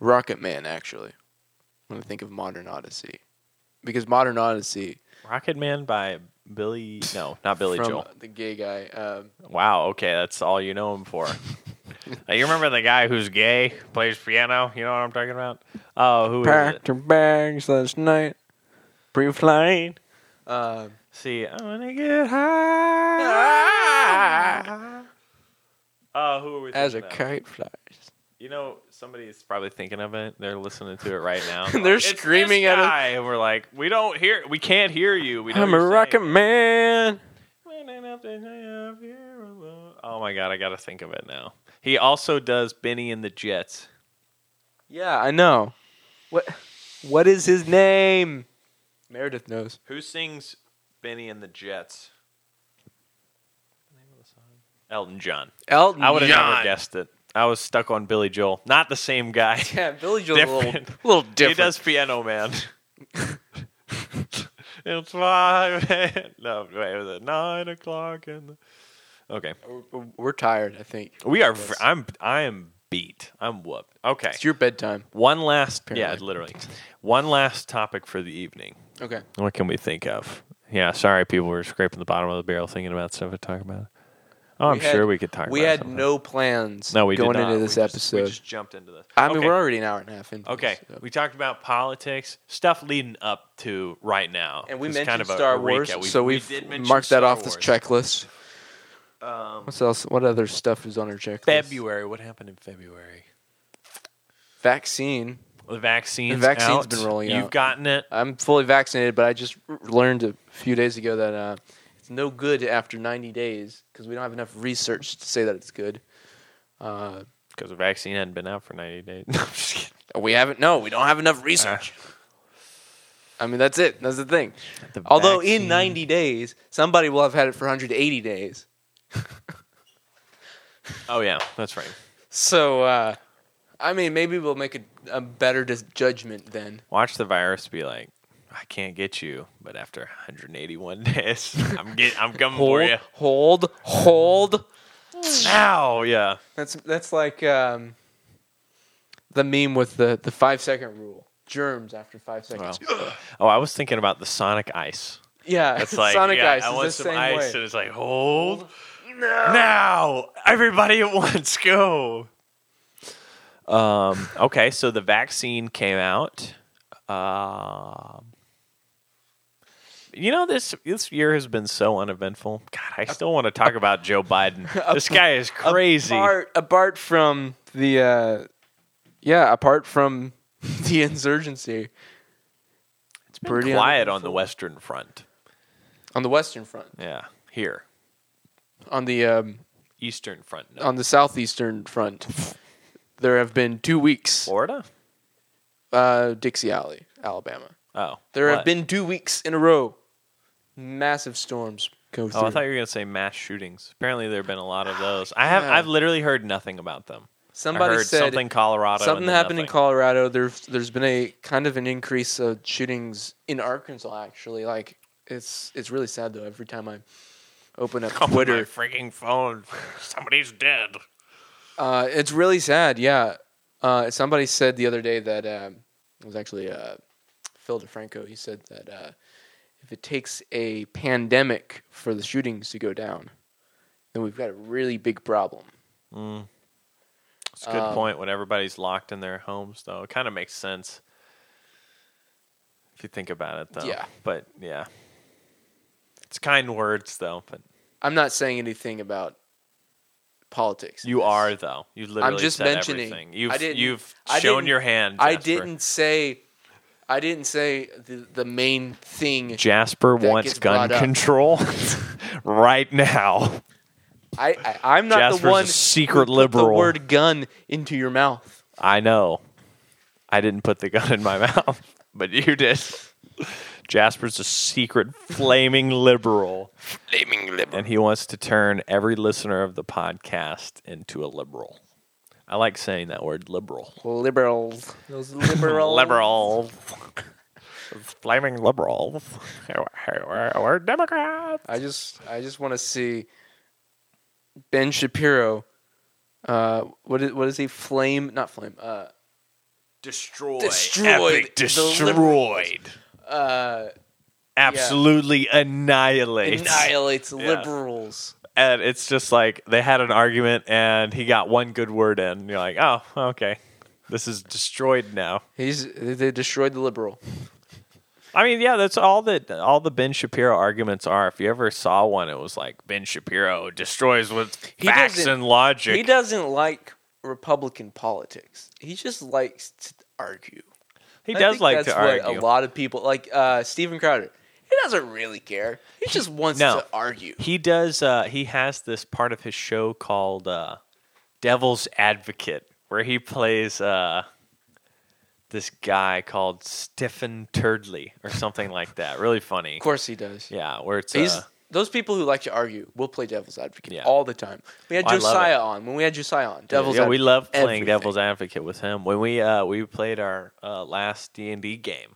Speaker 2: Rocket Man actually when I think of modern Odyssey, because modern Odyssey
Speaker 1: it. Rocket Man by Billy. No, not Billy
Speaker 2: from
Speaker 1: Joel.
Speaker 2: the gay guy. Um,
Speaker 1: Wow. Okay, that's all you know him for.
Speaker 2: <laughs>
Speaker 1: Uh, you remember the guy who's gay, plays piano? You know what I'm talking about? Oh, who is it?
Speaker 2: Packed her bags last night, pre-flight. Um,
Speaker 1: See, I wanna get high. Oh, who are we?
Speaker 2: Ah. as a
Speaker 1: thinking of?
Speaker 2: kite flies.
Speaker 1: you know, somebody is probably thinking of it. They're listening to it
Speaker 2: <laughs>
Speaker 1: right now.
Speaker 2: They're
Speaker 1: It's this
Speaker 2: screaming at us.
Speaker 1: guy. And we're like, we don't hear, we can't hear you. We know
Speaker 2: I'm a
Speaker 1: you're saying
Speaker 2: rocket
Speaker 1: it."
Speaker 2: man.
Speaker 1: Oh my god, I gotta think of it now. He also does Benny and the Jets.
Speaker 2: Yeah, I know. What? What is his name? Meredith knows.
Speaker 1: Who sings Benny and the Jets? Elton John.
Speaker 2: Elton.
Speaker 1: I would have
Speaker 2: John.
Speaker 1: never guessed it. I was stuck on Billy Joel. Not the same <laughs> guy.
Speaker 2: Yeah, Billy Joel's a little,
Speaker 1: <laughs> Different.
Speaker 2: little different.
Speaker 1: He does Piano Man. <laughs> it's five. and- No, wait, was it nine o'clock? And the... okay,
Speaker 2: We're- We're tired, I think.
Speaker 1: we are. I'm. I am beat. I'm whooped. Okay.
Speaker 2: It's your bedtime.
Speaker 1: One last. Yeah,
Speaker 2: Apparently.
Speaker 1: literally. One last topic for the evening.
Speaker 2: Okay.
Speaker 1: What can we think of? Yeah, sorry, people were scraping the bottom of the barrel thinking about stuff to talk about. Oh, I'm
Speaker 2: We had-
Speaker 1: sure we could talk.
Speaker 2: We
Speaker 1: about
Speaker 2: had
Speaker 1: something.
Speaker 2: no plans
Speaker 1: No, we did
Speaker 2: going
Speaker 1: not.
Speaker 2: into this
Speaker 1: We just-
Speaker 2: episode.
Speaker 1: we just jumped into this.
Speaker 2: I mean,
Speaker 1: Okay.
Speaker 2: we're already an hour and a half in.
Speaker 1: Okay, we talked about politics, stuff leading up to right now,
Speaker 2: And we
Speaker 1: It's
Speaker 2: mentioned
Speaker 1: kind of a-
Speaker 2: Star
Speaker 1: a
Speaker 2: Wars,
Speaker 1: recap. We-
Speaker 2: so
Speaker 1: we
Speaker 2: we've
Speaker 1: did mention
Speaker 2: marked that
Speaker 1: Star
Speaker 2: off this
Speaker 1: Wars.
Speaker 2: checklist. Um, what else? What other stuff is on our checklist?
Speaker 1: February, what happened in February?
Speaker 2: Vaccine.
Speaker 1: The vaccine's
Speaker 2: The vaccine's
Speaker 1: out.
Speaker 2: been rolling
Speaker 1: You've
Speaker 2: out.
Speaker 1: gotten it.
Speaker 2: I'm fully vaccinated, but I just r- learned a few days ago that uh, it's no good after 90 days because we don't have enough research to say that it's good. Uh,
Speaker 1: Because the vaccine hadn't been out for 90 days. <laughs> No, I'm just kidding.
Speaker 2: we haven't. No, we don't have
Speaker 1: Uh-huh.
Speaker 2: enough research. I mean, that's it. That's the thing.
Speaker 1: The
Speaker 2: Although in
Speaker 1: vaccine-
Speaker 2: 90 days, somebody will have had it for 180 days.
Speaker 1: Oh, yeah, that's right.
Speaker 2: So, uh, I mean, maybe we'll make a, a better dis- judgment then.
Speaker 1: Watch the virus be like, I can't get you, but after 181 <laughs> days, I'm get, I'm coming for
Speaker 2: <laughs> Hold,
Speaker 1: you.
Speaker 2: hold, hold.
Speaker 1: Ow, yeah.
Speaker 2: That's that's like um, the meme with the, the five second rule. Germs after five seconds.
Speaker 1: Oh, I was thinking about the Sonic Ice.
Speaker 2: Yeah, <laughs>
Speaker 1: It's like,
Speaker 2: Sonic
Speaker 1: yeah,
Speaker 2: Ice
Speaker 1: I
Speaker 2: is
Speaker 1: want
Speaker 2: the
Speaker 1: some
Speaker 2: same
Speaker 1: ice,
Speaker 2: way.
Speaker 1: and it's like, hold now, everybody at once, go. Um. Okay, so the vaccine came out. Um. You know this this year has been so uneventful. God, I still want to talk about Joe
Speaker 2: <laughs>
Speaker 1: Biden. This guy is crazy.
Speaker 2: Apart, apart from the, uh, yeah, apart from <laughs> the insurgency
Speaker 1: It's been
Speaker 2: pretty
Speaker 1: quiet on the Western Front.
Speaker 2: on the Western Front,
Speaker 1: Yeah, here,
Speaker 2: on the um,
Speaker 1: Eastern Front. No.
Speaker 2: on the southeastern front, there have been two weeks.
Speaker 1: Florida.
Speaker 2: Uh, Dixie Alley, Alabama.
Speaker 1: Oh,
Speaker 2: There
Speaker 1: what?
Speaker 2: have been two weeks in a row, massive storms go through.
Speaker 1: Oh, I thought you were gonna say mass shootings. Apparently, there have been a lot of those. I have.
Speaker 2: Yeah.
Speaker 1: I've literally heard nothing about them. I
Speaker 2: Somebody
Speaker 1: heard
Speaker 2: said
Speaker 1: something Colorado.
Speaker 2: something
Speaker 1: and then
Speaker 2: happened in
Speaker 1: nothing. <laughs>
Speaker 2: Colorado. There's there's been a kind of an increase of shootings in Arkansas. Actually, like it's it's really sad though. Every time I open up
Speaker 1: <laughs> Oh, my
Speaker 2: Twitter,
Speaker 1: freaking phone. Somebody's dead.
Speaker 2: Uh, it's really sad. Yeah. Uh, somebody said the other day that um, it was actually uh, Phil DeFranco. He said that uh, if it takes a pandemic for the shootings to go down, then we've got a really big problem.
Speaker 1: It's a good
Speaker 2: Um,
Speaker 1: point. When everybody's locked in their homes, though, it kind of makes sense if you think about it, though.
Speaker 2: Yeah.
Speaker 1: But yeah, it's kind words, though. But
Speaker 2: I'm not saying anything about politics. in
Speaker 1: you
Speaker 2: this.
Speaker 1: are, though. You literally
Speaker 2: I'm just
Speaker 1: said
Speaker 2: mentioning.
Speaker 1: everything. You've
Speaker 2: I didn't,
Speaker 1: you've
Speaker 2: I
Speaker 1: shown
Speaker 2: didn't-
Speaker 1: your hand.
Speaker 2: I
Speaker 1: Jasper.
Speaker 2: didn't say. I didn't say the the main thing.
Speaker 1: Jasper
Speaker 2: That
Speaker 1: wants
Speaker 2: gets
Speaker 1: gun
Speaker 2: brought up. <laughs>
Speaker 1: control <laughs> right now.
Speaker 2: I, I I'm not
Speaker 1: Jasper's
Speaker 2: the
Speaker 1: a
Speaker 2: one
Speaker 1: secret
Speaker 2: who put
Speaker 1: liberal.
Speaker 2: The word gun into your mouth.
Speaker 1: I know. I didn't put the gun in my <laughs> mouth, but you did. Jasper's a secret flaming liberal.
Speaker 2: Flaming liberal.
Speaker 1: and he wants to turn every listener of the podcast into a liberal. I like saying that word, liberal.
Speaker 2: liberals. Those liberals.
Speaker 1: Liberal. Flaming liberal. We're, we're Democrats.
Speaker 2: I just I just want to see Ben Shapiro. Uh, what is what is he? Flame? Not flame. Uh,
Speaker 1: Destroyed.
Speaker 2: Destroyed
Speaker 1: Epic
Speaker 2: the
Speaker 1: destroyed.
Speaker 2: uh,
Speaker 1: Absolutely annihilates.
Speaker 2: annihilates
Speaker 1: Yeah.
Speaker 2: liberals.
Speaker 1: and it's just like they had an argument and he got one good word in. You're like, oh, okay. This is destroyed now.
Speaker 2: He's they destroyed the liberal.
Speaker 1: I mean, yeah, that's all that all the Ben Shapiro arguments are. If you ever saw one, it was like Ben Shapiro destroys with
Speaker 2: He
Speaker 1: facts
Speaker 2: doesn't-
Speaker 1: and logic.
Speaker 2: He doesn't like Republican politics. He just likes to argue.
Speaker 1: He
Speaker 2: I
Speaker 1: does
Speaker 2: think
Speaker 1: like
Speaker 2: that's
Speaker 1: to
Speaker 2: what
Speaker 1: argue.
Speaker 2: A lot of people like uh, Steven Crowder. He doesn't really care. He
Speaker 1: <laughs>
Speaker 2: just wants
Speaker 1: no.
Speaker 2: to argue.
Speaker 1: He does. Uh, he has this part of his show called uh, Devil's Advocate, where he plays uh, this guy called Stephen Turdley or something like that. Really funny.
Speaker 2: Of course he does.
Speaker 1: Yeah, where it's
Speaker 2: These
Speaker 1: uh,
Speaker 2: those people who like to argue will play devil's advocate
Speaker 1: Yeah. Oh,
Speaker 2: all the time. We had
Speaker 1: I love
Speaker 2: Josiah on when we had Josiah on. Devil's
Speaker 1: yeah,
Speaker 2: advocate.
Speaker 1: we love playing
Speaker 2: everything.
Speaker 1: devil's advocate with him. When we uh, we played our uh, last D and D game,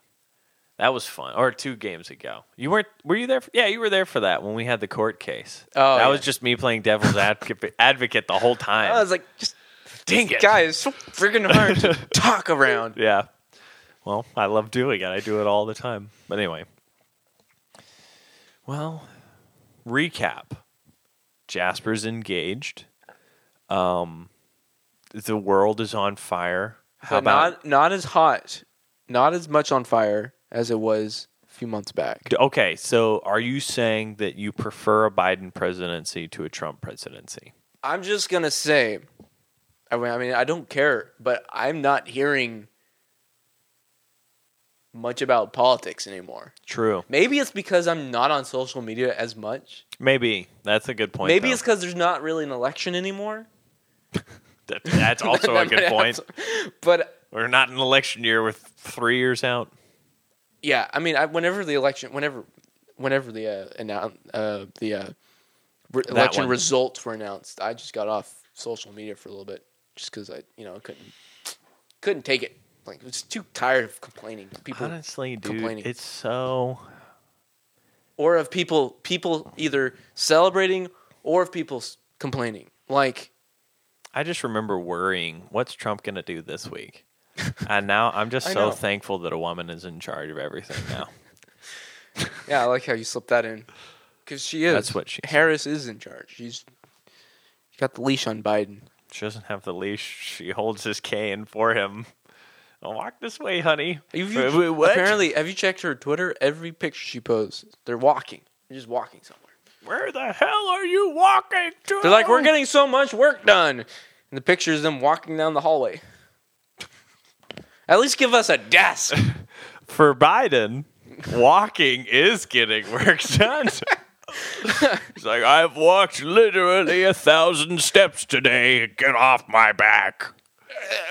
Speaker 1: that was fun. Or two games ago, you weren't? Were you there? For, yeah, you were there for that when we had the court case.
Speaker 2: Oh,
Speaker 1: that
Speaker 2: yeah.
Speaker 1: was just me playing
Speaker 2: <laughs>
Speaker 1: devil's advocate, advocate the whole time.
Speaker 2: I was like, just
Speaker 1: Dang
Speaker 2: this
Speaker 1: it.
Speaker 2: guy is so freaking hard
Speaker 1: <laughs>
Speaker 2: to talk around.
Speaker 1: yeah. Well, I love doing it. I do it all the time. But anyway, well, recap. Jasper's engaged. Um, the world is on fire. How
Speaker 2: But
Speaker 1: about
Speaker 2: not not as hot, not as much on fire as it was a few months back.
Speaker 1: D- Okay, so are you saying that you prefer a Biden presidency to a Trump presidency?
Speaker 2: I'm just gonna say, I mean, I mean, I don't care, but I'm not hearing much about politics anymore.
Speaker 1: True.
Speaker 2: Maybe it's because I'm not on social media as much.
Speaker 1: Maybe that's a good point.
Speaker 2: Maybe
Speaker 1: though.
Speaker 2: it's because there's not really an election anymore. <laughs>
Speaker 1: That- that's also a
Speaker 2: That
Speaker 1: good
Speaker 2: might
Speaker 1: point.
Speaker 2: have- <laughs> But
Speaker 1: We're not in an election year with three years out.
Speaker 2: yeah, I mean, I, whenever the election, whenever, whenever the uh, annou- uh, the uh, re- election
Speaker 1: one.
Speaker 2: results were announced, I just got off social media for a little bit, just because I, you know, I couldn't couldn't take it. Like, I was too tired of complaining. People
Speaker 1: Honestly, dude,
Speaker 2: complaining.
Speaker 1: it's so
Speaker 2: or of people people either celebrating or of people s- complaining. Like,
Speaker 1: I just remember worrying, what's Trump going to do this week? and now I'm just
Speaker 2: <laughs> I
Speaker 1: so
Speaker 2: know.
Speaker 1: thankful that a woman is in charge of everything now.
Speaker 2: yeah, I like how you slipped that in because she is.
Speaker 1: That's what she said.
Speaker 2: Harris is in charge. She's she got the leash on Biden.
Speaker 1: she doesn't have the leash. She holds his cane for him. I'll walk this way, honey.
Speaker 2: Have
Speaker 1: Wait, wait,
Speaker 2: you,
Speaker 1: what?
Speaker 2: apparently, have you checked her Twitter? Every picture she posts, they're walking. They're just walking somewhere.
Speaker 1: Where the hell are you walking to?
Speaker 2: They're like, we're getting so much work done. And the picture is them walking down the hallway. At least give us a <laughs> desk.
Speaker 1: for Biden, walking is getting work
Speaker 2: <laughs>
Speaker 1: done.
Speaker 6: It's like, I've walked literally a thousand steps today. Get off my back.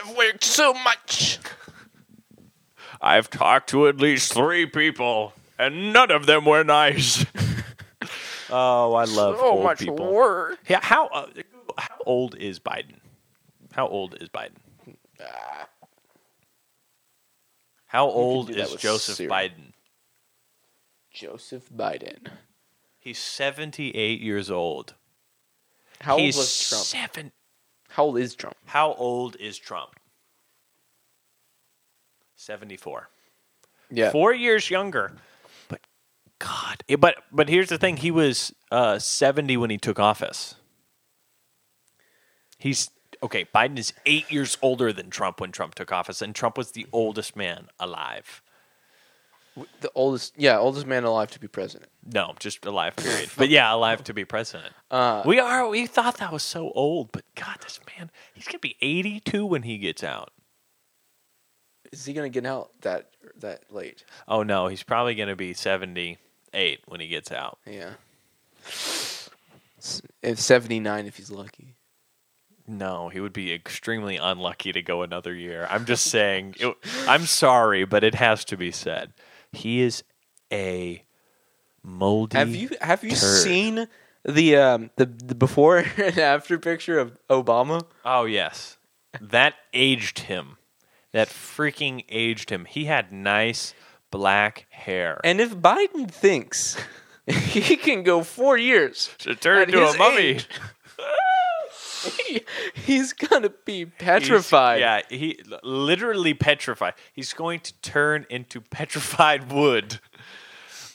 Speaker 2: I've worked so much. <laughs>
Speaker 6: I've talked to at least three people, and none of them were nice.
Speaker 1: Oh, I love
Speaker 2: so
Speaker 1: old
Speaker 2: much
Speaker 1: people.
Speaker 2: work.
Speaker 1: Yeah, how uh, how old is Biden? How old is Biden? How old
Speaker 2: Ah. do that
Speaker 1: is
Speaker 2: with
Speaker 1: Joseph
Speaker 2: Siri.
Speaker 1: Biden?
Speaker 2: Joseph Biden.
Speaker 1: He's 78 years old.
Speaker 2: How old
Speaker 1: He's
Speaker 2: was Trump?
Speaker 1: Seven.
Speaker 2: How old is Trump?
Speaker 1: How old is Trump? 74.
Speaker 2: Yeah.
Speaker 1: Four years younger. But God. yeah, But but here's the thing. He was uh, 70 when he took office. He's okay. Biden is eight years older than Trump when Trump took office, and Trump was the oldest man alive.
Speaker 2: the oldest, yeah, oldest man alive to be president.
Speaker 1: No, just alive, period. but yeah, alive to be president. we are. We thought that was so old, but God, this man, he's gonna be 82 when he gets out.
Speaker 2: Is he gonna get out that that late?
Speaker 1: Oh no, he's probably gonna be 78 when he gets out.
Speaker 2: Yeah. S- If seventy nine, if he's lucky.
Speaker 1: No, he would be extremely unlucky to go another year. I'm just saying. it- I'm sorry, but it has to be said. He is a moldy.
Speaker 2: Have you have you
Speaker 1: turd.
Speaker 2: seen the um the, the before <laughs> and after picture of Obama?
Speaker 1: Oh yes, that aged him. That freaking aged him. He had nice black hair.
Speaker 2: And if Biden thinks <laughs> he can go four years <laughs>
Speaker 1: to turn
Speaker 2: at
Speaker 1: into a
Speaker 2: his
Speaker 1: mummy.
Speaker 2: age, he- he's gonna be
Speaker 1: He's-
Speaker 2: petrified.
Speaker 1: yeah, he literally petrified. He's going to turn into petrified wood.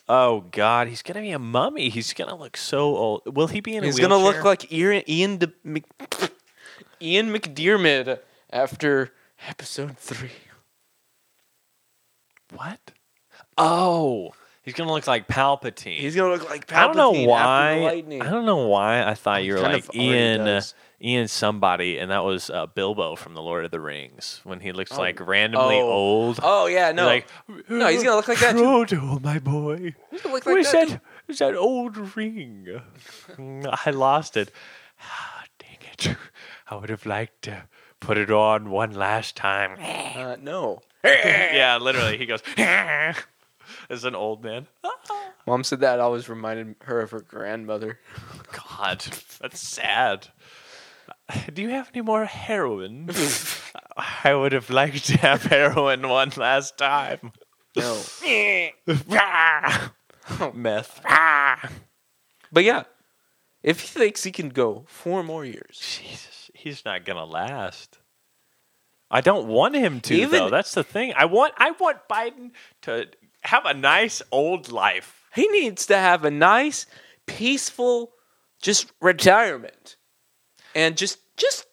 Speaker 1: Oh God, he's gonna be a mummy. He's gonna look so old. Will he be in a
Speaker 2: He's gonna
Speaker 1: wheelchair?
Speaker 2: look like Ian Ian, De, Mc, <laughs> Ian McDiarmid after episode three.
Speaker 1: what? Oh, he's gonna look like Palpatine.
Speaker 2: He's gonna look like Palpatine
Speaker 1: I don't know
Speaker 2: After the
Speaker 1: why.
Speaker 2: lightning.
Speaker 1: I don't know why I thought
Speaker 2: He
Speaker 1: you were
Speaker 2: kind
Speaker 1: like
Speaker 2: of already
Speaker 1: Ian, uh,
Speaker 2: does.
Speaker 1: Ian somebody, and that was uh, Bilbo from the Lord of the Rings when he looks like randomly
Speaker 2: Oh.
Speaker 1: old.
Speaker 2: Oh yeah, no.
Speaker 1: Like,
Speaker 2: no, he's gonna look like that too.
Speaker 1: Frodo, my boy.
Speaker 2: He's gonna look like
Speaker 1: Where's
Speaker 2: that
Speaker 1: that? Where's that old ring? <laughs> Mm, I lost it. Ah, dang it! <laughs> I would have liked to put it on one last time. <laughs>
Speaker 2: too. Uh, no.
Speaker 1: yeah, literally, he goes <laughs> as an old man. Oh,
Speaker 2: Mom said that always reminded her of her grandmother.
Speaker 1: God, that's sad. Do you have any more heroin? <laughs> I would have liked to have <laughs> heroin one last
Speaker 2: <laughs>
Speaker 1: time. <laughs>
Speaker 2: No. Oh,
Speaker 1: Meth.
Speaker 2: but yeah, if he thinks he can go four more years,
Speaker 1: Jesus, he's not gonna last. I don't want him to
Speaker 2: Even-
Speaker 1: though. That's the thing. I want I want Biden to have a nice old life.
Speaker 2: he needs to have a nice, peaceful, just retirement, and just just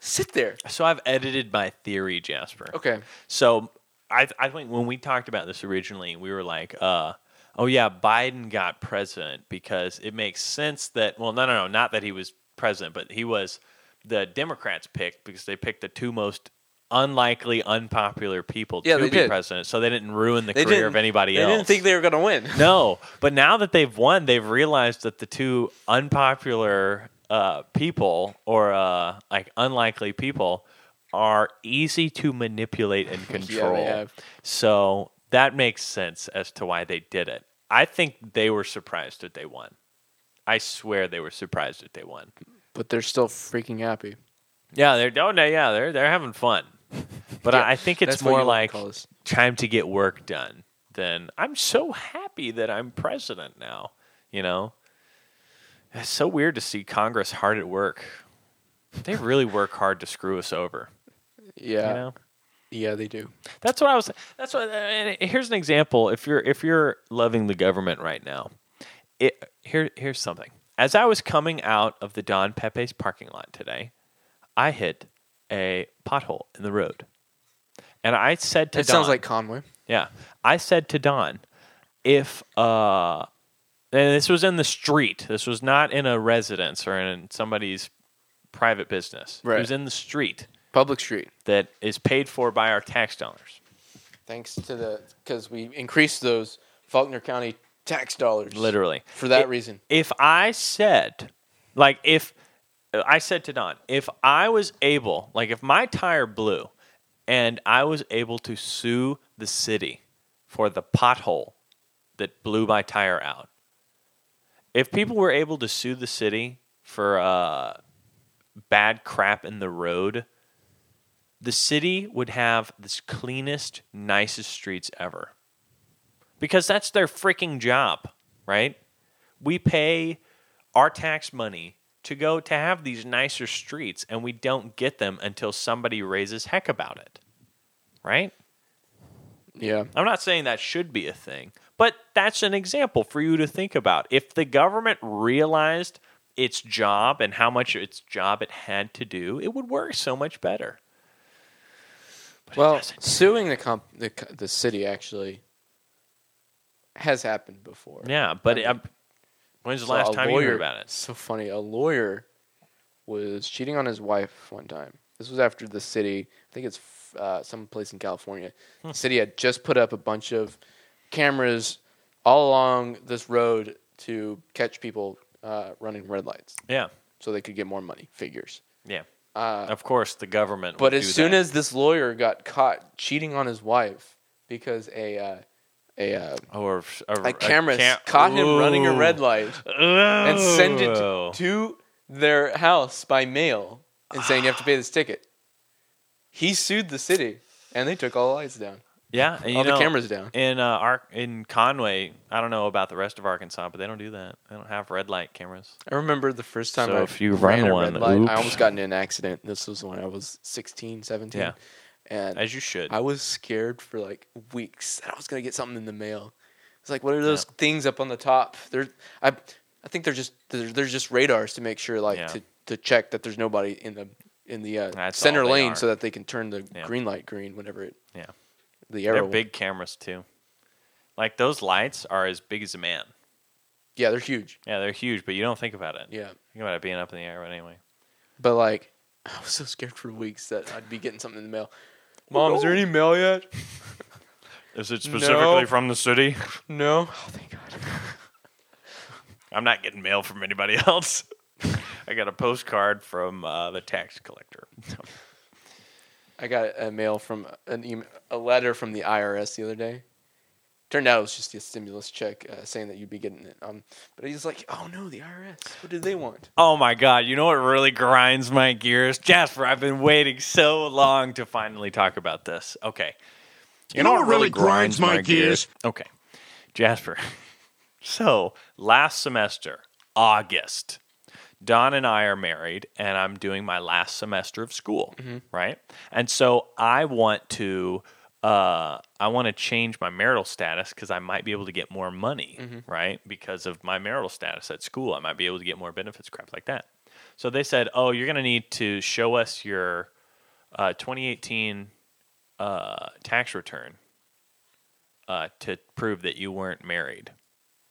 Speaker 2: sit there.
Speaker 1: So I've edited my theory, Jasper.
Speaker 2: Okay.
Speaker 1: So I I think when we talked about this originally, we were like, uh, oh yeah, Biden got president because it makes sense that well, no, no, no, not that he was president, but he was the Democrats picked because they picked the two most unlikely, unpopular people
Speaker 2: Yeah,
Speaker 1: to
Speaker 2: they
Speaker 1: be
Speaker 2: did.
Speaker 1: president, so they didn't ruin the
Speaker 2: They
Speaker 1: career
Speaker 2: didn't-
Speaker 1: of anybody
Speaker 2: They
Speaker 1: else.
Speaker 2: didn't think they were gonna win.
Speaker 1: <laughs> No, but now that they've won, they've realized that the two unpopular uh, people or uh, like unlikely people are easy to manipulate and control.
Speaker 2: have.
Speaker 1: So that makes sense as to why they did it. I think they were surprised that they won. I swear they were surprised that they won.
Speaker 2: But they're still freaking happy.
Speaker 1: Yeah, they're don't they? Yeah, they're they're having fun.
Speaker 2: <laughs>
Speaker 1: But
Speaker 2: Yeah,
Speaker 1: I I think it's
Speaker 2: that's what
Speaker 1: more
Speaker 2: you wanna
Speaker 1: like
Speaker 2: call this.
Speaker 1: time to get work done than I'm so happy that I'm president now. You know, it's so weird to see Congress hard at work. They really work hard to screw us over.
Speaker 2: Yeah.
Speaker 1: You know.
Speaker 2: Yeah, they do.
Speaker 1: That's what I was. That's what. uh, And here's an example. If you're if you're loving the government right now, it here here's something. As I was coming out of the Don Pepe's parking lot today, I hit a pothole in the road, and I said to
Speaker 2: It sounds
Speaker 1: Don-
Speaker 2: like Conway.
Speaker 1: yeah. I said to Don, if uh and this was in the street. This was not in a residence or in somebody's private business. It
Speaker 2: Right.
Speaker 1: was in the street
Speaker 2: Public Street.
Speaker 1: that is paid for by our tax dollars.
Speaker 2: Thanks to the because we increased those Faulkner County tax dollars.
Speaker 1: Literally.
Speaker 2: For that
Speaker 1: It-
Speaker 2: reason.
Speaker 1: If I said like if uh, I said to Don, if I was able, like if my tire blew and I was able to sue the city for the pothole that blew my tire out, If people were able to sue the city for uh, bad crap in the road, the city would have the cleanest, nicest streets ever. Because that's their freaking job, right? We pay our tax money to go to have these nicer streets, and we don't get them until somebody raises heck about it, right?
Speaker 2: Yeah.
Speaker 1: I'm not saying that should be a thing, but that's an example for you to think about. If the government realized its job and how much its job it had to do, it would work so much better.
Speaker 2: Well, suing the comp- the co- the city actually has happened before.
Speaker 1: Yeah, but
Speaker 2: mean,
Speaker 1: it, I- when's the
Speaker 2: So
Speaker 1: last
Speaker 2: a
Speaker 1: time you
Speaker 2: lawyer-
Speaker 1: heard about it?
Speaker 2: So funny. A lawyer was cheating on his wife one time. This was after the city. I think it's uh, some place in California.
Speaker 1: Hmm.
Speaker 2: The city had just put up a bunch of cameras all along this road to catch people uh, running red lights,
Speaker 1: Yeah,
Speaker 2: so they could get more money. Figures.
Speaker 1: yeah. of course, the government.
Speaker 2: Uh, But
Speaker 1: would
Speaker 2: as
Speaker 1: do
Speaker 2: soon
Speaker 1: that.
Speaker 2: as this lawyer got caught cheating on his wife because a uh, a uh,
Speaker 1: Oh, or a,
Speaker 2: a camera
Speaker 1: cam-
Speaker 2: caught him running a
Speaker 1: Ooh. Oh.
Speaker 2: red light and sent it
Speaker 1: Ooh.
Speaker 2: to their house by mail and saying you have to pay this ticket. He sued the city and they took all the lights down.
Speaker 1: yeah, and you
Speaker 2: all the
Speaker 1: know,
Speaker 2: cameras down.
Speaker 1: in uh, Ar- in Conway. I don't know about the rest of Arkansas, but they don't do that. They don't have red light cameras.
Speaker 2: I remember the first time
Speaker 1: So
Speaker 2: I
Speaker 1: if you
Speaker 2: ran
Speaker 1: run
Speaker 2: a
Speaker 1: one,
Speaker 2: red light,
Speaker 1: oops.
Speaker 2: I almost got into an accident. This was when I was 16, 17.
Speaker 1: Yeah.
Speaker 2: And
Speaker 1: As you should.
Speaker 2: I was scared for like weeks that I was gonna get something in the mail. It's like, what are those things up on the top? They're I, I think they're just they're, they're just radars to make sure like
Speaker 1: Yeah.
Speaker 2: to, to check that there's nobody in the in the uh,
Speaker 1: That's
Speaker 2: center
Speaker 1: all they
Speaker 2: lane
Speaker 1: are.
Speaker 2: so that they can turn the
Speaker 1: Yeah.
Speaker 2: green light green whenever it
Speaker 1: yeah.
Speaker 2: the arrow.
Speaker 1: They're big cameras too. Like those lights are as big as a man.
Speaker 2: Yeah, they're huge.
Speaker 1: Yeah, they're huge, but you don't think about it.
Speaker 2: Yeah,
Speaker 1: Think about it being up in the air, but anyway.
Speaker 2: but like <laughs> I was so scared for weeks that I'd be getting something in the mail. Mom, is there any mail yet?
Speaker 1: Is it
Speaker 2: specifically No.
Speaker 1: from the city?
Speaker 2: No. Oh, thank God.
Speaker 1: I'm not getting mail from anybody <laughs> else. I got a postcard from uh, the tax collector.
Speaker 2: I got a mail from an email, a letter from the IRS the other day. Turned out it was just a stimulus check uh, saying that you'd be getting it. Um, but he's like, "Oh no, the IRS. What did they want?"
Speaker 1: Oh my god! You know what really grinds my gears, Jasper? I've been waiting so long to finally talk about this. Okay. You, know, what really grinds my gears? Okay, Jasper. <laughs> So last semester, August, Don and I are married, and I'm doing my last semester of school, right? And so I want to, uh, I want to change my marital status because I might be able to get more money, right? Because of my marital status at school, I might be able to get more benefits, crap like that. So they said, "Oh, you're going to need to show us your uh, 2018 uh, tax return uh, to prove that you weren't married."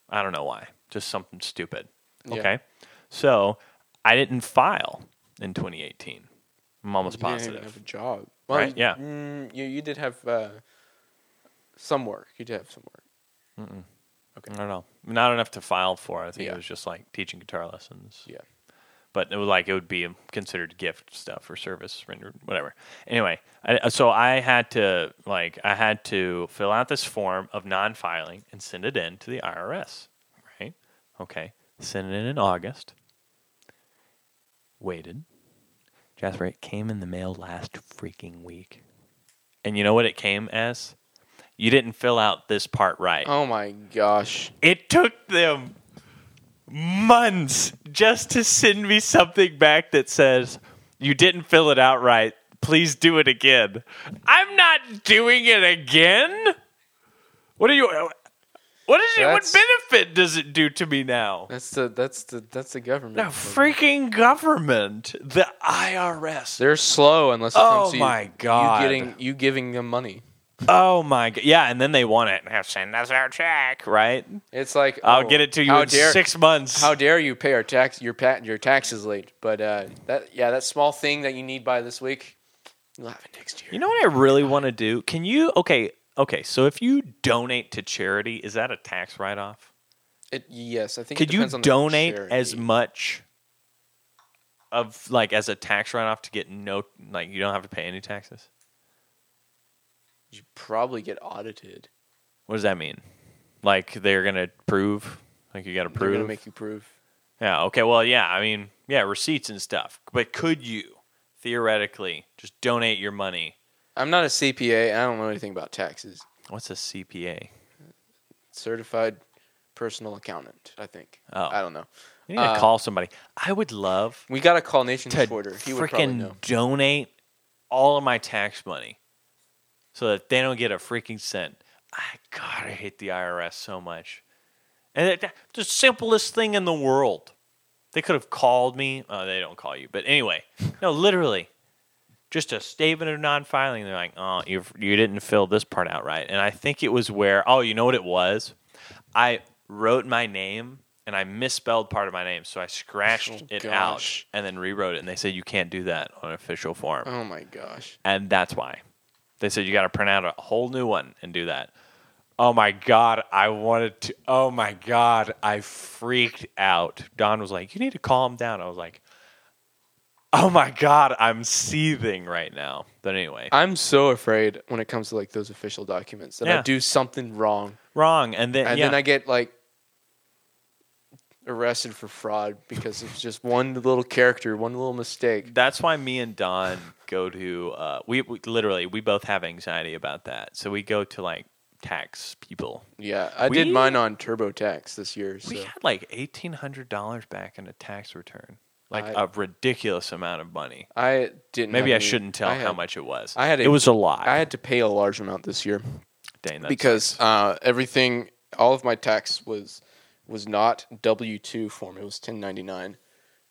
Speaker 1: I don't know why, just something stupid.
Speaker 2: Yeah.
Speaker 1: Okay. So I didn't file in 2018. I'm almost
Speaker 2: You didn't even have
Speaker 1: positive.
Speaker 2: a job,
Speaker 1: Right,
Speaker 2: you-
Speaker 1: yeah.
Speaker 2: mm, you you did have uh, some work. You did have some work.
Speaker 1: I don't know. Not enough to file for. I think
Speaker 2: Yeah.
Speaker 1: it was just like teaching guitar lessons.
Speaker 2: Yeah.
Speaker 1: But it was like it would be considered gift stuff or service rendered, whatever. Anyway, I, uh, so I had to like I had to fill out this form of non-filing and send it in to the IRS. Right? Okay. Send it in in August. Waited. Jasper, it came in the mail last freaking week. And you know what it came as? You didn't fill out this part right.
Speaker 2: Oh my gosh.
Speaker 1: It took them months just to send me something back that says, You didn't fill it out right. Please do it again. I'm not doing it again. What are you. What is it? What
Speaker 2: That's-
Speaker 1: benefit does it do to me now?
Speaker 2: That's the that's the that's the government.
Speaker 1: The freaking government, the IRS.
Speaker 2: They're slow unless it
Speaker 1: Oh
Speaker 2: comes to you-
Speaker 1: my God.
Speaker 2: You getting you giving them money.
Speaker 1: Oh my god! Yeah, and then they want it. Now send us our check, right?
Speaker 2: It's like
Speaker 1: I'll
Speaker 2: oh,
Speaker 1: get it to you
Speaker 2: how
Speaker 1: in
Speaker 2: dare-
Speaker 1: six months.
Speaker 2: How dare you pay our tax your pat your taxes late? But uh, that yeah, that small thing that you need by this week, you'll have it next year.
Speaker 1: You know what I really want to do? Can you okay, okay, so if you donate to charity, is that a tax write off?
Speaker 2: It- yes, I think. it
Speaker 1: Could you
Speaker 2: depends on the
Speaker 1: donate
Speaker 2: charity.
Speaker 1: as much of like as a tax write off to get no like you don't have to pay any taxes?
Speaker 2: You probably get audited.
Speaker 1: What does that mean? Like they're gonna prove Like you got to
Speaker 2: They're
Speaker 1: prove.
Speaker 2: gonna make you prove.
Speaker 1: yeah. Okay. Well, yeah. I mean, yeah, receipts and stuff. But could you theoretically just donate your money?
Speaker 2: I'm not a CPA. and I don't know anything about taxes.
Speaker 1: What's a CPA?
Speaker 2: Certified personal accountant. I think.
Speaker 1: Oh.
Speaker 2: I don't know.
Speaker 1: You need to
Speaker 2: Uh,
Speaker 1: call somebody. I would love
Speaker 2: We gotta call Nation
Speaker 1: to
Speaker 2: Supporter. He would probably know.
Speaker 1: freaking donate all of my tax money so that they don't get a freaking cent. I gotta hate the IRS so much. And it, the simplest thing in the world. They could have called me. Oh, they don't call you. But anyway,
Speaker 2: <laughs>
Speaker 1: no, literally, just a statement of non-filing. They're like, "Oh, you you didn't fill this part out right." And I think it was where. Oh, you know what it was? I wrote my name and I misspelled part of my name, so I scratched
Speaker 2: Oh,
Speaker 1: it
Speaker 2: gosh.
Speaker 1: out and then rewrote it. And they said you can't do that on an official form,
Speaker 2: Oh my gosh.
Speaker 1: and that's why they said you got to print out a whole new one and do that. Oh my god, I wanted to. Oh my god, I freaked out. Don was like, "You need to calm down." I was like, "Oh my god, I'm seething right now." But anyway,
Speaker 2: I'm so afraid when it comes to like those official documents that I
Speaker 1: Yeah.
Speaker 2: do something wrong
Speaker 1: wrong, and then
Speaker 2: and
Speaker 1: yeah,
Speaker 2: then I get like arrested for fraud because it's just one little character, one little mistake.
Speaker 1: that's why me and Don go to uh, we, we literally we both have anxiety about that, so we go to like tax people.
Speaker 2: Yeah, I
Speaker 1: We-
Speaker 2: did mine on TurboTax this year. So
Speaker 1: We had like eighteen hundred dollars back in a tax return, like
Speaker 2: I-
Speaker 1: a ridiculous amount of money.
Speaker 2: I didn't.
Speaker 1: Maybe I
Speaker 2: have any-
Speaker 1: shouldn't tell
Speaker 2: I
Speaker 1: how
Speaker 2: had-
Speaker 1: much it was.
Speaker 2: I had
Speaker 1: it
Speaker 2: a-
Speaker 1: was a lot.
Speaker 2: I had to pay a large amount this year
Speaker 1: Dang, that
Speaker 2: because
Speaker 1: sucks.
Speaker 2: uh, everything, all of my tax was was not W two form. It was ten ninety nine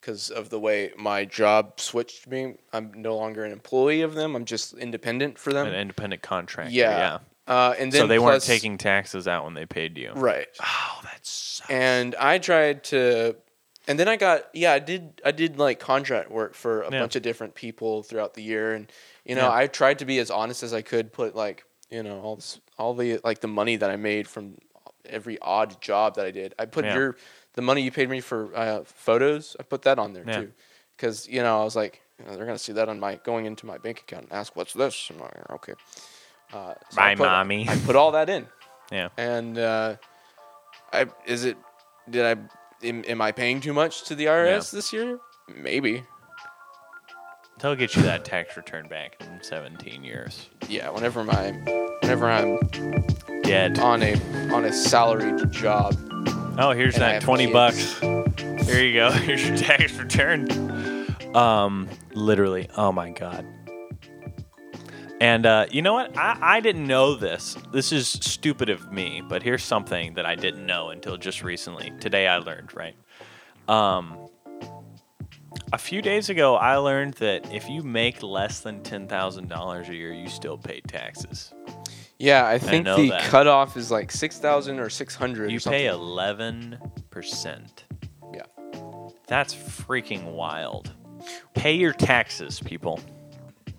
Speaker 2: because of the way my job switched me. I'm no longer an employee of them. I'm just independent for them.
Speaker 1: an independent contractor.
Speaker 2: yeah. Uh, and then
Speaker 1: so they weren't
Speaker 2: plus-
Speaker 1: taking taxes out when they paid you.
Speaker 2: right.
Speaker 1: Oh, that sucks.
Speaker 2: and I tried to, and then I got yeah, I did I did like contract work for a
Speaker 1: Yeah.
Speaker 2: bunch of different people throughout the year, and you know
Speaker 1: Yeah.
Speaker 2: I tried to be as honest as I could, put like you know all this, all the like the money that I made from every odd job that I did. I put
Speaker 1: Yeah.
Speaker 2: your the money you paid me for uh, photos. I put that on there
Speaker 1: Yeah.
Speaker 2: too, because you know I was like you know, they're gonna see that on my going into my bank account and ask what's this. I'm like, okay. Uh, so I
Speaker 1: Bye,
Speaker 2: put-
Speaker 1: mommy.
Speaker 2: I put all that in
Speaker 1: Yeah.
Speaker 2: and uh, I is it did I am, am I paying too much to the IRS
Speaker 1: Yeah.
Speaker 2: this year? Maybe.
Speaker 1: They'll get you that tax return back in 17 years.
Speaker 2: Yeah. Whenever my whenever I'm
Speaker 1: Dead.
Speaker 2: on a on a salaried job,
Speaker 1: Oh, here's
Speaker 2: And I
Speaker 1: that
Speaker 2: have
Speaker 1: 20
Speaker 2: kids.
Speaker 1: bucks. Here you go. <laughs> Here's your tax return. Um, literally. Oh my god. And uh, you know what? I, I didn't know this. This is stupid of me, but here's something that I didn't know until just recently. Today I learned, right? Um, a few days ago, I learned that if you make less than $10,000 a year, you still pay taxes.
Speaker 2: yeah, I think
Speaker 1: know
Speaker 2: the
Speaker 1: that.
Speaker 2: cutoff is like six thousand or six hundred.
Speaker 1: You
Speaker 2: or something.
Speaker 1: pay 11%.
Speaker 2: Yeah.
Speaker 1: That's freaking wild. Pay your taxes, people.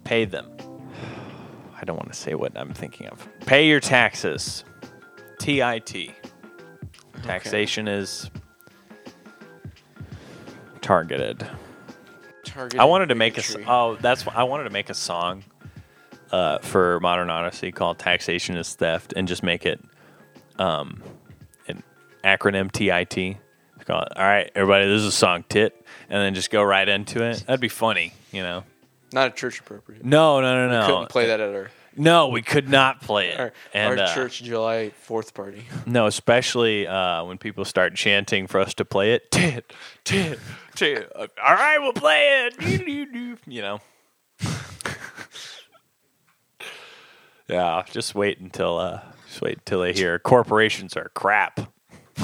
Speaker 1: Pay them. <sighs> I don't want to say what I'm thinking of. Pay your taxes. TIT. Taxation is targeted.
Speaker 2: Targeted
Speaker 1: I wanted to make a s-
Speaker 2: bigotry.
Speaker 1: oh that's wh- I wanted to make a song uh, for Modern Odyssey called "Taxation Is Theft" and just make it um, an acronym TIT. Just Call it, all right, everybody, this is a song tit, and then just go right into it. That'd be funny, you know.
Speaker 2: not a church appropriate.
Speaker 1: No, no, no, no.
Speaker 2: Couldn't play that at our
Speaker 1: No, we could not play it.
Speaker 2: our,
Speaker 1: and,
Speaker 2: our
Speaker 1: uh,
Speaker 2: church July Fourth party. <laughs>
Speaker 1: No, especially uh, when people start chanting for us to play it. <laughs> Tit, tit, tit. All right, we'll play it. Doo, doo, doo. You know. <laughs> yeah, just wait until uh, just wait until they hear corporations are crap. <laughs>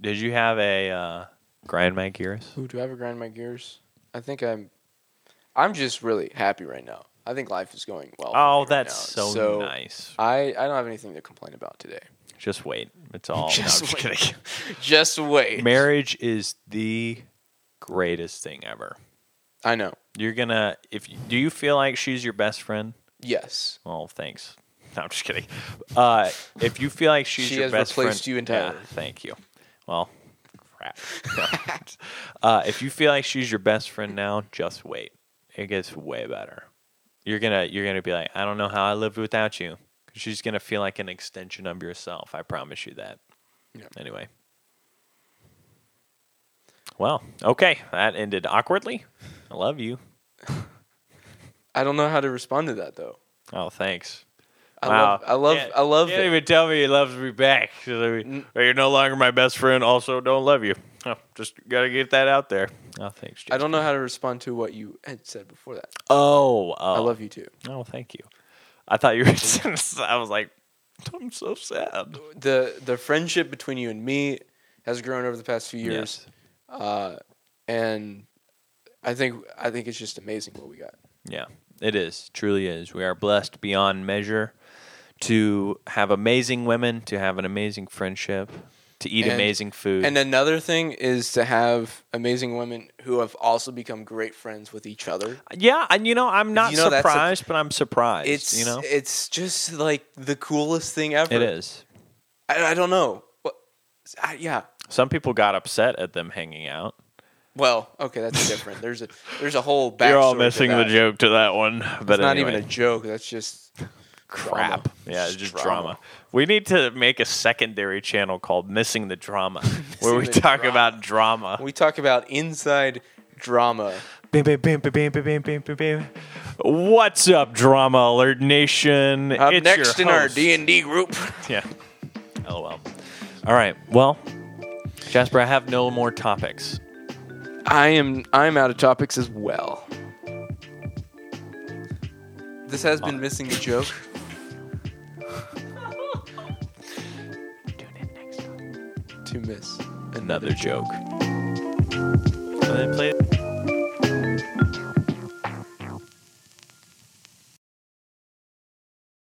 Speaker 1: Did you have a uh, grind my gears?
Speaker 2: Ooh, do I ever grind my gears? I think I'm. I'm just really happy right now. I think life is going well. for me
Speaker 1: Oh,
Speaker 2: right
Speaker 1: that's
Speaker 2: now.
Speaker 1: so, nice.
Speaker 2: I, I don't have anything to complain about today.
Speaker 1: Just wait. It's all.
Speaker 2: <laughs> Just
Speaker 1: Oh, no, I'm
Speaker 2: wait.
Speaker 1: kidding.
Speaker 2: Just wait.
Speaker 1: Marriage is the greatest thing ever.
Speaker 2: I know.
Speaker 1: You're gonna if you, do you feel like she's your best friend?
Speaker 2: Yes.
Speaker 1: Oh, thanks. No, I'm just kidding. Uh, if you feel like she's
Speaker 2: She
Speaker 1: your
Speaker 2: has
Speaker 1: best
Speaker 2: replaced
Speaker 1: friend,
Speaker 2: you entirely.
Speaker 1: Yeah, thank you. Well, crap. <laughs> uh, if you feel like she's your best friend now, just wait. It gets way better. You're gonna you're gonna be like, I don't know how I lived without you. 'Cause She's gonna feel like an extension of yourself. I promise you that.
Speaker 2: Yeah.
Speaker 1: Anyway. Well, okay, that ended awkwardly. I love you.
Speaker 2: I don't know how to respond to that though.
Speaker 1: Oh, thanks.
Speaker 2: I
Speaker 1: wow.
Speaker 2: love I love
Speaker 1: Can't-
Speaker 2: I love
Speaker 1: Can't
Speaker 2: it. Mm.
Speaker 1: even tell me he loves me back. You're no longer my best friend. Also, don't love you. Oh, just gotta get that out there. Oh, thanks.
Speaker 2: I don't know how to respond to what you had said before that.
Speaker 1: Oh, oh,
Speaker 2: I love you too.
Speaker 1: Oh, thank you. I thought you were. <laughs> I was like, I'm so sad.
Speaker 2: The the friendship between you and me has grown over the past few years.
Speaker 1: Yes.
Speaker 2: Uh, and I think I think it's just amazing what we got.
Speaker 1: Yeah, it is. Truly is. We are blessed beyond measure to have amazing women, to have an amazing friendship, to eat
Speaker 2: And-
Speaker 1: amazing food.
Speaker 2: And another thing is to have amazing women who have also become great friends with each other.
Speaker 1: yeah, and you know, I'm not
Speaker 2: You know, that's a-
Speaker 1: surprised, but I'm surprised.
Speaker 2: It's
Speaker 1: you know,
Speaker 2: it's just like the coolest thing ever.
Speaker 1: it is.
Speaker 2: I, I don't know. But, I, yeah.
Speaker 1: Some people got upset at them hanging out.
Speaker 2: Well, okay, that's different. There's a there's a whole
Speaker 1: <laughs>
Speaker 2: backstory.
Speaker 1: You're all
Speaker 2: to
Speaker 1: missing the
Speaker 2: that.
Speaker 1: joke to that one, but
Speaker 2: It's not
Speaker 1: anyway.
Speaker 2: even a joke. That's just
Speaker 1: crap.
Speaker 2: Drama.
Speaker 1: Yeah, it's
Speaker 2: Just
Speaker 1: just
Speaker 2: drama.
Speaker 1: drama. We need to make a secondary channel called Missing the
Speaker 2: <laughs>
Speaker 1: Drama, where we
Speaker 2: the
Speaker 1: talk
Speaker 2: Drama.
Speaker 1: about drama.
Speaker 2: we talk about inside drama.
Speaker 1: Bam, bam, bam, bam, bam, bam, bam, bam, bam, bam. What's up, Drama Alert Nation?
Speaker 2: Up
Speaker 1: It's
Speaker 2: next
Speaker 1: your
Speaker 2: in our
Speaker 1: host.
Speaker 2: D and D group.
Speaker 1: Yeah. LOL. All right. Well, Jasper, I have no more topics.
Speaker 2: I am I'm out of topics as well. This has been missing
Speaker 1: <laughs>
Speaker 2: the joke. to miss
Speaker 1: Another joke. Play- play-